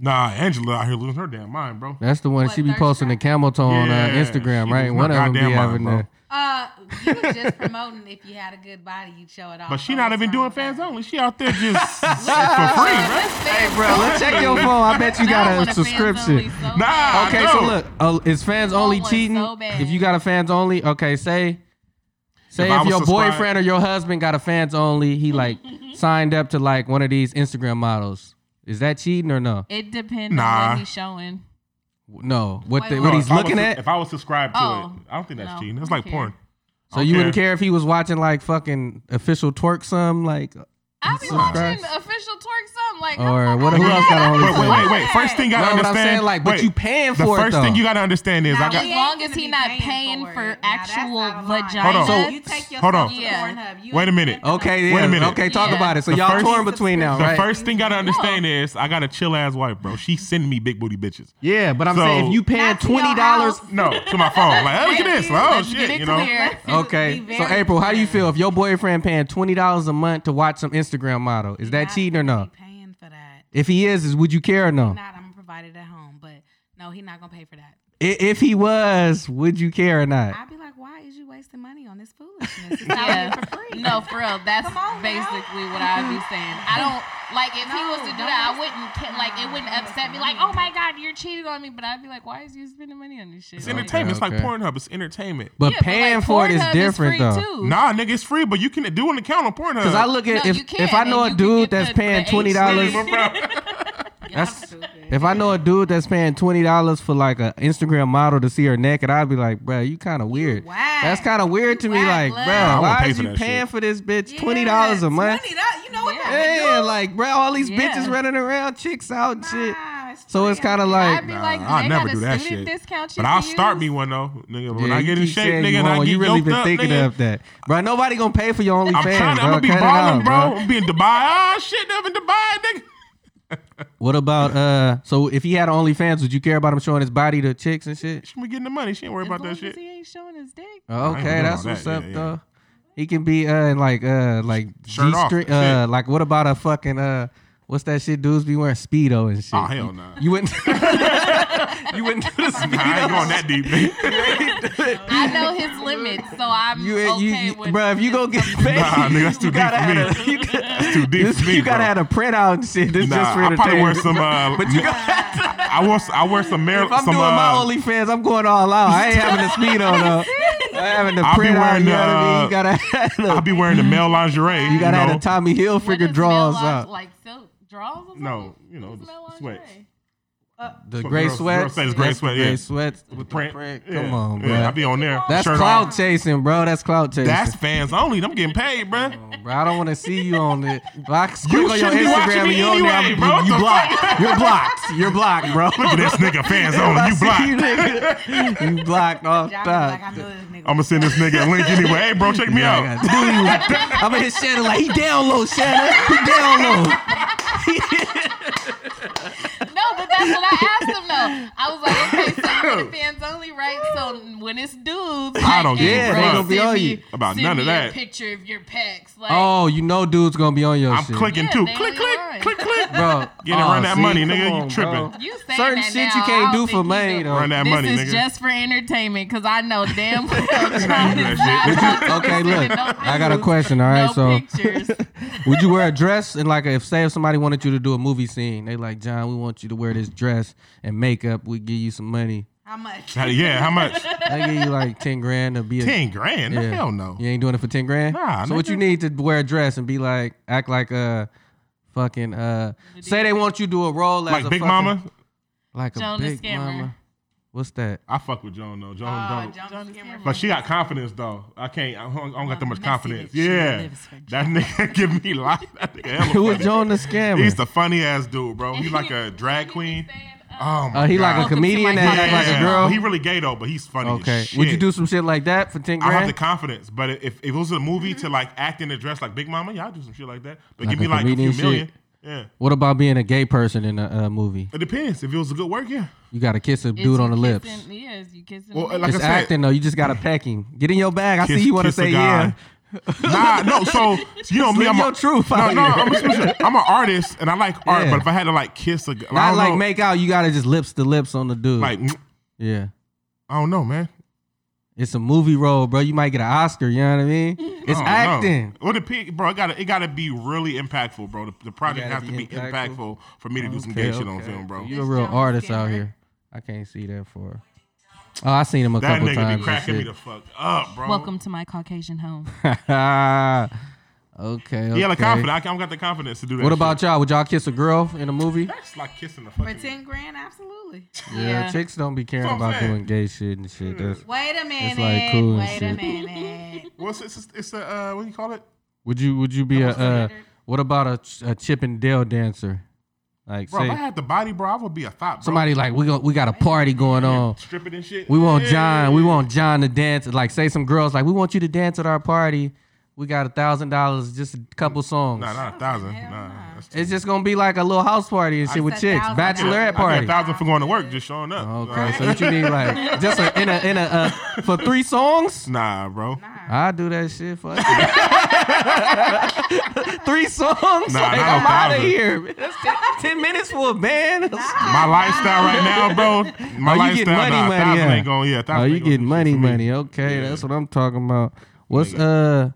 Speaker 3: Nah, Angela out here losing her damn mind, bro.
Speaker 2: That's the one
Speaker 5: What,
Speaker 2: she be
Speaker 5: thirst
Speaker 2: posting the
Speaker 5: trap?
Speaker 2: camel toe on uh,
Speaker 3: Yeah,
Speaker 2: Instagram,
Speaker 3: she
Speaker 2: right?
Speaker 3: was
Speaker 2: One
Speaker 3: my
Speaker 2: of them be
Speaker 3: goddamn mind,
Speaker 2: having
Speaker 3: bro.
Speaker 2: the.
Speaker 5: Uh, you was just promoting if you had a good body, you'd show it off.
Speaker 3: But she
Speaker 5: So
Speaker 3: not
Speaker 5: what's
Speaker 3: even
Speaker 5: wrong
Speaker 3: doing
Speaker 5: with that?
Speaker 3: fans only. She out there just for free, bro.
Speaker 2: Hey, bro, let's check your phone. I bet you
Speaker 4: I
Speaker 2: got
Speaker 4: want
Speaker 2: a
Speaker 4: fans only
Speaker 2: subscription.
Speaker 4: so
Speaker 3: Nah,
Speaker 4: bad.
Speaker 2: Okay,
Speaker 3: I
Speaker 2: so
Speaker 3: know.
Speaker 2: look, uh, is fans only
Speaker 4: want one
Speaker 2: cheating?
Speaker 4: so bad.
Speaker 2: if you got a fans only, okay, say, say
Speaker 3: If I
Speaker 2: if,
Speaker 3: was
Speaker 2: your
Speaker 3: subscribed-
Speaker 2: boyfriend or your husband got a fans only, he like signed up to like one of these Instagram models. Is that cheating or no?
Speaker 4: It depends on
Speaker 3: Nah.
Speaker 4: what he's showing.
Speaker 2: No, what the,
Speaker 5: Wait,
Speaker 2: what
Speaker 3: No,
Speaker 2: he's
Speaker 3: if I was
Speaker 2: looking
Speaker 3: su-
Speaker 2: at.
Speaker 3: If I was subscribed to
Speaker 4: Oh,
Speaker 3: it, I don't think that's
Speaker 4: no,
Speaker 3: cheating. That's
Speaker 4: who
Speaker 3: like porn.
Speaker 4: cares?
Speaker 2: So you wouldn't
Speaker 3: care.
Speaker 2: care if he was watching like fucking official twerk some like
Speaker 4: I'll be
Speaker 2: Jesus
Speaker 4: watching
Speaker 2: Christ.
Speaker 4: official twerk something like.
Speaker 2: Or
Speaker 4: I'm
Speaker 2: what-
Speaker 4: like,
Speaker 2: who else got a
Speaker 3: Wait,
Speaker 2: OnlyFans?
Speaker 3: wait, wait, wait. First thing I
Speaker 2: That's what I'm
Speaker 3: understand,
Speaker 2: saying, like, but
Speaker 3: wait,
Speaker 2: you paying
Speaker 3: the
Speaker 2: for it,
Speaker 3: first thing
Speaker 2: though.
Speaker 3: you gotta understand is I
Speaker 5: Nah,
Speaker 4: As
Speaker 5: we
Speaker 3: got.
Speaker 5: ain't
Speaker 4: long
Speaker 5: gonna
Speaker 4: as he
Speaker 5: be
Speaker 4: not
Speaker 5: paying
Speaker 4: paying
Speaker 5: it.
Speaker 4: for
Speaker 5: Now, that's
Speaker 4: actual
Speaker 5: not a line.
Speaker 4: vagina. Hold
Speaker 3: on.
Speaker 5: You take yourself
Speaker 3: Hold on.
Speaker 5: to
Speaker 4: Yeah.
Speaker 5: Pornhub. You
Speaker 3: Wait a
Speaker 5: ain't
Speaker 3: minute.
Speaker 5: spending
Speaker 2: Okay,
Speaker 5: no
Speaker 3: Wait a
Speaker 2: yeah.
Speaker 3: minute.
Speaker 2: Okay, talk
Speaker 4: Yeah.
Speaker 2: about it. So
Speaker 3: The
Speaker 2: y'all
Speaker 3: first-
Speaker 2: torn between now,
Speaker 3: The
Speaker 2: right?
Speaker 3: first thing you gotta understand is I got a chill ass wife, bro. She sending me big booty bitches.
Speaker 2: yeah, but I'm
Speaker 3: So-
Speaker 2: saying if you paying
Speaker 5: Not to your
Speaker 2: twenty dollars,
Speaker 5: house.
Speaker 3: No, to my phone. Like, hey, look at this. Like, oh
Speaker 4: Let's get
Speaker 3: shit,
Speaker 4: it
Speaker 3: you know.
Speaker 4: clear.
Speaker 5: Let's do-
Speaker 2: okay.
Speaker 5: be
Speaker 2: So
Speaker 5: very
Speaker 2: April, how do you
Speaker 5: clear.
Speaker 2: feel if your boyfriend paying twenty dollars a month to watch some Instagram model? Is that
Speaker 5: Not
Speaker 2: cheating or no?
Speaker 5: gonna be Paying for that.
Speaker 2: If he is, is would you care or no?
Speaker 5: Not. I'm gonna provide it at home, but no, he not gonna pay for that.
Speaker 2: I- If he was, would you care or not?
Speaker 5: I'd be like, why is you wasting money on this foolishness? It's
Speaker 4: Yeah.
Speaker 5: not for free.
Speaker 4: No, for real. That's
Speaker 5: Come on now.
Speaker 4: basically what I'd be saying. I don't like if he was to do
Speaker 5: No,
Speaker 4: that. I
Speaker 5: don't
Speaker 4: wouldn't ca- like it. Wouldn't upset me. Like, oh my god, you're cheating on me. But I'd be like, why is you spending money on this shit?
Speaker 3: It's
Speaker 4: Like,
Speaker 3: entertainment. It's like
Speaker 2: Okay.
Speaker 3: Pornhub. It's entertainment.
Speaker 2: But
Speaker 4: yeah, but, like,
Speaker 2: paying for it is
Speaker 4: Pornhub
Speaker 2: different
Speaker 4: free,
Speaker 2: though.
Speaker 4: too.
Speaker 3: Nah, nigga, it's free, but you can do an account on Pornhub.
Speaker 2: Because I look at
Speaker 4: No,
Speaker 2: if
Speaker 4: you can,
Speaker 2: if I know a
Speaker 4: and you can
Speaker 2: dude
Speaker 4: get
Speaker 2: that's
Speaker 4: the-
Speaker 2: paying
Speaker 4: the
Speaker 2: twenty dollars,
Speaker 4: HD.
Speaker 2: that's
Speaker 5: stupid.
Speaker 2: if I know a dude that's paying twenty dollars for like an Instagram model to see her naked, I'd be like, bro, you kind of weird.
Speaker 5: whack.
Speaker 2: That's kind of weird to
Speaker 5: You
Speaker 2: me.
Speaker 5: whack,
Speaker 2: Like,
Speaker 5: love.
Speaker 2: bro,
Speaker 5: Nah,
Speaker 3: I wouldn't
Speaker 2: why
Speaker 3: pay
Speaker 2: is
Speaker 3: for
Speaker 2: you
Speaker 3: that
Speaker 2: paying
Speaker 3: shit.
Speaker 2: for this bitch twenty dollars a month?
Speaker 5: Twenty dollars. Oh, You know what?
Speaker 4: Yeah.
Speaker 5: that
Speaker 2: Yeah, like bro, all these
Speaker 4: Yeah.
Speaker 2: bitches running around, chicks out, and
Speaker 5: would do.
Speaker 2: shit.
Speaker 5: Nah, it's
Speaker 2: So
Speaker 5: free.
Speaker 2: it's kind of
Speaker 4: I'd
Speaker 2: like,
Speaker 4: be like,
Speaker 3: I'll
Speaker 4: they
Speaker 3: never
Speaker 4: got a
Speaker 3: do that
Speaker 4: student
Speaker 3: shit.
Speaker 4: discount. you
Speaker 3: But I'll
Speaker 4: can
Speaker 3: start
Speaker 4: use?
Speaker 3: me one though, nigga. When
Speaker 2: yeah,
Speaker 3: I
Speaker 2: you
Speaker 3: get in
Speaker 2: keep
Speaker 3: shape,
Speaker 2: saying
Speaker 3: nigga,
Speaker 2: you
Speaker 3: and I
Speaker 2: wrong.
Speaker 3: get
Speaker 2: You really
Speaker 3: yoked
Speaker 2: been
Speaker 3: up,
Speaker 2: thinking
Speaker 3: nigga.
Speaker 2: of that, bro. Nobody gonna pay for your OnlyFans,
Speaker 3: I'm trying to. I'm gonna be
Speaker 2: Cut it
Speaker 3: balling,
Speaker 2: out,
Speaker 3: bro. I'm being Dubai. Ah, shit, I'm in Dubai, nigga.
Speaker 2: What about uh? So if he had OnlyFans, would you care about him showing his body to chicks and shit?
Speaker 3: She be getting the money. She ain't worried
Speaker 4: As
Speaker 3: about
Speaker 4: long
Speaker 3: that
Speaker 4: as
Speaker 3: shit.
Speaker 4: he ain't showing his dick.
Speaker 2: Oh,
Speaker 3: I ain't
Speaker 2: okay,
Speaker 3: doing
Speaker 2: that's
Speaker 3: all
Speaker 2: what's
Speaker 3: that.
Speaker 2: up
Speaker 3: Yeah, yeah.
Speaker 2: though. He can be uh in like uh like
Speaker 3: Shirt off
Speaker 2: G-string,
Speaker 3: and
Speaker 2: uh
Speaker 3: shit.
Speaker 2: like what about a fucking uh what's that shit dudes be wearing speedo and shit?
Speaker 3: Oh, hell nah.
Speaker 2: You wouldn't you wouldn't do the speedo.
Speaker 3: I ain't going that deep, nigga.
Speaker 4: I know his limits, so I'm
Speaker 2: You,
Speaker 4: okay
Speaker 2: you,
Speaker 4: with.
Speaker 2: bro, if you go get paid,
Speaker 3: Nah, nigga, that's too
Speaker 2: you
Speaker 3: deep
Speaker 2: gotta
Speaker 3: for
Speaker 2: have
Speaker 3: me.
Speaker 2: a, you, got-
Speaker 3: That's too deep
Speaker 2: this-
Speaker 3: for me,
Speaker 2: you gotta
Speaker 3: bro.
Speaker 2: have a printout and shit. This
Speaker 3: Nah,
Speaker 2: just for
Speaker 3: I probably wear
Speaker 2: entertainment.
Speaker 3: some. Uh,
Speaker 2: But you got.
Speaker 3: I wear. I wear some. Mar-
Speaker 2: If I'm
Speaker 3: some,
Speaker 2: doing
Speaker 3: uh,
Speaker 2: my OnlyFans, I'm going all out. I ain't having the speedo though. I ain't having the
Speaker 3: I'll be
Speaker 2: print out.
Speaker 3: wearing
Speaker 2: You know what I mean? You
Speaker 3: the-
Speaker 2: gotta have the,
Speaker 3: I'll be wearing the male lingerie.
Speaker 2: you gotta have
Speaker 3: know?
Speaker 2: the Tommy
Speaker 4: What
Speaker 2: Hilfiger
Speaker 4: does
Speaker 2: draws
Speaker 4: Mel Lodge-
Speaker 2: up.
Speaker 4: Like silk draws or something?
Speaker 3: No, you know,
Speaker 4: What's
Speaker 3: the
Speaker 4: Mel
Speaker 3: sweat.
Speaker 4: Lingerie?
Speaker 2: The
Speaker 3: what
Speaker 2: gray
Speaker 3: girls-
Speaker 2: sweats.
Speaker 3: girls say it's
Speaker 2: That's
Speaker 3: gray
Speaker 2: the
Speaker 3: sweat,
Speaker 2: Gray
Speaker 3: yeah.
Speaker 2: sweats with
Speaker 3: Print.
Speaker 2: the print.
Speaker 3: Yeah.
Speaker 2: Come on,
Speaker 3: yeah, I
Speaker 2: bro.
Speaker 3: be on there.
Speaker 2: That's
Speaker 3: Shirt
Speaker 2: clout
Speaker 3: off.
Speaker 2: chasing, bro. That's clout chasing.
Speaker 3: That's fans only. I'm getting paid, bro.
Speaker 2: Bro, I don't want to see you on it. If I click on your
Speaker 3: shouldn't be watching
Speaker 2: Instagram and
Speaker 3: me
Speaker 2: you on there,
Speaker 3: anyway,
Speaker 2: I'm-
Speaker 3: bro. What
Speaker 2: you
Speaker 3: the
Speaker 2: blocked. You're blocked. You're blocked, bro.
Speaker 3: Look at this nigga, fans
Speaker 2: If I
Speaker 3: only. Oh, You
Speaker 2: see
Speaker 3: blocked.
Speaker 2: nigga, you blocked off
Speaker 5: Y'all be
Speaker 2: top.
Speaker 5: like, I know this nigga.
Speaker 3: I'm gonna send this nigga a link anyway. Hey, bro, check me
Speaker 2: Yeah,
Speaker 3: out.
Speaker 2: I got- Dude, he was- I'm gonna hit Shannon like he down low, Shannon. He down low.
Speaker 4: No, but that's what I asked him though. I was like, okay, so you're the fans only, right? So when it's dudes, like,
Speaker 3: I don't
Speaker 4: hey,
Speaker 3: give a fuck.
Speaker 4: bro,
Speaker 3: Yeah, they
Speaker 2: gonna be
Speaker 4: send
Speaker 2: on
Speaker 4: me-
Speaker 2: you.
Speaker 3: About
Speaker 4: send
Speaker 3: none
Speaker 4: me
Speaker 3: of
Speaker 4: A
Speaker 3: that.
Speaker 4: picture of your pecs, like
Speaker 2: Oh, you know, dude's gonna be on your
Speaker 3: I'm
Speaker 2: shit,
Speaker 3: clicking
Speaker 4: Yeah,
Speaker 3: too.
Speaker 4: they
Speaker 3: Click,
Speaker 4: only
Speaker 3: click,
Speaker 4: lying.
Speaker 3: click, click.
Speaker 2: bro. oh,
Speaker 3: Get it, run that money,
Speaker 2: come
Speaker 3: nigga, you tripping.
Speaker 2: bro.
Speaker 4: you saying
Speaker 2: Certain
Speaker 4: that
Speaker 2: shit
Speaker 4: now,
Speaker 2: you can't
Speaker 4: I
Speaker 2: do
Speaker 4: don't
Speaker 2: for
Speaker 4: think you
Speaker 2: money
Speaker 4: do.
Speaker 2: though.
Speaker 3: Run that
Speaker 4: This
Speaker 3: money,
Speaker 4: is
Speaker 3: nigga.
Speaker 4: just for entertainment, cause I know damn well John
Speaker 3: do
Speaker 4: is
Speaker 3: that shit.
Speaker 4: not about to
Speaker 2: Okay,
Speaker 4: send
Speaker 2: look,
Speaker 4: no
Speaker 2: I got a
Speaker 4: pictures,
Speaker 2: question. All right,
Speaker 4: no
Speaker 2: so
Speaker 4: pictures.
Speaker 2: would you wear a dress and like if say if somebody wanted you to do a movie scene, they like John, we want you to wear this dress and makeup. We give you some money.
Speaker 5: How much?
Speaker 3: How- Yeah, how much?
Speaker 2: They give you like ten grand to be a
Speaker 3: Ten grand?
Speaker 2: Yeah.
Speaker 3: Hell no.
Speaker 2: You ain't doing it for ten grand.
Speaker 3: Nah,
Speaker 2: So what
Speaker 3: nigga.
Speaker 2: you need to wear a dress and be like, act like a fucking uh. Say they want you to do a role as
Speaker 3: Like
Speaker 2: a
Speaker 3: Big
Speaker 2: fucking-
Speaker 3: Mama.
Speaker 2: like a
Speaker 4: Joan the
Speaker 2: big
Speaker 4: Scammer.
Speaker 2: mama. What's that?
Speaker 3: I fuck with Joan though. Joan,
Speaker 5: Oh,
Speaker 3: don't.
Speaker 5: Jonas Cameron.
Speaker 3: But she got confidence though. I can't. I don't, I don't got that much
Speaker 5: Messy
Speaker 3: confidence.
Speaker 5: bitch. She
Speaker 3: Yeah,
Speaker 5: lives for
Speaker 3: that nigga give me life. That nigga hella
Speaker 2: Who was
Speaker 3: funny.
Speaker 2: Joan the Scammer?
Speaker 3: He's the funny ass dude, bro. He like a drag queen. Oh my
Speaker 2: Uh, he like a
Speaker 3: God.
Speaker 4: Welcome to
Speaker 2: comedian
Speaker 4: my
Speaker 2: that act like a
Speaker 3: Yeah.
Speaker 2: girl.
Speaker 3: He really gay though, but he's funny. as
Speaker 2: okay.
Speaker 3: shit.
Speaker 2: Would you do some shit like that for ten
Speaker 3: I don't have
Speaker 2: grand?
Speaker 3: the confidence, but if, if it was a movie to like act in a dress like Big Mama, yeah, I'll do some shit like that. But
Speaker 2: Like
Speaker 3: give me
Speaker 2: a
Speaker 3: like a few
Speaker 2: comedian shit.
Speaker 3: million. Yeah.
Speaker 2: what about being a gay person in a uh, movie?
Speaker 3: It depends. If it was a good work, yeah.
Speaker 2: You gotta kiss a
Speaker 4: Is
Speaker 2: dude
Speaker 4: you
Speaker 2: on the lips.
Speaker 4: kissing- Yeah, is you kissing?
Speaker 3: Well,
Speaker 4: the
Speaker 3: like
Speaker 2: Just
Speaker 3: I said-
Speaker 2: acting though, you just gotta peck him. Get in your bag. I
Speaker 3: Kiss-
Speaker 2: see you want to
Speaker 3: kiss a
Speaker 2: say yeah.
Speaker 3: guy. nah, no. So you know me,
Speaker 2: Live
Speaker 3: I'm
Speaker 2: your
Speaker 3: a,
Speaker 2: truth
Speaker 3: no,
Speaker 2: out
Speaker 3: no,
Speaker 2: here.
Speaker 3: I'm, a, I'm an artist and I like art,
Speaker 2: Yeah.
Speaker 3: but if I had to like kiss a, girl, I
Speaker 2: Not
Speaker 3: don't
Speaker 2: like
Speaker 3: know,
Speaker 2: make out. You gotta just lips to lips on the dude.
Speaker 3: like mm,
Speaker 2: yeah.
Speaker 3: I don't know, man.
Speaker 2: It's a movie role, bro. You might get an Oscar. You know what I mean? It's
Speaker 3: I don't know.
Speaker 2: acting.
Speaker 3: Well, the pe- bro, it gotta it gotta be really impactful, bro. The, the project
Speaker 2: gotta
Speaker 3: has to
Speaker 2: be
Speaker 3: be
Speaker 2: impactful.
Speaker 3: impactful. for me to do some gay shit on film, bro.
Speaker 2: You a real
Speaker 5: Jonas
Speaker 2: artist out
Speaker 5: Cameron.
Speaker 2: here. I can't see that for. Oh, I seen him a
Speaker 3: That
Speaker 2: couple
Speaker 3: nigga
Speaker 2: times.
Speaker 3: be
Speaker 2: and
Speaker 3: cracking me
Speaker 2: shit.
Speaker 3: the fuck up, bro.
Speaker 4: Welcome to my Caucasian home.
Speaker 2: okay. okay.
Speaker 3: Yeah, like confidence. I don't got the confidence to do that.
Speaker 2: What
Speaker 3: shit.
Speaker 2: about y'all? Would y'all kiss a girl in a movie?
Speaker 3: That's like kissing the
Speaker 5: For
Speaker 3: fucking.
Speaker 5: ten grand, absolutely.
Speaker 2: Yeah, chicks don't be caring
Speaker 3: That's what I'm
Speaker 2: about
Speaker 3: saying.
Speaker 2: doing gay shit and shit. That's,
Speaker 5: Wait a minute.
Speaker 2: like cool and
Speaker 5: Wait a
Speaker 2: shit.
Speaker 5: minute.
Speaker 3: What's it's it's a uh, what do you call it?
Speaker 2: would you would you be a uh, What about a, ch- a Chip and Dale dancer? Like
Speaker 3: Bro,
Speaker 2: say
Speaker 3: if I had the body, bro, I would be a thought.
Speaker 2: somebody like we go, we got a party going on.
Speaker 3: stripping and shit.
Speaker 2: We want
Speaker 3: Yeah.
Speaker 2: John. We want John to dance. Like say some girls like we want you to dance at our party. We got a thousand dollars, just a couple songs.
Speaker 3: Nah, not a thousand. Nah, that's
Speaker 2: It's just gonna be like a little house party and shit with
Speaker 5: said
Speaker 2: chicks,
Speaker 5: $1,000.
Speaker 2: bachelorette
Speaker 3: I get
Speaker 2: party.
Speaker 3: a thousand for going to work, just showing up.
Speaker 2: Okay, so what you need like just a, in a in a uh, for three songs?
Speaker 3: Nah, bro.
Speaker 2: I do that shit for three songs. like,
Speaker 3: not a
Speaker 2: I'm out of
Speaker 3: thousand.
Speaker 2: here. man. That's ten, ten minutes for a band.
Speaker 3: My lifestyle right now, bro. My
Speaker 2: Oh, you
Speaker 3: lifestyle.
Speaker 2: getting money,
Speaker 3: nah, a
Speaker 2: money,
Speaker 3: thousand
Speaker 2: yeah.
Speaker 3: ain't going. Yeah, a thousand
Speaker 2: Oh, you
Speaker 3: ain't gonna
Speaker 2: getting
Speaker 3: do shit
Speaker 2: money,
Speaker 3: for me.
Speaker 2: money? Okay,
Speaker 3: Yeah.
Speaker 2: that's what I'm talking about. What's uh,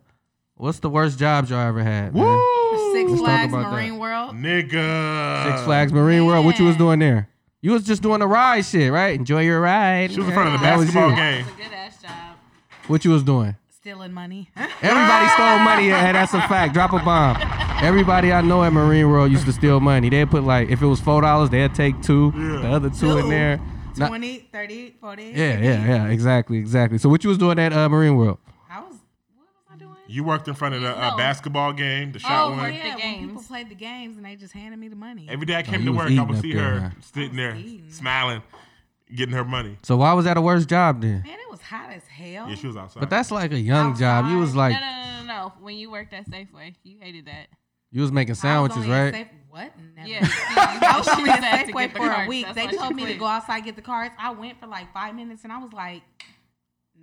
Speaker 2: what's the worst job you ever had? man?
Speaker 3: Woo,
Speaker 5: Six
Speaker 2: Let's talk
Speaker 5: Flags
Speaker 2: about that.
Speaker 5: Marine World.
Speaker 3: nigga.
Speaker 2: Six Flags Marine World. What you was doing there? You was just doing the ride shit, right? Enjoy your ride.
Speaker 3: She was in front of the
Speaker 2: That was you.
Speaker 3: basketball game.
Speaker 4: Good ass job.
Speaker 2: What you was doing?
Speaker 5: Stealing money.
Speaker 2: Everybody
Speaker 3: Ah!
Speaker 2: stole money. And that's a fact. Drop a bomb. Everybody I know at Marine World used to steal money. They put like if it was four dollars, they'd take two, the other two in there. Not-
Speaker 5: 20, 30, 40.
Speaker 2: yeah, yeah, yeah. Exactly, exactly. So what you was doing at uh, Marine World?
Speaker 5: I was, what was I doing?
Speaker 3: You worked in front of the uh,
Speaker 4: No.
Speaker 3: basketball game, the shot
Speaker 4: Oh,
Speaker 3: one.
Speaker 4: Worked the
Speaker 5: Yeah, when people
Speaker 4: games.
Speaker 5: played the games and they just handed me the money.
Speaker 3: Every day I came
Speaker 2: you
Speaker 3: to
Speaker 2: was
Speaker 3: work, I
Speaker 2: eating
Speaker 3: would
Speaker 2: up
Speaker 3: see
Speaker 2: there,
Speaker 3: her
Speaker 2: huh?
Speaker 3: sitting there,
Speaker 5: eating.
Speaker 3: smiling, getting her money.
Speaker 2: So why was that a worse job then?
Speaker 5: Man, it was hot as hell.
Speaker 3: Yeah, she was outside.
Speaker 2: But that's like a young job. You was like
Speaker 4: No, no, no, no, no. When you worked at Safeway, you hated that.
Speaker 2: you was making
Speaker 5: I was
Speaker 2: sandwiches,
Speaker 5: only at
Speaker 2: right?
Speaker 5: Safe- what? Never.
Speaker 4: Yeah. see,
Speaker 5: I was
Speaker 4: she
Speaker 5: only at
Speaker 4: had to get
Speaker 5: Safeway
Speaker 4: the
Speaker 5: for a
Speaker 4: cards.
Speaker 5: week.
Speaker 4: That's
Speaker 5: They
Speaker 4: why she
Speaker 5: told me to
Speaker 4: quit.
Speaker 5: go outside get the cards. I went for like five minutes and I was like,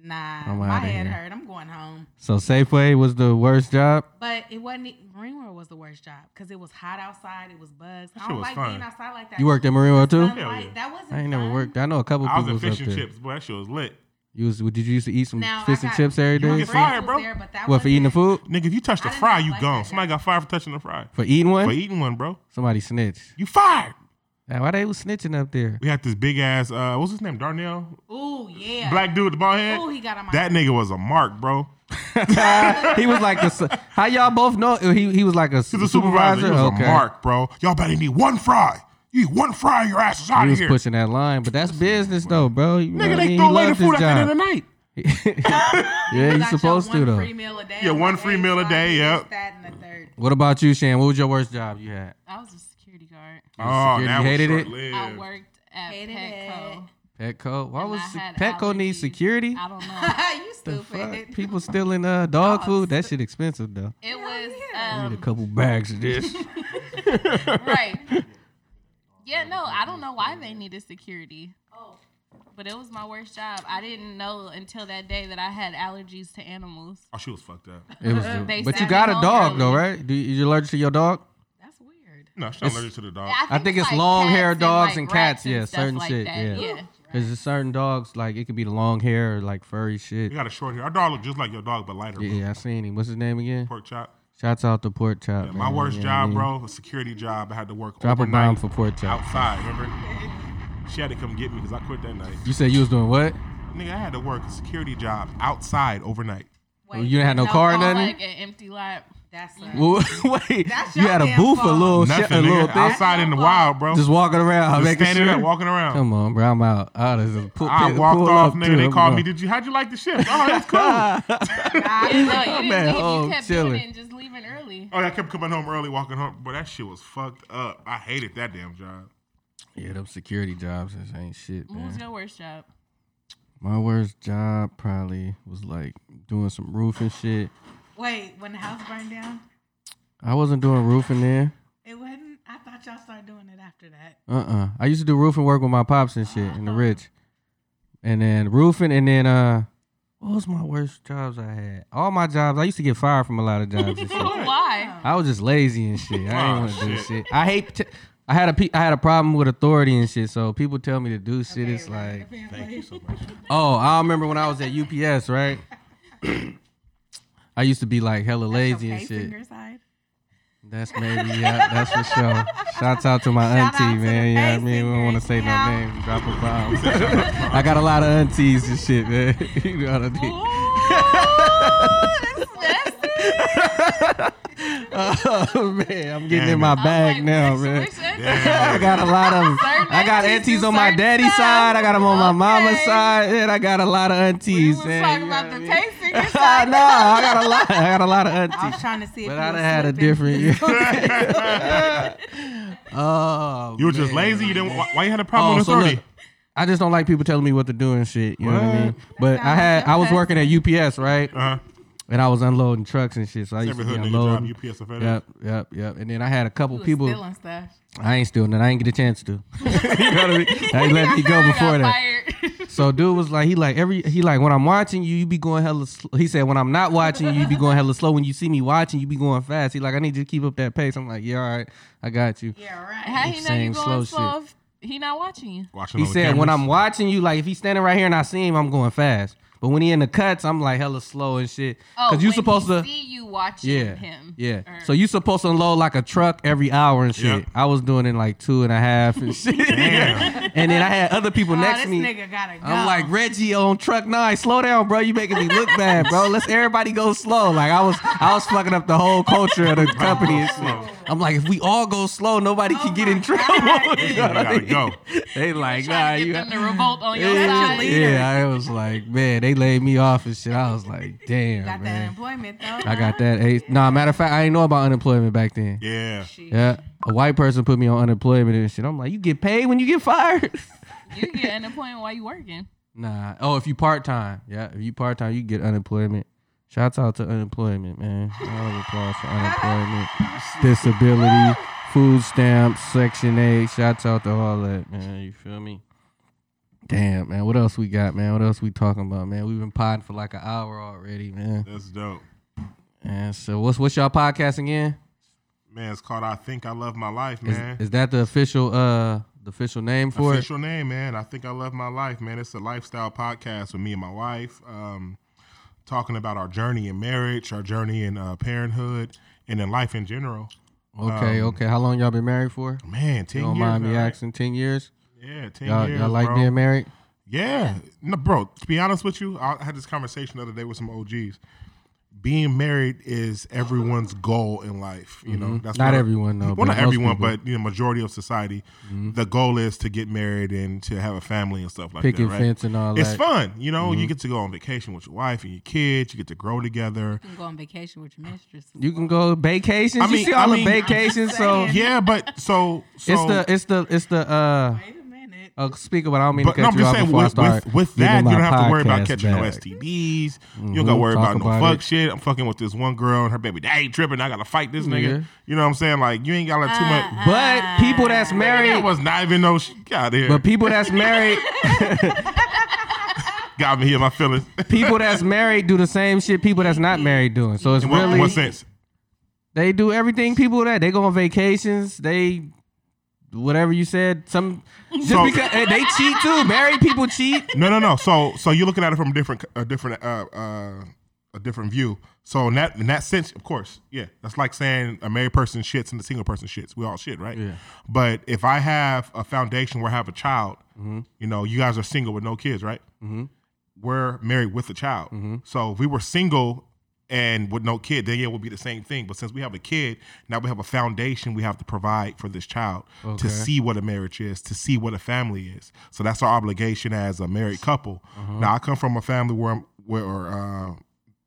Speaker 5: nah,
Speaker 2: I'm
Speaker 5: my
Speaker 2: outta
Speaker 5: head
Speaker 2: here.
Speaker 5: hurt. I'm going home.
Speaker 2: So Safeway was the worst job.
Speaker 5: But it wasn't. e- Marine World was the worst job because it was hot outside. It was bugs. I
Speaker 3: shit
Speaker 5: don't
Speaker 3: was
Speaker 5: like
Speaker 3: fun.
Speaker 5: being outside like that.
Speaker 2: You worked at Marine World too?
Speaker 5: Sunlight,
Speaker 3: Hell yeah.
Speaker 5: That wasn't.
Speaker 2: I ain't never
Speaker 5: fun.
Speaker 2: worked. I know a couple
Speaker 3: I was
Speaker 2: people
Speaker 3: in
Speaker 2: was,
Speaker 3: fish
Speaker 2: up
Speaker 3: and
Speaker 2: there.
Speaker 3: chips. Boy, that shit was lit.
Speaker 2: You was did you used to eat some
Speaker 5: Now,
Speaker 2: fish
Speaker 5: I
Speaker 2: and
Speaker 5: got-
Speaker 2: chips every
Speaker 5: my
Speaker 2: day?
Speaker 3: get
Speaker 5: friends
Speaker 3: fired,
Speaker 5: was
Speaker 3: bro.
Speaker 5: there, but that
Speaker 2: What for eating the
Speaker 5: wasn't-
Speaker 2: food?
Speaker 3: Nigga, if you touch the
Speaker 5: I did
Speaker 3: fry,
Speaker 5: not
Speaker 3: you
Speaker 5: like
Speaker 3: gone.
Speaker 5: that
Speaker 3: Somebody got fired for touching the fry.
Speaker 2: For eating one?
Speaker 3: For eating one, bro.
Speaker 2: Somebody snitched.
Speaker 3: You fired.
Speaker 2: Now, why they was snitching up there?
Speaker 3: We had this big ass, uh, what's his name? Darnell?
Speaker 5: Ooh yeah.
Speaker 3: Black dude with the bald head?
Speaker 5: Ooh, Oh, he got on my.
Speaker 3: that nigga was a mark, bro.
Speaker 2: he was like the su- how y'all both know he he was like a,
Speaker 3: He's a supervisor. He was a mark, bro. Y'all better need one fry. You eat one fry, your ass is out
Speaker 2: He
Speaker 3: of
Speaker 2: was
Speaker 3: here.
Speaker 2: pushing that line, but that's business though, bro. You know
Speaker 3: Nigga,
Speaker 2: what I
Speaker 3: they
Speaker 2: mean?
Speaker 3: throw
Speaker 2: He
Speaker 3: away the
Speaker 2: loved his
Speaker 3: food at the
Speaker 2: job.
Speaker 3: end of the night.
Speaker 2: Yeah, you
Speaker 5: got your
Speaker 2: supposed to
Speaker 5: one
Speaker 2: though.
Speaker 5: Free meal a day.
Speaker 3: Yeah,
Speaker 5: I'm
Speaker 3: one
Speaker 5: like,
Speaker 3: free
Speaker 5: hey,
Speaker 3: meal a
Speaker 5: so I
Speaker 3: day,
Speaker 5: did
Speaker 3: yep.
Speaker 5: this, That and the third.
Speaker 2: What about you, Shan? What was your worst job you had?
Speaker 4: I was a security guard.
Speaker 3: Oh,
Speaker 2: Security
Speaker 3: that was
Speaker 2: hated it?
Speaker 3: short-lived.
Speaker 4: I worked at
Speaker 5: Hated
Speaker 4: Petco.
Speaker 2: Petco. Why
Speaker 4: and
Speaker 2: was
Speaker 4: I had
Speaker 2: Petco need
Speaker 4: allergies.
Speaker 2: security?
Speaker 4: I don't know.
Speaker 5: you
Speaker 2: The
Speaker 5: stupid.
Speaker 2: fuck? People stealing uh, dog food. That shit expensive though.
Speaker 4: It was
Speaker 2: Need a
Speaker 4: um,
Speaker 2: couple bags of this.
Speaker 4: right. Yeah, no, I don't know why they needed security. But it was my worst job. I didn't know until that day that I had allergies to animals.
Speaker 3: Oh, she was fucked up.
Speaker 2: It was,
Speaker 4: They
Speaker 2: but you
Speaker 4: sat
Speaker 2: got a
Speaker 4: me
Speaker 2: dog
Speaker 4: home
Speaker 2: though,
Speaker 4: early.
Speaker 2: right? Do you, you allergic to your dog?
Speaker 5: That's weird.
Speaker 3: No, she's not allergic to the dog.
Speaker 2: I think it's
Speaker 4: like
Speaker 2: long hair
Speaker 4: cats
Speaker 2: dogs
Speaker 4: like,
Speaker 2: and cats.
Speaker 4: rats and
Speaker 2: yeah,
Speaker 4: stuff
Speaker 2: certain
Speaker 4: like
Speaker 2: shit.
Speaker 4: that,
Speaker 2: Yeah.
Speaker 4: yeah.
Speaker 2: Cause there's certain dogs like it could be the long hair or like furry shit.
Speaker 3: We got a short hair. Our dog look just like your dog, but lighter. Bro.
Speaker 2: Yeah, I seen him. What's his name again?
Speaker 3: Pork chop.
Speaker 2: Shouts out to Pork Chop.
Speaker 3: Yeah, my
Speaker 2: man.
Speaker 3: worst
Speaker 2: Yeah,
Speaker 3: job,
Speaker 2: yeah.
Speaker 3: bro, a security job. I had to work
Speaker 2: Drop a
Speaker 3: overnight
Speaker 2: bomb for Pork Chop.
Speaker 3: outside. Remember? She had to come get me because I quit that night.
Speaker 2: You said you was doing what?
Speaker 3: Nigga, I had to work a security job outside overnight.
Speaker 2: Well, you didn't have no car or
Speaker 4: It was
Speaker 2: nothing.
Speaker 4: like an empty lot.
Speaker 5: That's a,
Speaker 2: Well, Wait,
Speaker 5: That's
Speaker 2: you
Speaker 5: your
Speaker 2: had a
Speaker 5: damn
Speaker 2: booth, a
Speaker 5: fault.
Speaker 2: little, Oh, shit,
Speaker 3: Nothing,
Speaker 2: a little
Speaker 3: nigga.
Speaker 2: thing,
Speaker 3: Outside in the wild, bro.
Speaker 2: just walking around,
Speaker 3: Just
Speaker 2: making
Speaker 3: standing
Speaker 2: sure.
Speaker 3: up, walking around.
Speaker 2: Come on, bro, I'm out. I just put,
Speaker 3: I
Speaker 2: put-
Speaker 3: walked
Speaker 2: pull
Speaker 3: off,
Speaker 2: up
Speaker 3: nigga.
Speaker 2: too.
Speaker 3: They
Speaker 2: I'm
Speaker 3: called
Speaker 2: gone.
Speaker 3: me. Did you? How'd you like the shift? Oh, that's cool.
Speaker 4: Yeah, no, you,
Speaker 2: Man,
Speaker 4: just,
Speaker 2: oh,
Speaker 4: you kept
Speaker 2: chilling.
Speaker 4: doing it and just leaving early.
Speaker 3: oh, I kept coming home early, walking home. But that shit was fucked up. I hated that damn job.
Speaker 2: Yeah, them security jobs this ain't shit,
Speaker 4: What was
Speaker 2: man.
Speaker 4: your worst job?
Speaker 2: My worst job probably was like doing some roofing shit.
Speaker 5: wait, when the house burned down,
Speaker 2: I wasn't doing roofing then.
Speaker 5: it wasn't. I thought y'all started doing it after that.
Speaker 2: Uh uh I used to do roofing work with my pops and shit and the rich. And then roofing and then uh what was my worst jobs I had? All my jobs, I used to get fired from a lot of jobs and shit.
Speaker 4: Why?
Speaker 2: I was just lazy and shit. I
Speaker 3: Oh,
Speaker 2: didn't want to do
Speaker 3: shit.
Speaker 2: shit. I hate t- I had a pe- I had a problem with authority and shit. So people tell me to do shit. it's like
Speaker 3: Thank you so much.
Speaker 2: Oh, I remember when I was at UPS, right? I used to be like hella lazy and
Speaker 5: Okay,
Speaker 2: shit.
Speaker 5: finger side.
Speaker 2: That's maybe yeah, that's for sure. Shouts out to my
Speaker 5: Shout out
Speaker 2: auntie,
Speaker 5: to
Speaker 2: man.
Speaker 5: the
Speaker 2: You know what I mean? We don't
Speaker 5: face
Speaker 2: want to
Speaker 5: fingers,
Speaker 2: say no
Speaker 5: yeah.
Speaker 2: name, drop a bomb. I got a lot of aunties and shit, man. you know what I mean?
Speaker 5: Ooh, that's nasty.
Speaker 2: Oh man, I'm getting in
Speaker 3: Damn
Speaker 2: my
Speaker 3: it.
Speaker 2: bag
Speaker 4: like,
Speaker 2: now,
Speaker 4: we're-
Speaker 2: man.
Speaker 4: we're-
Speaker 2: I got a lot of.
Speaker 4: Certain
Speaker 2: I got
Speaker 4: aunties
Speaker 2: aunties
Speaker 4: do
Speaker 2: on my
Speaker 4: certain
Speaker 2: daddy's
Speaker 4: stuff.
Speaker 2: side. I got them on my mama's
Speaker 4: Okay.
Speaker 2: side, and I got a lot of
Speaker 4: We
Speaker 2: aunties.
Speaker 4: was
Speaker 2: and,
Speaker 4: talking
Speaker 2: you
Speaker 4: about
Speaker 2: know
Speaker 4: the
Speaker 2: what I mean?
Speaker 4: tasting. You're talking
Speaker 2: no, I got a lot. I got a lot of
Speaker 5: I was
Speaker 2: aunties,
Speaker 5: trying to see if
Speaker 2: but
Speaker 5: you
Speaker 2: I done
Speaker 5: was
Speaker 2: had a
Speaker 5: slipping.
Speaker 2: different. oh,
Speaker 3: You were just
Speaker 2: man.
Speaker 3: lazy. You didn't. Why, why you had a
Speaker 2: Oh,
Speaker 3: problem with
Speaker 2: so look,
Speaker 3: authority?
Speaker 2: I just don't like people telling me what to do and shit. You know what I mean? But I
Speaker 5: sounds
Speaker 2: had I was
Speaker 5: depressing.
Speaker 2: working at UPS, right?
Speaker 3: Uh huh.
Speaker 2: And I was unloading trucks and shit. So I used
Speaker 3: Every
Speaker 2: to be
Speaker 3: hood nigga
Speaker 2: unloading.
Speaker 3: job, UPS or FedEx.
Speaker 2: Yep, yep, yep. And then I had a couple
Speaker 5: You was
Speaker 2: people.
Speaker 5: stealing stuff.
Speaker 2: I ain't stealing that. I ain't get a chance to. you know what I mean? I ain't let me go before that.
Speaker 4: about fired.
Speaker 2: So dude was like, he like every he like when I'm watching you, you be going hella. Sl-. He said when I'm not watching you, you be going hella slow. When you see me watching, you be going fast. He like I need you to keep up that pace. I'm like, yeah, all right, I got you.
Speaker 5: Yeah, right.
Speaker 4: How he know
Speaker 2: Same
Speaker 4: you
Speaker 2: slow
Speaker 4: going slow?
Speaker 2: shit.
Speaker 4: If he not watching you.
Speaker 3: Watching
Speaker 2: He
Speaker 3: all the
Speaker 2: said when
Speaker 3: cameras.
Speaker 2: I'm watching you, like if he's standing right here and I see him, I'm going fast. But when he in the cuts, I'm like hella slow and shit.
Speaker 4: Oh,
Speaker 2: Cause you
Speaker 4: when
Speaker 2: supposed
Speaker 4: he
Speaker 2: to.
Speaker 4: see you watching
Speaker 2: Yeah,
Speaker 4: him.
Speaker 2: yeah.
Speaker 4: Or-
Speaker 2: So you supposed to unload like a truck every hour and shit.
Speaker 3: Yeah.
Speaker 2: I was doing it in, like two and a half and shit.
Speaker 3: Damn.
Speaker 2: and then I had other people
Speaker 5: Oh,
Speaker 2: next
Speaker 5: this
Speaker 2: to me.
Speaker 5: nigga gotta go.
Speaker 2: I'm like Reggie on truck nine. Slow down, bro. You making me look bad, bro. Let's everybody go slow. Like I was, I was fucking up the whole culture of the company and shit. I'm like, if we all go slow, nobody can get in trouble. You know
Speaker 3: You
Speaker 2: what I
Speaker 3: gotta
Speaker 2: mean?
Speaker 3: go.
Speaker 2: They like, nah,
Speaker 4: Oh Trying to
Speaker 2: you.
Speaker 4: get them to revolt on your
Speaker 2: yeah,
Speaker 4: side.
Speaker 5: leader.
Speaker 2: yeah, I was like, man, they laid me off and shit. I was like, damn,
Speaker 5: got that
Speaker 2: man.
Speaker 5: unemployment though.
Speaker 2: I got that. Hey, nah, matter of fact, I ain't know about unemployment back then.
Speaker 3: Yeah.
Speaker 2: Yeah, a white person put me on unemployment and shit. I'm like, you get paid when you get fired.
Speaker 4: You get an appointment while you working.
Speaker 2: Nah. Oh, if you part time, yeah. If you part time, you get unemployment. Shouts out to unemployment, man. Round of applause for unemployment, disability, food stamps, Section Eight. Shouts out to all that, man. You feel me? Damn, man. What else we got, man? What else we talking about, man? We've been podding for like an hour already, man.
Speaker 3: That's dope.
Speaker 2: And so, what's what's y'all podcast again?
Speaker 3: Man, it's called I Think I Love My Life,
Speaker 2: Is,
Speaker 3: man.
Speaker 2: is that the official uh the official name for it?
Speaker 3: official name, man. I think I love my life, man. It's a lifestyle podcast with me and my wife, um, talking about our journey in marriage, our journey in uh, parenthood, and in life in general.
Speaker 2: Okay, okay. How long y'all been married for?
Speaker 3: Man, um, ten
Speaker 2: You don't
Speaker 3: years.
Speaker 2: mind me
Speaker 3: now, right?
Speaker 2: asking. Ten years.
Speaker 3: Yeah, 10
Speaker 2: Y'all,
Speaker 3: years.
Speaker 2: y'all like
Speaker 3: bro.
Speaker 2: being married?
Speaker 3: Yeah. No, bro, to be honest with you, I had this conversation the other day with some OGs. Being married is everyone's goal in life. You know,
Speaker 2: Mm-hmm. Not
Speaker 3: that's what I-
Speaker 2: everyone, though, but
Speaker 3: Well, not
Speaker 2: most
Speaker 3: everyone,
Speaker 2: people. Mm-hmm.
Speaker 3: but you know, majority of society, the goal is to get married and to have a family and stuff like
Speaker 2: Picket
Speaker 3: that. Right?
Speaker 2: fence and all
Speaker 3: it's
Speaker 2: that. Mm-hmm.
Speaker 3: fun, you know. You get to go on vacation with your wife and your kids. You get to grow together.
Speaker 5: You can go on vacation with your mistress.
Speaker 2: You can go vacations.
Speaker 3: I
Speaker 2: you
Speaker 3: mean-
Speaker 2: see all
Speaker 3: I
Speaker 2: the
Speaker 3: mean-
Speaker 2: vacations. So
Speaker 3: Yeah, but so, so
Speaker 2: it's the it's the it's the uh.
Speaker 5: Wait a minute.
Speaker 2: uh speak about. I don't mean
Speaker 3: But
Speaker 2: to
Speaker 3: no,
Speaker 2: cut
Speaker 3: I'm
Speaker 2: you
Speaker 3: just
Speaker 2: off
Speaker 3: saying,
Speaker 2: before I
Speaker 3: with,
Speaker 2: start.
Speaker 3: with, with that,
Speaker 2: giving
Speaker 3: you
Speaker 2: my
Speaker 3: don't have to worry about
Speaker 2: podcast
Speaker 3: catching
Speaker 2: back.
Speaker 3: no STDs. You
Speaker 2: Mhm,
Speaker 3: don't got to worry
Speaker 2: talk
Speaker 3: about no
Speaker 2: about
Speaker 3: fuck
Speaker 2: it.
Speaker 3: shit. I'm fucking with this one girl and her baby daddy tripping. I got to fight this nigga.
Speaker 2: Yeah.
Speaker 3: You know what I'm saying? Like, you ain't got to let too
Speaker 2: Uh,
Speaker 3: much.
Speaker 2: But people that's
Speaker 3: That
Speaker 2: married,
Speaker 3: was not even no shit. Get out of here.
Speaker 2: but people that's married,
Speaker 3: got me here, my feelings.
Speaker 2: people that's married do the same shit people that's not married doing. So it's
Speaker 3: In what,
Speaker 2: really
Speaker 3: what sense?
Speaker 2: They do everything people that they go on vacations. They whatever you said. Some just
Speaker 3: So-
Speaker 2: because eh, they cheat too. Married people cheat.
Speaker 3: No, no, no. So, so you're looking at it from a different, a different, uh, uh, a different view. So in that, in that sense, of course, yeah, that's like saying a married person shits and a single person shits. We all shit, right?
Speaker 2: Yeah.
Speaker 3: But if I have a foundation where I have a child, you know, you guys are single with no kids, right? Mm-hmm. We're married with a child.
Speaker 2: Mm-hmm.
Speaker 3: So if we were single and with no kid, then yeah, it would be the same thing. But since we have a kid, now we have a foundation we have to provide for this child
Speaker 2: Okay.
Speaker 3: to see what a marriage is, to see what a family is. So that's our obligation as a married couple.
Speaker 2: Uh-huh.
Speaker 3: Now I come from a family where I'm, where uh,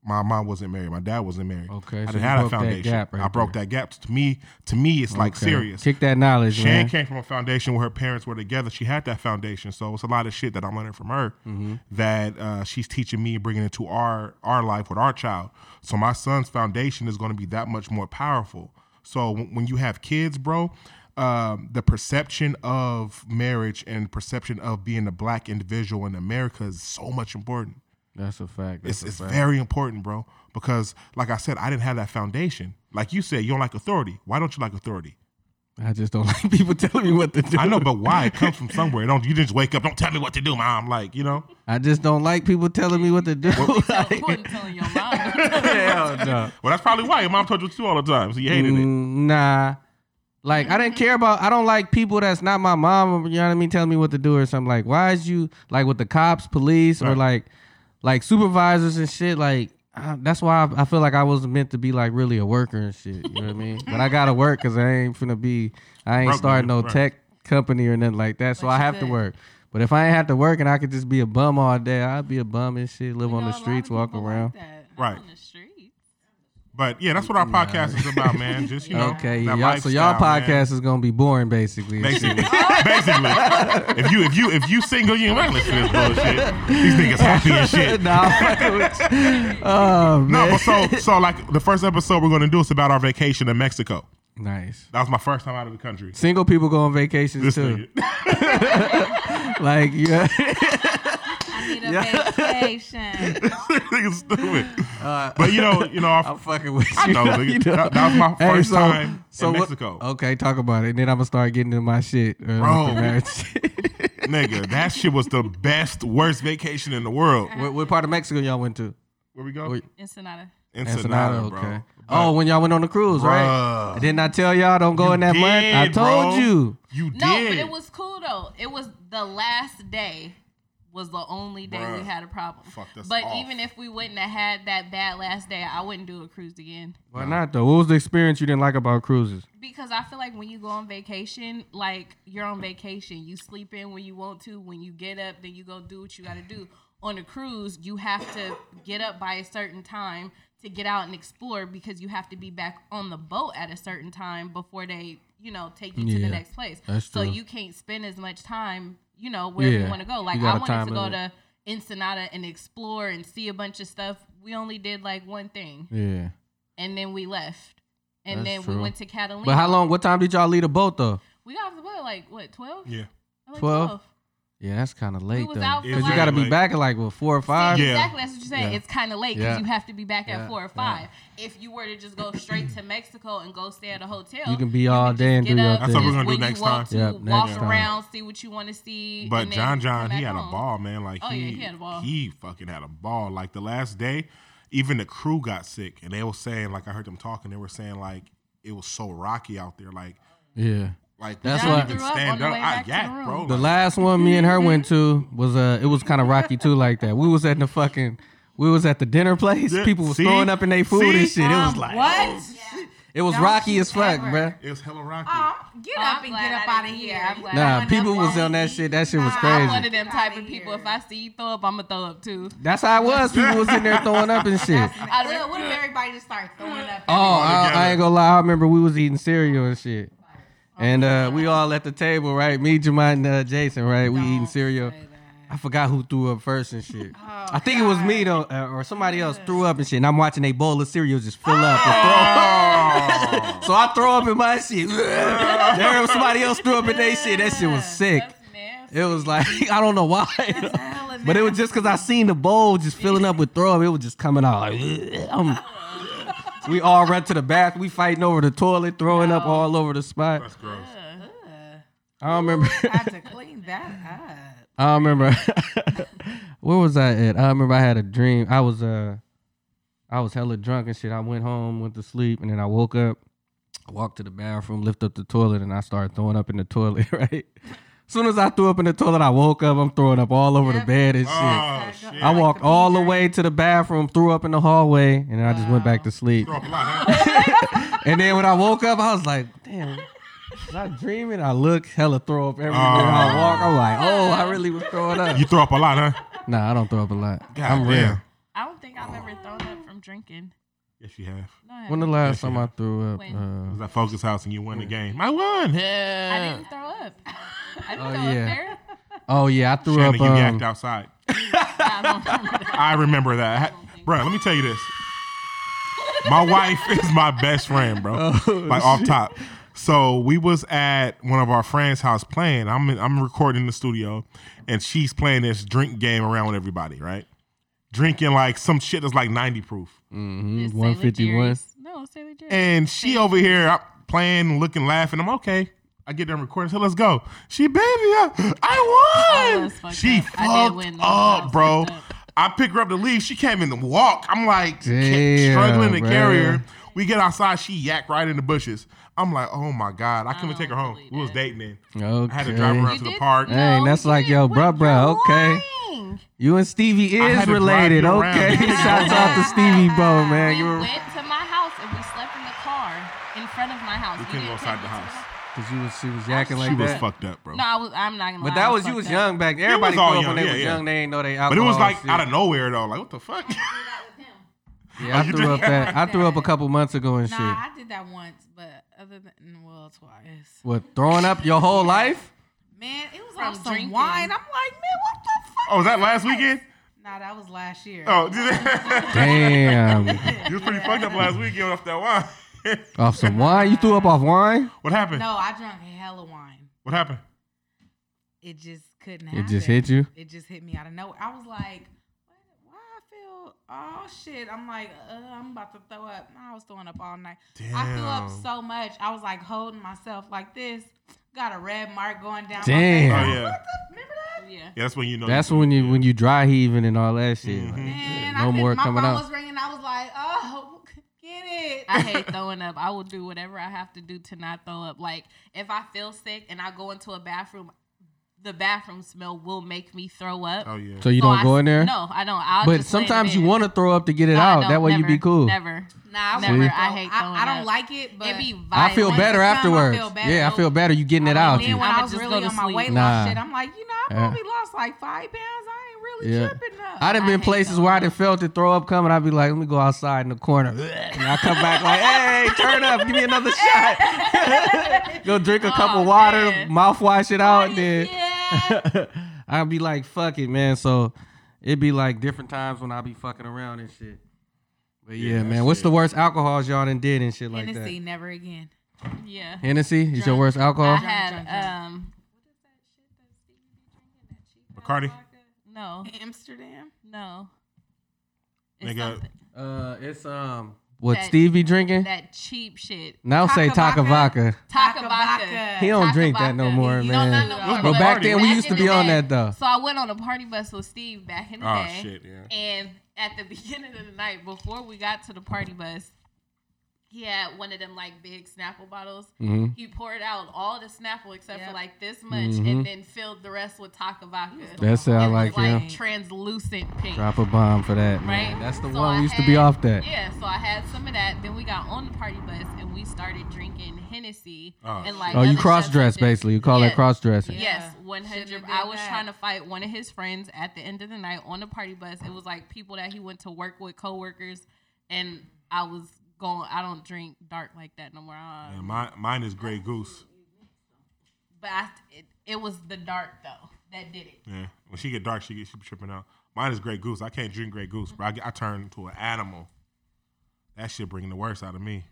Speaker 3: my mom wasn't married, my dad wasn't married.
Speaker 2: Okay,
Speaker 3: I
Speaker 2: so
Speaker 3: didn't
Speaker 2: you
Speaker 3: have
Speaker 2: broke
Speaker 3: a
Speaker 2: that
Speaker 3: foundation.
Speaker 2: gap right
Speaker 3: I broke that gap. To me, to me, it's like
Speaker 2: Okay.
Speaker 3: serious.
Speaker 2: Kick that knowledge,
Speaker 3: Shan
Speaker 2: man.
Speaker 3: came from a foundation where her parents were together. She had that foundation, so it's a lot of shit that I'm learning from her
Speaker 2: Mm-hmm.
Speaker 3: that uh, she's teaching me, bringing into our our life with our child. So my son's foundation is going to be that much more powerful. So when when you have kids, bro, um, the perception of marriage and perception of being a black individual in America is so much important.
Speaker 2: That's a fact. That's
Speaker 3: It's,
Speaker 2: a
Speaker 3: it's
Speaker 2: fact.
Speaker 3: very important, bro. Because, like I said, I didn't have that foundation. Like you said, you don't like authority. Why don't you like authority?
Speaker 2: I just don't like people telling me what to do.
Speaker 3: I know, but why? It comes from somewhere. Don't you just wake up? Don't tell me what to do, mom. Like you know,
Speaker 2: I just don't like people telling me what to do.
Speaker 4: I wouldn't tell your mom.
Speaker 2: Hell no.
Speaker 3: well, that's probably why your mom told you to all the time, so you hated it.
Speaker 2: Mm, Nah. Like I didn't care about I don't like people that's not my mom, you know what I mean, telling me what to do or something. Like, why is you like with the cops, police, or
Speaker 3: Right.
Speaker 2: like like supervisors and shit, like I, that's why I, I feel like I wasn't meant to be like really a worker and shit. You know what I mean? But I gotta work because I ain't finna be. I ain't
Speaker 3: Broke
Speaker 2: starting no
Speaker 3: nigga, right.
Speaker 2: tech company or nothing like that. So I have to work. But if I ain't have to work and I could just be a bum all day, I'd be a bum and shit. Live on the streets, walk around.
Speaker 3: Right.
Speaker 4: On the street.
Speaker 3: But yeah, that's what our podcast is about, man. Just you know,
Speaker 2: okay,
Speaker 3: that
Speaker 2: y'all, so y'all
Speaker 3: lifestyle,
Speaker 2: podcast
Speaker 3: man.
Speaker 2: is gonna be boring basically. and shit.
Speaker 3: Basically, basically, if you if you if you single, you ain't gonna listen to this bullshit. These niggas happy and shit.
Speaker 2: nah, I'm fucking with you. oh man,
Speaker 3: No, but so so like the first episode we're gonna do is about our vacation in Mexico.
Speaker 2: nice.
Speaker 3: That was my first time out of the country.
Speaker 2: Single people go on vacations
Speaker 3: This
Speaker 2: too.
Speaker 3: nigga.
Speaker 2: Like yeah.
Speaker 5: I need a vacation.
Speaker 3: This nigga's stupid.
Speaker 2: Uh,
Speaker 3: but you know, you know,
Speaker 2: I'm
Speaker 3: our,
Speaker 2: fucking with you.
Speaker 3: I know, nigga. That- that was my first time in
Speaker 2: what- Oh.
Speaker 3: Mexico.
Speaker 2: okay, talk about it. And then I'm gonna start getting into my shit. uh,
Speaker 3: Bro.
Speaker 2: with the marriage shit.
Speaker 3: nigga, that shit was the best, worst vacation in the world.
Speaker 2: what, what part of Mexico y'all went to?
Speaker 3: Where we go?
Speaker 2: Wait.
Speaker 4: Ensenada.
Speaker 3: Ensenada,
Speaker 2: Oh,
Speaker 3: bro.
Speaker 2: okay.
Speaker 3: But
Speaker 2: Oh, when y'all went on the cruise, right?
Speaker 3: Bruh.
Speaker 2: I did not tell y'all don't go in that
Speaker 3: did,
Speaker 2: month. I told
Speaker 3: bro.
Speaker 2: you.
Speaker 3: you
Speaker 4: No,
Speaker 3: did.
Speaker 4: but it was cool though. It was the last day was the only day we
Speaker 3: Bruh.
Speaker 4: had a problem.
Speaker 3: Fucked us
Speaker 4: but
Speaker 3: off.
Speaker 4: even if we wouldn't have had that bad last day, I wouldn't do a cruise again.
Speaker 2: Why not though? What was the experience you didn't like about cruises?
Speaker 4: Because I feel like when you go on vacation, like you're on vacation, you sleep in when you want to. When you get up, then you go do what you got to do. On a cruise, you have to get up by a certain time to get out and explore because you have to be back on the boat at a certain time before they, you know, take you to
Speaker 2: Yeah,
Speaker 4: the next place.
Speaker 2: that's
Speaker 4: so
Speaker 2: true.
Speaker 4: you can't spend as much time, you know, wherever
Speaker 2: Yeah,
Speaker 4: you want to
Speaker 2: you
Speaker 4: go. Like
Speaker 2: got
Speaker 4: I
Speaker 2: a
Speaker 4: wanted
Speaker 2: time
Speaker 4: to go
Speaker 2: limit.
Speaker 4: to Ensenada and explore and see a bunch of stuff. We only did like one thing,
Speaker 2: Yeah.
Speaker 4: and then we left. And
Speaker 2: That's
Speaker 4: then
Speaker 2: true.
Speaker 4: we went to Catalina.
Speaker 2: But how long? What time did y'all leave the boat though?
Speaker 4: We got off the boat like what twelve?
Speaker 3: yeah.
Speaker 4: Like
Speaker 2: 12?
Speaker 4: 12.
Speaker 2: Yeah, that's kind of late
Speaker 4: was
Speaker 2: though.
Speaker 4: out for
Speaker 2: Because you
Speaker 4: like-
Speaker 2: got to be
Speaker 3: Like-
Speaker 2: back at like what four or five.
Speaker 3: Yeah.
Speaker 4: Exactly. That's what you're saying.
Speaker 2: Yeah.
Speaker 4: It's kind of late because
Speaker 2: Yeah.
Speaker 4: you have to be back at
Speaker 2: Yeah.
Speaker 4: four or
Speaker 2: Yeah.
Speaker 4: five. If you were to just go straight to Mexico and go stay at a hotel,
Speaker 2: You can be all
Speaker 4: just
Speaker 2: day and
Speaker 4: get
Speaker 2: do your
Speaker 4: up,
Speaker 2: That's what we're
Speaker 3: gonna do
Speaker 4: when you
Speaker 3: next
Speaker 4: want
Speaker 3: time.
Speaker 2: Yep,
Speaker 4: to
Speaker 2: next
Speaker 4: walk
Speaker 2: time.
Speaker 4: around, see what you want to see.
Speaker 3: But
Speaker 4: and then
Speaker 3: John
Speaker 4: come
Speaker 3: John, he
Speaker 4: back
Speaker 3: had a
Speaker 4: home.
Speaker 3: ball, man. Like
Speaker 4: Oh,
Speaker 3: he,
Speaker 4: yeah, he had a ball.
Speaker 3: he fucking had a ball. Like the last day, even the crew got sick, and they were saying, like I heard them talking, they were saying like it was so rocky out there, like
Speaker 2: Yeah.
Speaker 3: like
Speaker 2: That's
Speaker 3: you
Speaker 2: why-
Speaker 3: couldn't even
Speaker 4: Threw up on
Speaker 3: stand
Speaker 4: the
Speaker 3: up.
Speaker 4: way
Speaker 3: I
Speaker 4: back to the
Speaker 3: yak, bro.
Speaker 4: room.
Speaker 2: The
Speaker 3: Like,
Speaker 2: last one me and her went to was uh it was kind of rocky too like that. We was at the fucking we was at the dinner place.
Speaker 3: Yeah,
Speaker 2: People was
Speaker 3: see?
Speaker 2: throwing up in their food and
Speaker 3: See?
Speaker 2: shit. It
Speaker 4: Um,
Speaker 2: was
Speaker 4: Oh,
Speaker 2: like
Speaker 5: what?
Speaker 2: it Um, was rocky
Speaker 5: you
Speaker 2: as fuck,
Speaker 5: ever.
Speaker 2: bruh.
Speaker 3: it was hella rocky.
Speaker 5: Get
Speaker 4: Oh,
Speaker 5: up
Speaker 4: I'm
Speaker 5: and
Speaker 4: glad
Speaker 5: get up
Speaker 4: I
Speaker 5: out of
Speaker 4: didn't
Speaker 5: here.
Speaker 4: hear.
Speaker 5: I'm glad
Speaker 2: Nah,
Speaker 5: I'm
Speaker 2: people was
Speaker 5: alone.
Speaker 2: on that shit. That shit was
Speaker 5: Nah,
Speaker 4: I'm
Speaker 2: crazy.
Speaker 4: one of them type of
Speaker 5: Outta
Speaker 4: people.
Speaker 5: here.
Speaker 4: If I see you throw up, I'ma throw up too.
Speaker 2: That's how it was. People was in there throwing up and shit.
Speaker 4: I'd
Speaker 5: Look,
Speaker 4: rather-
Speaker 5: what if everybody just start throwing up?
Speaker 2: Oh, I, I ain't gonna lie. I remember we was eating cereal and shit, and uh, we all at the table, right? Me, Jermaine, and uh, Jason, right? We eating cereal. I forgot who threw up first and shit. I think it was me though, uh, or somebody else threw up and shit. And I'm watching a bowl of cereal just fill up. And
Speaker 4: Oh.
Speaker 2: throw up. so I throw up in my shit. there, somebody else threw up in their shit. That shit was sick. It was like I don't know why, but it was just because I seen the bowl just filling up with throw up. It was just coming out. Like, I'm- we all run to the bath. We fighting over the toilet, throwing up all over the spot.
Speaker 3: That's gross.
Speaker 2: I don't remember.
Speaker 5: I had to clean that up.
Speaker 2: I don't remember. Where was I at? I remember I had a dream. I was uh, I was hella drunk and shit. I went home, went to sleep, and then I woke up, walked to the bathroom, lift up the toilet, and I started throwing up in the toilet. Right. Soon as I threw up in the toilet, I woke up. I'm throwing up all over the bed and shit.
Speaker 3: Oh shit.
Speaker 2: I walked all the way to the bathroom, threw up in the hallway, and then I just went back to sleep.
Speaker 3: Throw up a lot, huh?
Speaker 2: And then when I woke up, I was like, damn. was I dreaming, I look hella throw up everywhere. I walk, I'm like, oh, I really was throwing up.
Speaker 3: You throw up a lot, huh?
Speaker 2: Nah, I don't throw up a lot.
Speaker 3: God
Speaker 2: I'm
Speaker 3: damn.
Speaker 2: real.
Speaker 4: I don't think I've ever thrown up from drinking.
Speaker 3: Yes, you have.
Speaker 4: No, I haven't.
Speaker 2: When the last time I
Speaker 3: When?
Speaker 2: threw up?
Speaker 4: When?
Speaker 3: It
Speaker 2: Uh,
Speaker 3: was at Focus House and you won the game. I won. Yeah.
Speaker 4: I didn't throw up. I didn't
Speaker 2: Oh,
Speaker 4: go
Speaker 2: yeah.
Speaker 4: up there.
Speaker 2: oh yeah, I threw
Speaker 3: Shannon,
Speaker 2: up.
Speaker 3: you yacked
Speaker 2: Um,
Speaker 3: outside.
Speaker 4: I don't remember that.
Speaker 3: I remember that. I had- Bro, let me tell you this. My wife is my best friend, bro.
Speaker 2: Oh,
Speaker 3: like off top. So we was at one of our friends' house playing. I'm in, I'm recording in the studio, and she's playing this drink game around with everybody, right? Drinking like some shit that's like 90 proof,
Speaker 4: It's Sailor
Speaker 2: 151.
Speaker 4: Jerry's. No, Sailor Jerry's.
Speaker 3: and she over here I'm playing, looking, laughing. I'm okay. I get done recording. So let's go. She baby, I, I
Speaker 4: Oh,
Speaker 3: won.
Speaker 4: that's fucked
Speaker 3: she
Speaker 4: up. I did
Speaker 3: fucked
Speaker 4: win, though. I
Speaker 3: up,
Speaker 4: was
Speaker 3: bro.
Speaker 4: fucked up.
Speaker 3: I pick her up to leave. She came in to walk. I'm like ca-
Speaker 2: Damn,
Speaker 3: struggling to
Speaker 2: bro.
Speaker 3: carry her. We get outside. She yak right in the bushes. I'm like, oh my god, I couldn't take her home. We was dating then. I had to drive her
Speaker 2: okay.
Speaker 3: out to the
Speaker 4: did?
Speaker 3: park.
Speaker 2: Dang, that's like, yo, bruh, bruh, okay.
Speaker 4: thing.
Speaker 2: You and Stevie
Speaker 3: I
Speaker 2: is
Speaker 3: had to drive
Speaker 2: related.
Speaker 3: you around.
Speaker 2: Okay. Shouts out to Stevie Bo, man.
Speaker 4: we
Speaker 2: You were
Speaker 4: went to my house and we slept in the car in front of my house.
Speaker 3: We
Speaker 4: You
Speaker 3: couldn't go
Speaker 4: didn't
Speaker 3: outside
Speaker 4: take
Speaker 3: the
Speaker 4: me to
Speaker 3: house.
Speaker 2: because you was she was yakking like
Speaker 3: she was
Speaker 2: that.
Speaker 3: fucked up, bro.
Speaker 4: No, I was. I'm not gonna.
Speaker 2: But
Speaker 4: lie,
Speaker 2: that
Speaker 4: I
Speaker 2: was you was
Speaker 4: fucked up.
Speaker 2: young back. then. Everybody
Speaker 3: all
Speaker 2: grew up
Speaker 3: young,
Speaker 2: when they
Speaker 3: yeah,
Speaker 2: was
Speaker 3: yeah.
Speaker 2: young. They ain't know they
Speaker 3: but it was
Speaker 2: alcohol
Speaker 3: like
Speaker 2: Oh, shit.
Speaker 3: out of nowhere though. Like what the fuck?
Speaker 2: Yeah, I
Speaker 3: you
Speaker 2: threw
Speaker 3: did
Speaker 2: up that. I threw up a couple months ago and
Speaker 5: Nah,
Speaker 2: shit.
Speaker 5: I did that once, but other than well, twice.
Speaker 2: What throwing up your whole life?
Speaker 5: Man, it was
Speaker 4: From
Speaker 5: off some
Speaker 4: drinking.
Speaker 5: wine. I'm like, man, what the fuck?
Speaker 3: oh, was that last weekend?
Speaker 5: Nah, that was last year.
Speaker 3: Oh,
Speaker 2: Damn.
Speaker 3: you was pretty fucked up last weekend off that wine.
Speaker 2: off some wine? You threw up off wine?
Speaker 3: what happened?
Speaker 5: No, I drank hella wine.
Speaker 3: What happened?
Speaker 5: It just couldn't happen.
Speaker 2: It just hit you.
Speaker 5: It just hit me out of nowhere. I was like, what? why I feel oh shit. I'm like, uh, I'm about to threw up. No, I was throwing up all night. I threw up
Speaker 3: Damn.
Speaker 5: so much. I was like holding myself like this. Got a red mark going down.
Speaker 2: Damn.
Speaker 5: My
Speaker 3: Oh
Speaker 5: face.
Speaker 3: yeah,
Speaker 5: Remember
Speaker 4: Yeah.
Speaker 5: that?
Speaker 3: yeah. Mm-hmm. That's when you know.
Speaker 2: That's when you when you dry heaving and all that shit. Like,
Speaker 5: Man, I
Speaker 2: no
Speaker 5: could-
Speaker 2: more
Speaker 5: my
Speaker 2: coming
Speaker 5: phone
Speaker 2: out.
Speaker 5: was ringing. I was like, oh, get it.
Speaker 4: I hate throwing up. I will do whatever I have to do to not throw up. Like if I feel sick and I go into a bathroom, the bathroom smell will make me throw up.
Speaker 3: Oh yeah.
Speaker 2: So you
Speaker 4: So
Speaker 2: don't
Speaker 4: I-
Speaker 2: go in there.
Speaker 4: No, I don't. I'll
Speaker 2: But
Speaker 4: just lay in
Speaker 2: sometimes you
Speaker 4: bed.
Speaker 2: want to throw up to get it
Speaker 4: No, I
Speaker 2: out.
Speaker 4: don't.
Speaker 2: That way you be
Speaker 4: Never.
Speaker 2: cool.
Speaker 4: Never.
Speaker 5: Nah, I
Speaker 2: See?
Speaker 5: won't.
Speaker 4: I hate throwing
Speaker 5: I, I don't
Speaker 4: up.
Speaker 5: like it, but
Speaker 4: It be violent.
Speaker 2: I feel better
Speaker 5: Once it's done, I
Speaker 2: afterwards.
Speaker 5: feel better.
Speaker 2: yeah, I feel better. You getting it out.
Speaker 5: And then
Speaker 2: You.
Speaker 4: I
Speaker 5: when I,
Speaker 4: would
Speaker 5: was
Speaker 4: just
Speaker 5: really
Speaker 4: go to
Speaker 5: on my
Speaker 4: sleep.
Speaker 5: weight
Speaker 2: Nah.
Speaker 5: loss shit, I'm like, you know, I
Speaker 2: Yeah.
Speaker 5: probably lost like five pounds. I ain't really
Speaker 2: Yeah.
Speaker 5: tripping up.
Speaker 2: I'd have
Speaker 4: I
Speaker 2: been
Speaker 4: hate
Speaker 2: places
Speaker 4: those.
Speaker 2: where I'd have felt it throw up coming. I'd be like, let me go outside in the corner. And I come back like, hey, turn up, give me another shot. go drink a cup
Speaker 4: Oh,
Speaker 2: of water,
Speaker 4: man.
Speaker 2: mouthwash it out, and then
Speaker 4: Yeah.
Speaker 2: I'd be like, fuck it, man. So it'd be like different times when I'd be fucking around and shit. But yeah, man, what's the worst alcohols y'all done did and shit like
Speaker 5: Hennessy,
Speaker 2: that?
Speaker 5: never again.
Speaker 4: yeah.
Speaker 2: Hennessy is your worst alcohol?
Speaker 4: I had um
Speaker 3: Bacardi.
Speaker 4: no
Speaker 5: Amsterdam.
Speaker 4: no. It's
Speaker 3: Nigga,
Speaker 4: something-
Speaker 2: Uh, it's um, what
Speaker 4: That-
Speaker 2: Steve be drinking?
Speaker 4: that cheap shit.
Speaker 2: now say Taka
Speaker 5: Taka
Speaker 2: Vodka.
Speaker 5: Vodka.
Speaker 4: Taka
Speaker 5: Taka
Speaker 4: vodka.
Speaker 5: vodka.
Speaker 2: He don't
Speaker 4: Taka
Speaker 2: drink that no
Speaker 4: vodka.
Speaker 2: more,
Speaker 4: You
Speaker 2: man.
Speaker 4: Don't, not no more.
Speaker 3: What's the But back party? then, we
Speaker 4: Back
Speaker 2: used to
Speaker 4: in the
Speaker 2: be on
Speaker 4: day-
Speaker 2: that, though.
Speaker 4: So I went on a party bus with Steve back in the
Speaker 3: Oh,
Speaker 4: day.
Speaker 3: shit, yeah.
Speaker 4: And at the beginning of the night, before we got to the party bus, he had one of them like big Snapple bottles.
Speaker 2: Mm-hmm.
Speaker 4: He poured out all the Snapple except for
Speaker 5: Yep.
Speaker 4: like this much, and then filled the rest with Taka vodka.
Speaker 2: Mm-hmm. That sound
Speaker 4: It was,
Speaker 2: like him.
Speaker 4: translucent pink.
Speaker 2: Drop a bomb for that, man.
Speaker 4: Right?
Speaker 2: That's the
Speaker 4: So
Speaker 2: one
Speaker 4: I
Speaker 2: we used to be
Speaker 4: had-
Speaker 2: off that.
Speaker 4: Yeah, so I had some of that. Then we got on the party bus and we started drinking Hennessy
Speaker 3: Oh,
Speaker 4: and like
Speaker 2: Oh, you
Speaker 4: other
Speaker 2: cross dress
Speaker 4: stuff like this.
Speaker 2: basically. You call
Speaker 4: Yeah.
Speaker 2: that cross dressing.
Speaker 4: Yes,
Speaker 5: Yeah.
Speaker 4: one
Speaker 5: Shouldn't
Speaker 4: hundred.
Speaker 5: have did
Speaker 4: I was
Speaker 5: that.
Speaker 4: trying to fight one of his friends at the end of the night on the party bus. It was like people that he went to work with, coworkers, and I was going. I don't drink dark like that no more. Uh,
Speaker 3: Yeah, my, mine is Grey Goose.
Speaker 4: But I, it, it was the dark though that did it.
Speaker 3: Yeah. When she get dark, she get she be tripping out. Mine is Grey Goose. I can't drink Grey Goose, bro. I, get- I turn into an animal. That shit bringing the worst out of me.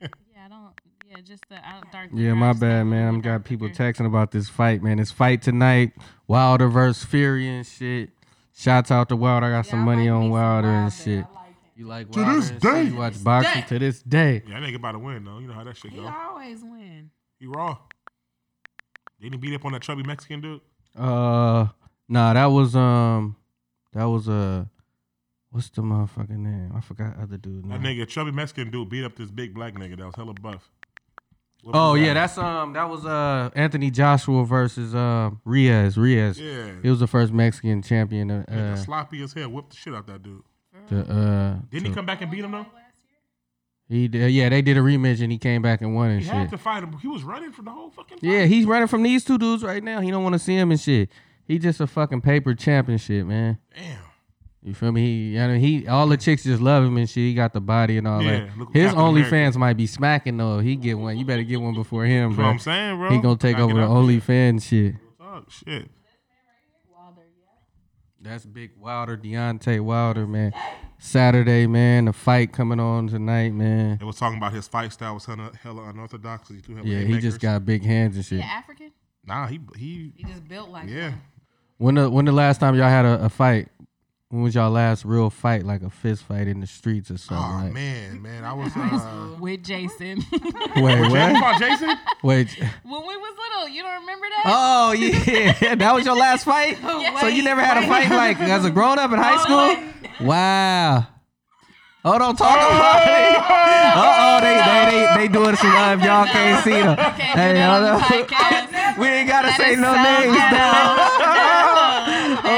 Speaker 4: Yeah, I don't. Yeah, just the I don't, dark.
Speaker 2: Yeah, my bad, man. I'm got people texting about this fight, man. This fight tonight, Wilder versus Fury and shit. Shouts out to Wilder. I got some money on Wilder, and shit. you like Wilder?
Speaker 3: this
Speaker 2: and shit?
Speaker 3: day.
Speaker 2: You watch boxing to this day.
Speaker 3: Yeah, that nigga about to win though. You know how that shit
Speaker 5: He
Speaker 3: go.
Speaker 5: always win.
Speaker 3: He raw. Didn't he beat up on that chubby Mexican dude?
Speaker 2: Uh, nah, that was um, that was uh, what's the motherfucking name? I forgot other dude.
Speaker 3: That
Speaker 2: name.
Speaker 3: nigga, chubby Mexican dude, beat up this big black nigga that was hella buff. Whooped
Speaker 2: Oh
Speaker 3: his
Speaker 2: yeah,
Speaker 3: ass.
Speaker 2: that's um that was uh Anthony Joshua versus um Riaz. Riaz.
Speaker 3: Yeah.
Speaker 2: He was the first Mexican champion uh,
Speaker 3: Nigga
Speaker 2: uh,
Speaker 3: sloppy as hell. Whipped the shit out that dude.
Speaker 2: to uh
Speaker 3: Didn't he
Speaker 2: to-
Speaker 3: come back and beat him though?
Speaker 2: he did, yeah, they did a rematch and he came back and won and
Speaker 3: He had
Speaker 2: shit.
Speaker 3: to fight him. He was running for the whole fucking.
Speaker 2: yeah,
Speaker 3: fight.
Speaker 2: he's running from these two dudes right now. He don't want to see him and shit. He just a fucking paper champ and shit, man.
Speaker 3: Damn.
Speaker 2: You feel me? He, I mean, he all the chicks just love him and shit. He got the body and all
Speaker 3: Yeah,
Speaker 2: that.
Speaker 3: look,
Speaker 2: His
Speaker 3: Captain America.
Speaker 2: OnlyFans might be smacking though. He get one. You better get one before him,
Speaker 3: That's what
Speaker 2: bro.
Speaker 3: I'm saying, bro.
Speaker 2: He gonna take
Speaker 3: Gotta
Speaker 2: over the
Speaker 3: get out there.
Speaker 2: OnlyFans shit.
Speaker 3: Oh shit.
Speaker 2: That's Big Wilder, Deontay Wilder, man. Saturday, man. The fight coming on tonight, man.
Speaker 3: They was talking about his fight style was hella, hella unorthodox. 'cause He threw hella
Speaker 2: Yeah, he
Speaker 3: haymakers.
Speaker 2: just got big hands and shit.
Speaker 4: Yeah, African.
Speaker 3: Nah, he he.
Speaker 5: He just built like
Speaker 3: Yeah,
Speaker 5: that.
Speaker 2: When the when the last time y'all had a, a fight? When was y'all last real fight, like a fist fight in the streets or something?
Speaker 3: Oh
Speaker 2: like-
Speaker 3: man, man, I was. Uh,
Speaker 4: With Jason.
Speaker 2: Wait,
Speaker 3: Jason,
Speaker 2: what?
Speaker 3: fought Jason?
Speaker 2: Wait.
Speaker 4: when we was little, you don't remember that?
Speaker 2: Oh yeah, that was your last fight. so you never had a fight like as a grown up in
Speaker 4: Oh,
Speaker 2: high school. Wow. Oh, don't talk about it. Uh oh, they they they, they doing some um, y'all can't see them.
Speaker 4: Can't do that on the podcast.
Speaker 2: We ain't gotta say no
Speaker 4: sounds
Speaker 2: names
Speaker 4: good.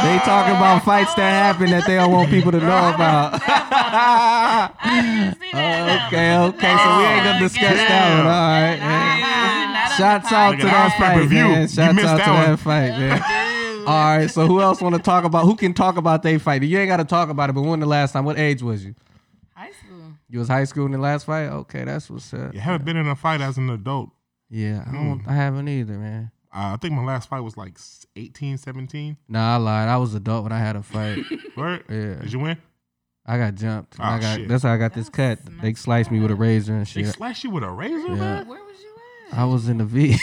Speaker 2: They talking about fights that happen that they don't want people to know about.
Speaker 4: I didn't see that.
Speaker 2: okay, okay. So we ain't gonna
Speaker 4: Oh,
Speaker 2: discuss that one. All right. yeah. Shouts out to
Speaker 3: Look
Speaker 2: that
Speaker 3: at that
Speaker 2: fight,
Speaker 3: pay-per-view.
Speaker 2: man.
Speaker 3: You
Speaker 2: Shouts
Speaker 3: missed
Speaker 2: out to
Speaker 3: that one.
Speaker 2: that fight, man. All right, so who else want to talk about? Who can talk about they fight? You ain't got to talk about it, but when the last time? What age was you?
Speaker 5: High school.
Speaker 2: You was high school in the last fight. Okay, that's what's up.
Speaker 3: You
Speaker 2: Yeah,
Speaker 3: haven't been in a fight as an adult.
Speaker 2: I
Speaker 3: Hmm.
Speaker 2: don't. I haven't either, man.
Speaker 3: Uh, I think my last fight was like s- 18, 17.
Speaker 2: Nah, I lied. I was adult when I had a fight.
Speaker 3: Right?
Speaker 2: Yeah.
Speaker 3: Did you win?
Speaker 2: I got jumped. I
Speaker 3: Oh,
Speaker 2: got
Speaker 3: shit.
Speaker 2: that's how I got this cut. They sliced me with a razor and
Speaker 3: They
Speaker 2: shit.
Speaker 3: slashed you with a razor,
Speaker 2: Yeah.
Speaker 3: man?
Speaker 5: Where was you at?
Speaker 2: I was in the V.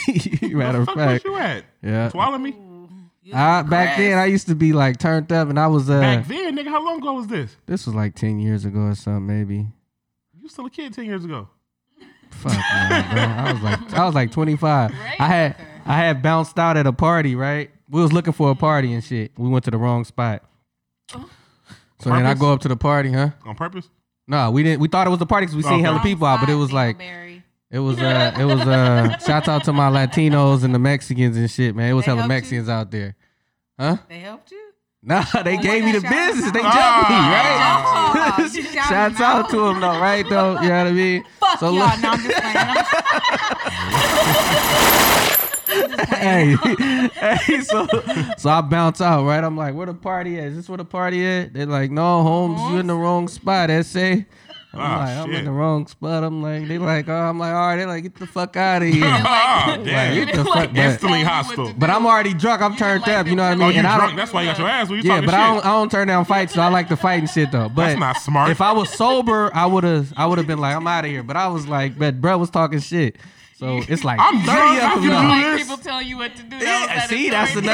Speaker 2: matter
Speaker 3: the
Speaker 2: of
Speaker 3: fuck
Speaker 2: fact, Uh,
Speaker 3: was you at?
Speaker 2: yeah.
Speaker 3: Swallow me?
Speaker 5: You
Speaker 2: I,
Speaker 5: was
Speaker 2: back then, I
Speaker 5: depressed.
Speaker 2: used to be like turned up, and I was uh,
Speaker 3: Back then, nigga, how long ago was this?
Speaker 2: this was like ten years ago or something, maybe.
Speaker 3: You still a kid 10 years ago.
Speaker 2: Fuck man, bro. I was like I was like 25. I had I had bounced out at a party, right? We was looking for a party and shit. We went to the wrong spot.
Speaker 5: Oh.
Speaker 2: So then I
Speaker 3: Purpose?
Speaker 2: go up to the party, huh?
Speaker 3: On purpose?
Speaker 2: No, we didn't. We thought it was a party because we seen
Speaker 3: Okay.
Speaker 2: hella people out, but it was like it was uh it was uh shouts out to my Latinos and the Mexicans and shit, man. It was
Speaker 5: They
Speaker 2: hella
Speaker 5: helped you?
Speaker 2: Mexicans out there.
Speaker 5: They helped you?
Speaker 2: Nah, they gave me the
Speaker 5: that Oh shout
Speaker 2: business. They jumped
Speaker 3: Ah.
Speaker 2: me,
Speaker 5: They
Speaker 2: right?
Speaker 5: jumped you.
Speaker 2: Shouts out to them though, right though. You know what I mean?
Speaker 5: Fuck
Speaker 2: So
Speaker 5: y'all.
Speaker 2: look-
Speaker 5: No, I'm just playing. I'm just
Speaker 2: hey, hey, so so I bounce out, right? I'm like, where the party at? Is this where the party at? They're like, no, Holmes, you in the wrong spot, essay. I'm
Speaker 3: Ah,
Speaker 2: like, I'm
Speaker 3: shit.
Speaker 2: in the wrong spot. I'm like, they like, oh, I'm like, all right, they like, get the fuck out of here.
Speaker 3: oh,
Speaker 2: Like,
Speaker 3: damn.
Speaker 2: get the fuck back.
Speaker 3: Instantly hostile.
Speaker 2: But I'm already drunk. I'm turned up. You know what I mean?
Speaker 3: Oh, you
Speaker 2: I
Speaker 3: drunk.
Speaker 2: don't-
Speaker 3: That's why you got your ass when you
Speaker 2: yeah,
Speaker 3: talking
Speaker 2: but
Speaker 3: shit.
Speaker 2: I don't, I don't turn down fights, so I like to fight and shit though. But
Speaker 3: That's not smart.
Speaker 2: If I was sober, I would have I would have been like, I'm out of here. But I was like, but bro was talking shit. So it's like
Speaker 3: I'm
Speaker 2: 30
Speaker 3: drunk,
Speaker 2: up and
Speaker 3: I
Speaker 2: up.
Speaker 3: can do
Speaker 4: Like
Speaker 3: Yes.
Speaker 4: people tell you what to do. That was
Speaker 2: Yeah,
Speaker 4: that
Speaker 2: see, that's
Speaker 4: authority.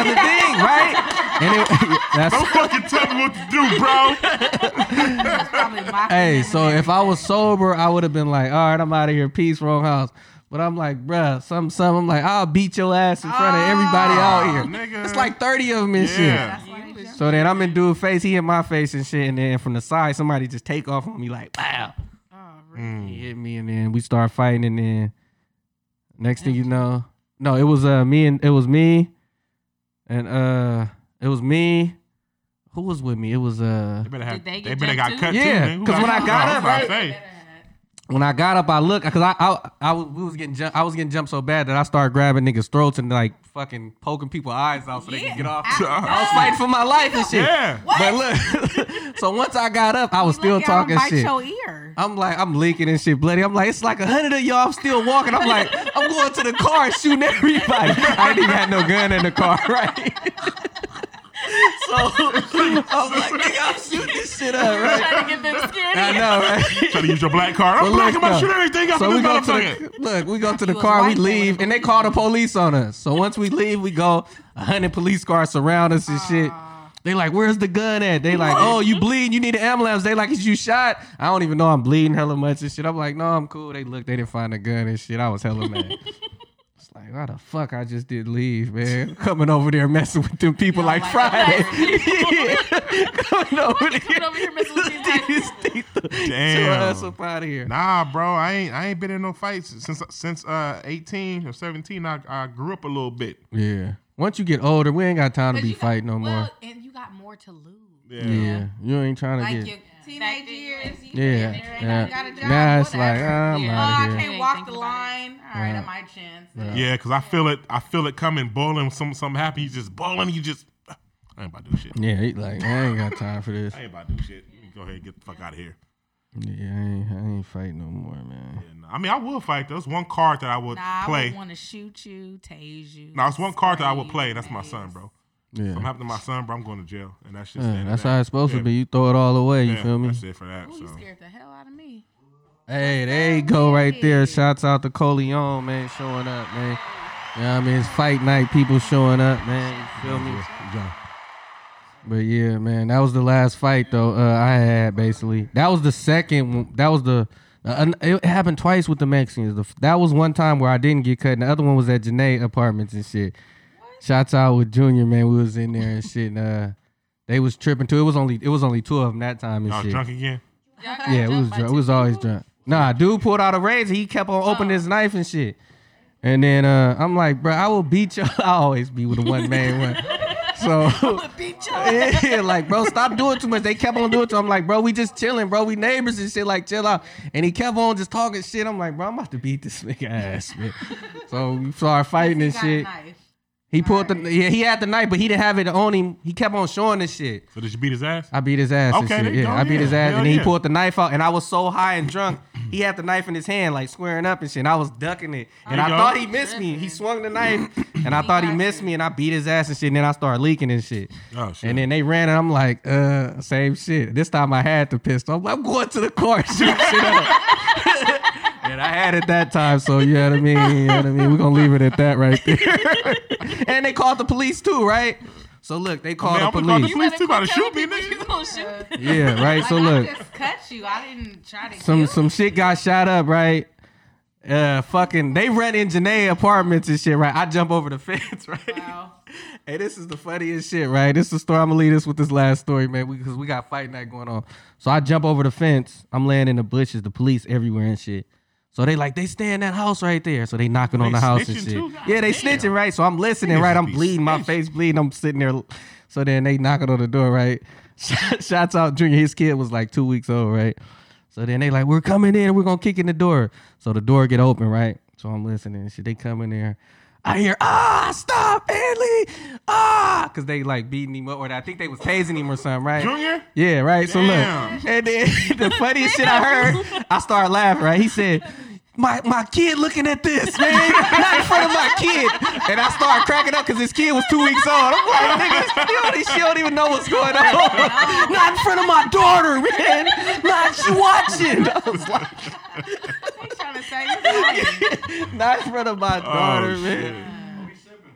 Speaker 2: another thing, right? And it,
Speaker 3: Don't
Speaker 2: that's
Speaker 3: fucking tell me what to do, bro.
Speaker 5: probably mocking
Speaker 2: hey.
Speaker 5: them
Speaker 2: So
Speaker 5: and
Speaker 2: if I was sober, I would have been like, all right, I'm out of here, peace, wrong house. But I'm like, bruh, some some. I'm like, I'll beat your ass in front of everybody out here.
Speaker 3: nigga.
Speaker 2: It's like 30 of them and
Speaker 3: Yeah.
Speaker 2: shit.
Speaker 5: everything. You was-
Speaker 2: So then I'm in dude face, he in my face and shit, and then from the side, somebody just take off on me like, wow. He hit me, and then we start fighting, and then next thing you know, no, it was uh me and it was me, and uh it was me. Who was with me? It was uh
Speaker 3: They better, have,
Speaker 4: Did they
Speaker 3: they
Speaker 4: get
Speaker 3: better
Speaker 4: jumped
Speaker 3: got
Speaker 4: too?
Speaker 2: Yeah,
Speaker 3: cut too. nigga. Who
Speaker 2: 'cause when I
Speaker 3: cut?
Speaker 2: got up,
Speaker 3: was about to
Speaker 2: right?
Speaker 3: say.
Speaker 2: when I got up, I look because I I, I was, we was getting jumped. I was getting jumped so bad that I started grabbing niggas' throats and like fucking poking people's eyes out so they can get off. I was fighting for my life and shit.
Speaker 3: Yeah.
Speaker 2: But look, so once I got up, I was still
Speaker 5: Look out and
Speaker 2: talking shit.
Speaker 5: bite your ear.
Speaker 2: I'm like, I'm leaking and shit, bloody. I'm like, it's like a hundred of y'all. I'm still walking. I'm like, I'm going to the car and shooting everybody. I ain't even had no gun in the car, right? so I'm like, nigga, I'm shooting this shit up, right?
Speaker 4: Trying to get them scared.
Speaker 2: I know, right?
Speaker 3: Try to use your black card. I'm
Speaker 2: But
Speaker 3: black.
Speaker 2: look,
Speaker 3: I'm about to
Speaker 2: though.
Speaker 3: shoot everything up
Speaker 2: So
Speaker 3: in
Speaker 2: we
Speaker 3: this
Speaker 2: go to
Speaker 3: motherfucker.
Speaker 2: the, look, we go to the
Speaker 5: was
Speaker 2: car, we
Speaker 5: white, they
Speaker 2: leave,
Speaker 5: would've
Speaker 2: and they call the police on us. So once we leave, we go, a hundred police cars surround us and shit. They like, where's the gun at? They like, oh, you bleeding, you need an ambulance. They like, is you shot? I don't even know I'm bleeding hella much and shit. I'm like, no, I'm cool. They looked, they didn't find a gun and shit. I was hella mad. It's like, why the fuck I just did leave, man? Coming over there messing with them people like,
Speaker 5: like
Speaker 2: Friday. Yeah. Coming over
Speaker 4: Coming over
Speaker 2: there.
Speaker 4: here messing with these guys.
Speaker 2: These people. Chill
Speaker 3: Damn.
Speaker 2: us up out of here.
Speaker 3: Nah, bro, I ain't I ain't been in no fights since since uh 18 or 17. I, I grew up a little bit.
Speaker 2: Yeah. Once you get older, we ain't got time to
Speaker 5: But
Speaker 2: be
Speaker 5: you got-
Speaker 2: fighting no more.
Speaker 5: Well, and you got more to lose.
Speaker 3: Yeah.
Speaker 2: Yeah. You ain't trying to get.
Speaker 5: Like your teenage years. you-
Speaker 2: Yeah.
Speaker 5: there ain't
Speaker 2: yeah.
Speaker 5: nothing got a job,
Speaker 2: Now it's like,
Speaker 5: whatever.
Speaker 2: ah, I'm
Speaker 4: Yeah.
Speaker 5: Oh,
Speaker 2: out
Speaker 5: I
Speaker 2: of here.
Speaker 5: can't
Speaker 4: Yeah.
Speaker 5: walk
Speaker 4: Think
Speaker 5: the
Speaker 4: about it.
Speaker 5: line. All right,
Speaker 2: Yeah.
Speaker 5: I might chance.
Speaker 3: Yeah, cause I feel it. I feel it coming, boiling. Some something happen. You just boiling. You just. I ain't about to do shit.
Speaker 2: Yeah, he like, I ain't got time for this.
Speaker 3: I ain't about to do shit. Let me Go ahead, and get the fuck out of here.
Speaker 2: Yeah, I ain't, I ain't fighting no more, man.
Speaker 3: And, I mean, I will fight. There's one card that I would
Speaker 5: Nah, I
Speaker 3: play.
Speaker 5: would want to shoot you, tase you.
Speaker 3: Now, it's one card that I would
Speaker 5: spray
Speaker 3: play.
Speaker 5: you,
Speaker 3: and That's my
Speaker 5: mace.
Speaker 3: son, bro. If I'm
Speaker 2: Yeah.
Speaker 3: happy to my son, bro. I'm going to jail, and that's just the
Speaker 2: Yeah,
Speaker 3: end of
Speaker 2: that's
Speaker 3: that.
Speaker 2: how it's supposed
Speaker 3: Yeah.
Speaker 2: to be. You throw it all away. You
Speaker 3: Yeah,
Speaker 2: feel me?
Speaker 3: That's it for that.
Speaker 5: Ooh,
Speaker 3: So.
Speaker 5: you scared the hell out of me.
Speaker 2: Hey, there you go right there. Shouts out to Coleon, man, showing up, man. You know what I mean? It's fight night, people showing up, man. You feel me? But yeah, man, that was the last fight though. Uh, I had basically that was the second. one- That was the uh, an- it happened twice with the Mexicans. The, f- that was one time where I didn't get cut, and the other one was at Janae Apartments and shit. Shouts out with Junior, man. We was in there and shit. And, uh, they was tripping too. It was only it was only two of them that time and
Speaker 3: I was
Speaker 2: shit.
Speaker 3: drunk again.
Speaker 2: Yeah, we was drunk. We was always drunk. Nah, dude pulled out a razor. He kept on opening
Speaker 5: Oh.
Speaker 2: his knife and shit. And then uh, I'm like, bro, I will beat you. I always be with a one man one. So yeah, like bro, stop doing too much. They kept on doing too. I'm like, bro, we just chilling, bro. We neighbors and shit. Like, chill out. And he kept on just talking shit. I'm like, bro, I'm about to beat this nigga ass, man. So we started fighting and
Speaker 5: Got a
Speaker 2: shit.
Speaker 5: knife.
Speaker 2: He pulled the yeah, he had the knife, but he didn't have it on him. He kept on showing this shit.
Speaker 3: So did you beat his ass?
Speaker 2: I beat his ass.
Speaker 3: Okay,
Speaker 2: and
Speaker 3: there
Speaker 2: shit.
Speaker 3: you
Speaker 2: yeah,
Speaker 3: go,
Speaker 2: I beat
Speaker 3: yeah.
Speaker 2: his ass,
Speaker 3: Hell
Speaker 2: and then
Speaker 3: yeah.
Speaker 2: he pulled the knife out, and I was so high and drunk. He had the knife in his hand, like squaring up and shit. And I was ducking it, and
Speaker 3: There
Speaker 2: I
Speaker 3: you go.
Speaker 2: thought he missed me. He swung the knife, and I thought he missed me, and I beat his ass and shit. And then I started leaking and shit.
Speaker 3: Oh, shit.
Speaker 2: And then they ran, and I'm like, uh, same shit. This time I had the pistol. I'm, like, I'm going to the court. Shoot shit up. And I had it that time, so you know what I mean. You know what I mean. We're gonna leave it at that right there. and they called the police too, right? So look, they called
Speaker 3: Oh, Man,
Speaker 2: the
Speaker 3: I'm gonna
Speaker 2: police.
Speaker 3: call the police too. About to shoot me,
Speaker 4: People,
Speaker 3: nigga.
Speaker 4: you gonna shoot them.
Speaker 2: Yeah, right. So
Speaker 5: I
Speaker 2: look,
Speaker 5: just cut you. I didn't try to
Speaker 2: some
Speaker 5: kill
Speaker 2: some shit got shot up, right? Uh, fucking, they rent in Janae apartments and shit, right? I jump over the fence, right?
Speaker 5: Wow.
Speaker 2: Hey, this is the funniest shit, right? This is the story. I'm gonna leave this with this last story, man, because we, got fight night going on. So I jump over the fence. I'm laying in the bushes. The police everywhere and shit. So they like they stay in that house right there. So they knocking on
Speaker 3: They
Speaker 2: the house and
Speaker 3: snitching
Speaker 2: shit.
Speaker 3: too? God
Speaker 2: yeah, they
Speaker 3: damn.
Speaker 2: snitching right. So I'm listening right. I'm
Speaker 3: be
Speaker 2: bleeding. My
Speaker 3: snitching.
Speaker 2: face bleeding. I'm sitting there. So then they knocking on the door right. Shouts out Junior. His kid was like two weeks old right. So then they like, we're coming in, we're gonna kick in the door. So the door get open, right? So I'm listening. and Shit, they come in there. I hear, ah, stop, Stanley, ah, cause they like beating him up, or I think they was tasing him or something, right?
Speaker 3: Junior?
Speaker 2: Yeah, right. So
Speaker 3: Damn.
Speaker 2: look, and then the funniest shit I heard, I started laughing. Right? He said, "My my kid looking at this, man, not in front of my kid," and I started cracking up because his kid was two weeks old. I'm like, "Nigga, she don't, she don't even know what's going on. not in front of my daughter, man. Not she watching. I was like,
Speaker 5: They trying to save his life.
Speaker 2: not in front of my
Speaker 3: Oh,
Speaker 2: daughter, man."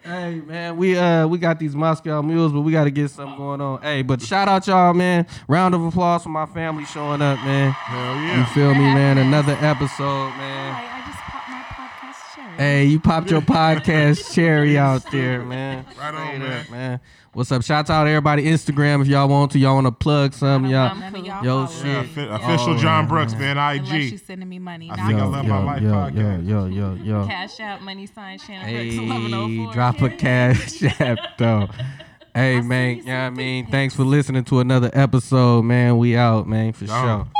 Speaker 2: Hey man, we uh we got these Moscow mules, but we got to get something going on. Hey, but shout out y'all, man. Round of applause for my family showing up, man.
Speaker 3: Hell
Speaker 2: You
Speaker 3: yeah.
Speaker 2: feel me, man? Another episode, man.
Speaker 5: I just popped my podcast cherry.
Speaker 2: Hey, you popped your podcast cherry out there, man.
Speaker 3: Right on,
Speaker 2: Straight
Speaker 3: man.
Speaker 2: up, What's up? Shouts out to everybody. Instagram, if y'all want to, y'all want to plug something, y'all.
Speaker 5: Um, None of y'all
Speaker 2: Yo,
Speaker 5: follow
Speaker 2: shit.
Speaker 5: me
Speaker 3: Yeah, offi- official
Speaker 2: Oh,
Speaker 3: John
Speaker 2: yeah,
Speaker 3: Brooks, man.
Speaker 5: Unless you
Speaker 3: IG.
Speaker 5: sending me money.
Speaker 3: I
Speaker 5: Nah,
Speaker 3: think I
Speaker 5: I'm
Speaker 3: love
Speaker 5: just
Speaker 3: my
Speaker 5: kidding.
Speaker 3: life
Speaker 2: yo, yo,
Speaker 3: podcast.
Speaker 2: yo, yo, yo.
Speaker 4: Cash out, money sign, Shannon Brooks,
Speaker 2: Hey,
Speaker 4: 1104.
Speaker 2: drop a cash app though. Hey man, you know what I mean? Thanks for listening to another episode, man. We out, man, for
Speaker 3: Dog.
Speaker 2: sure.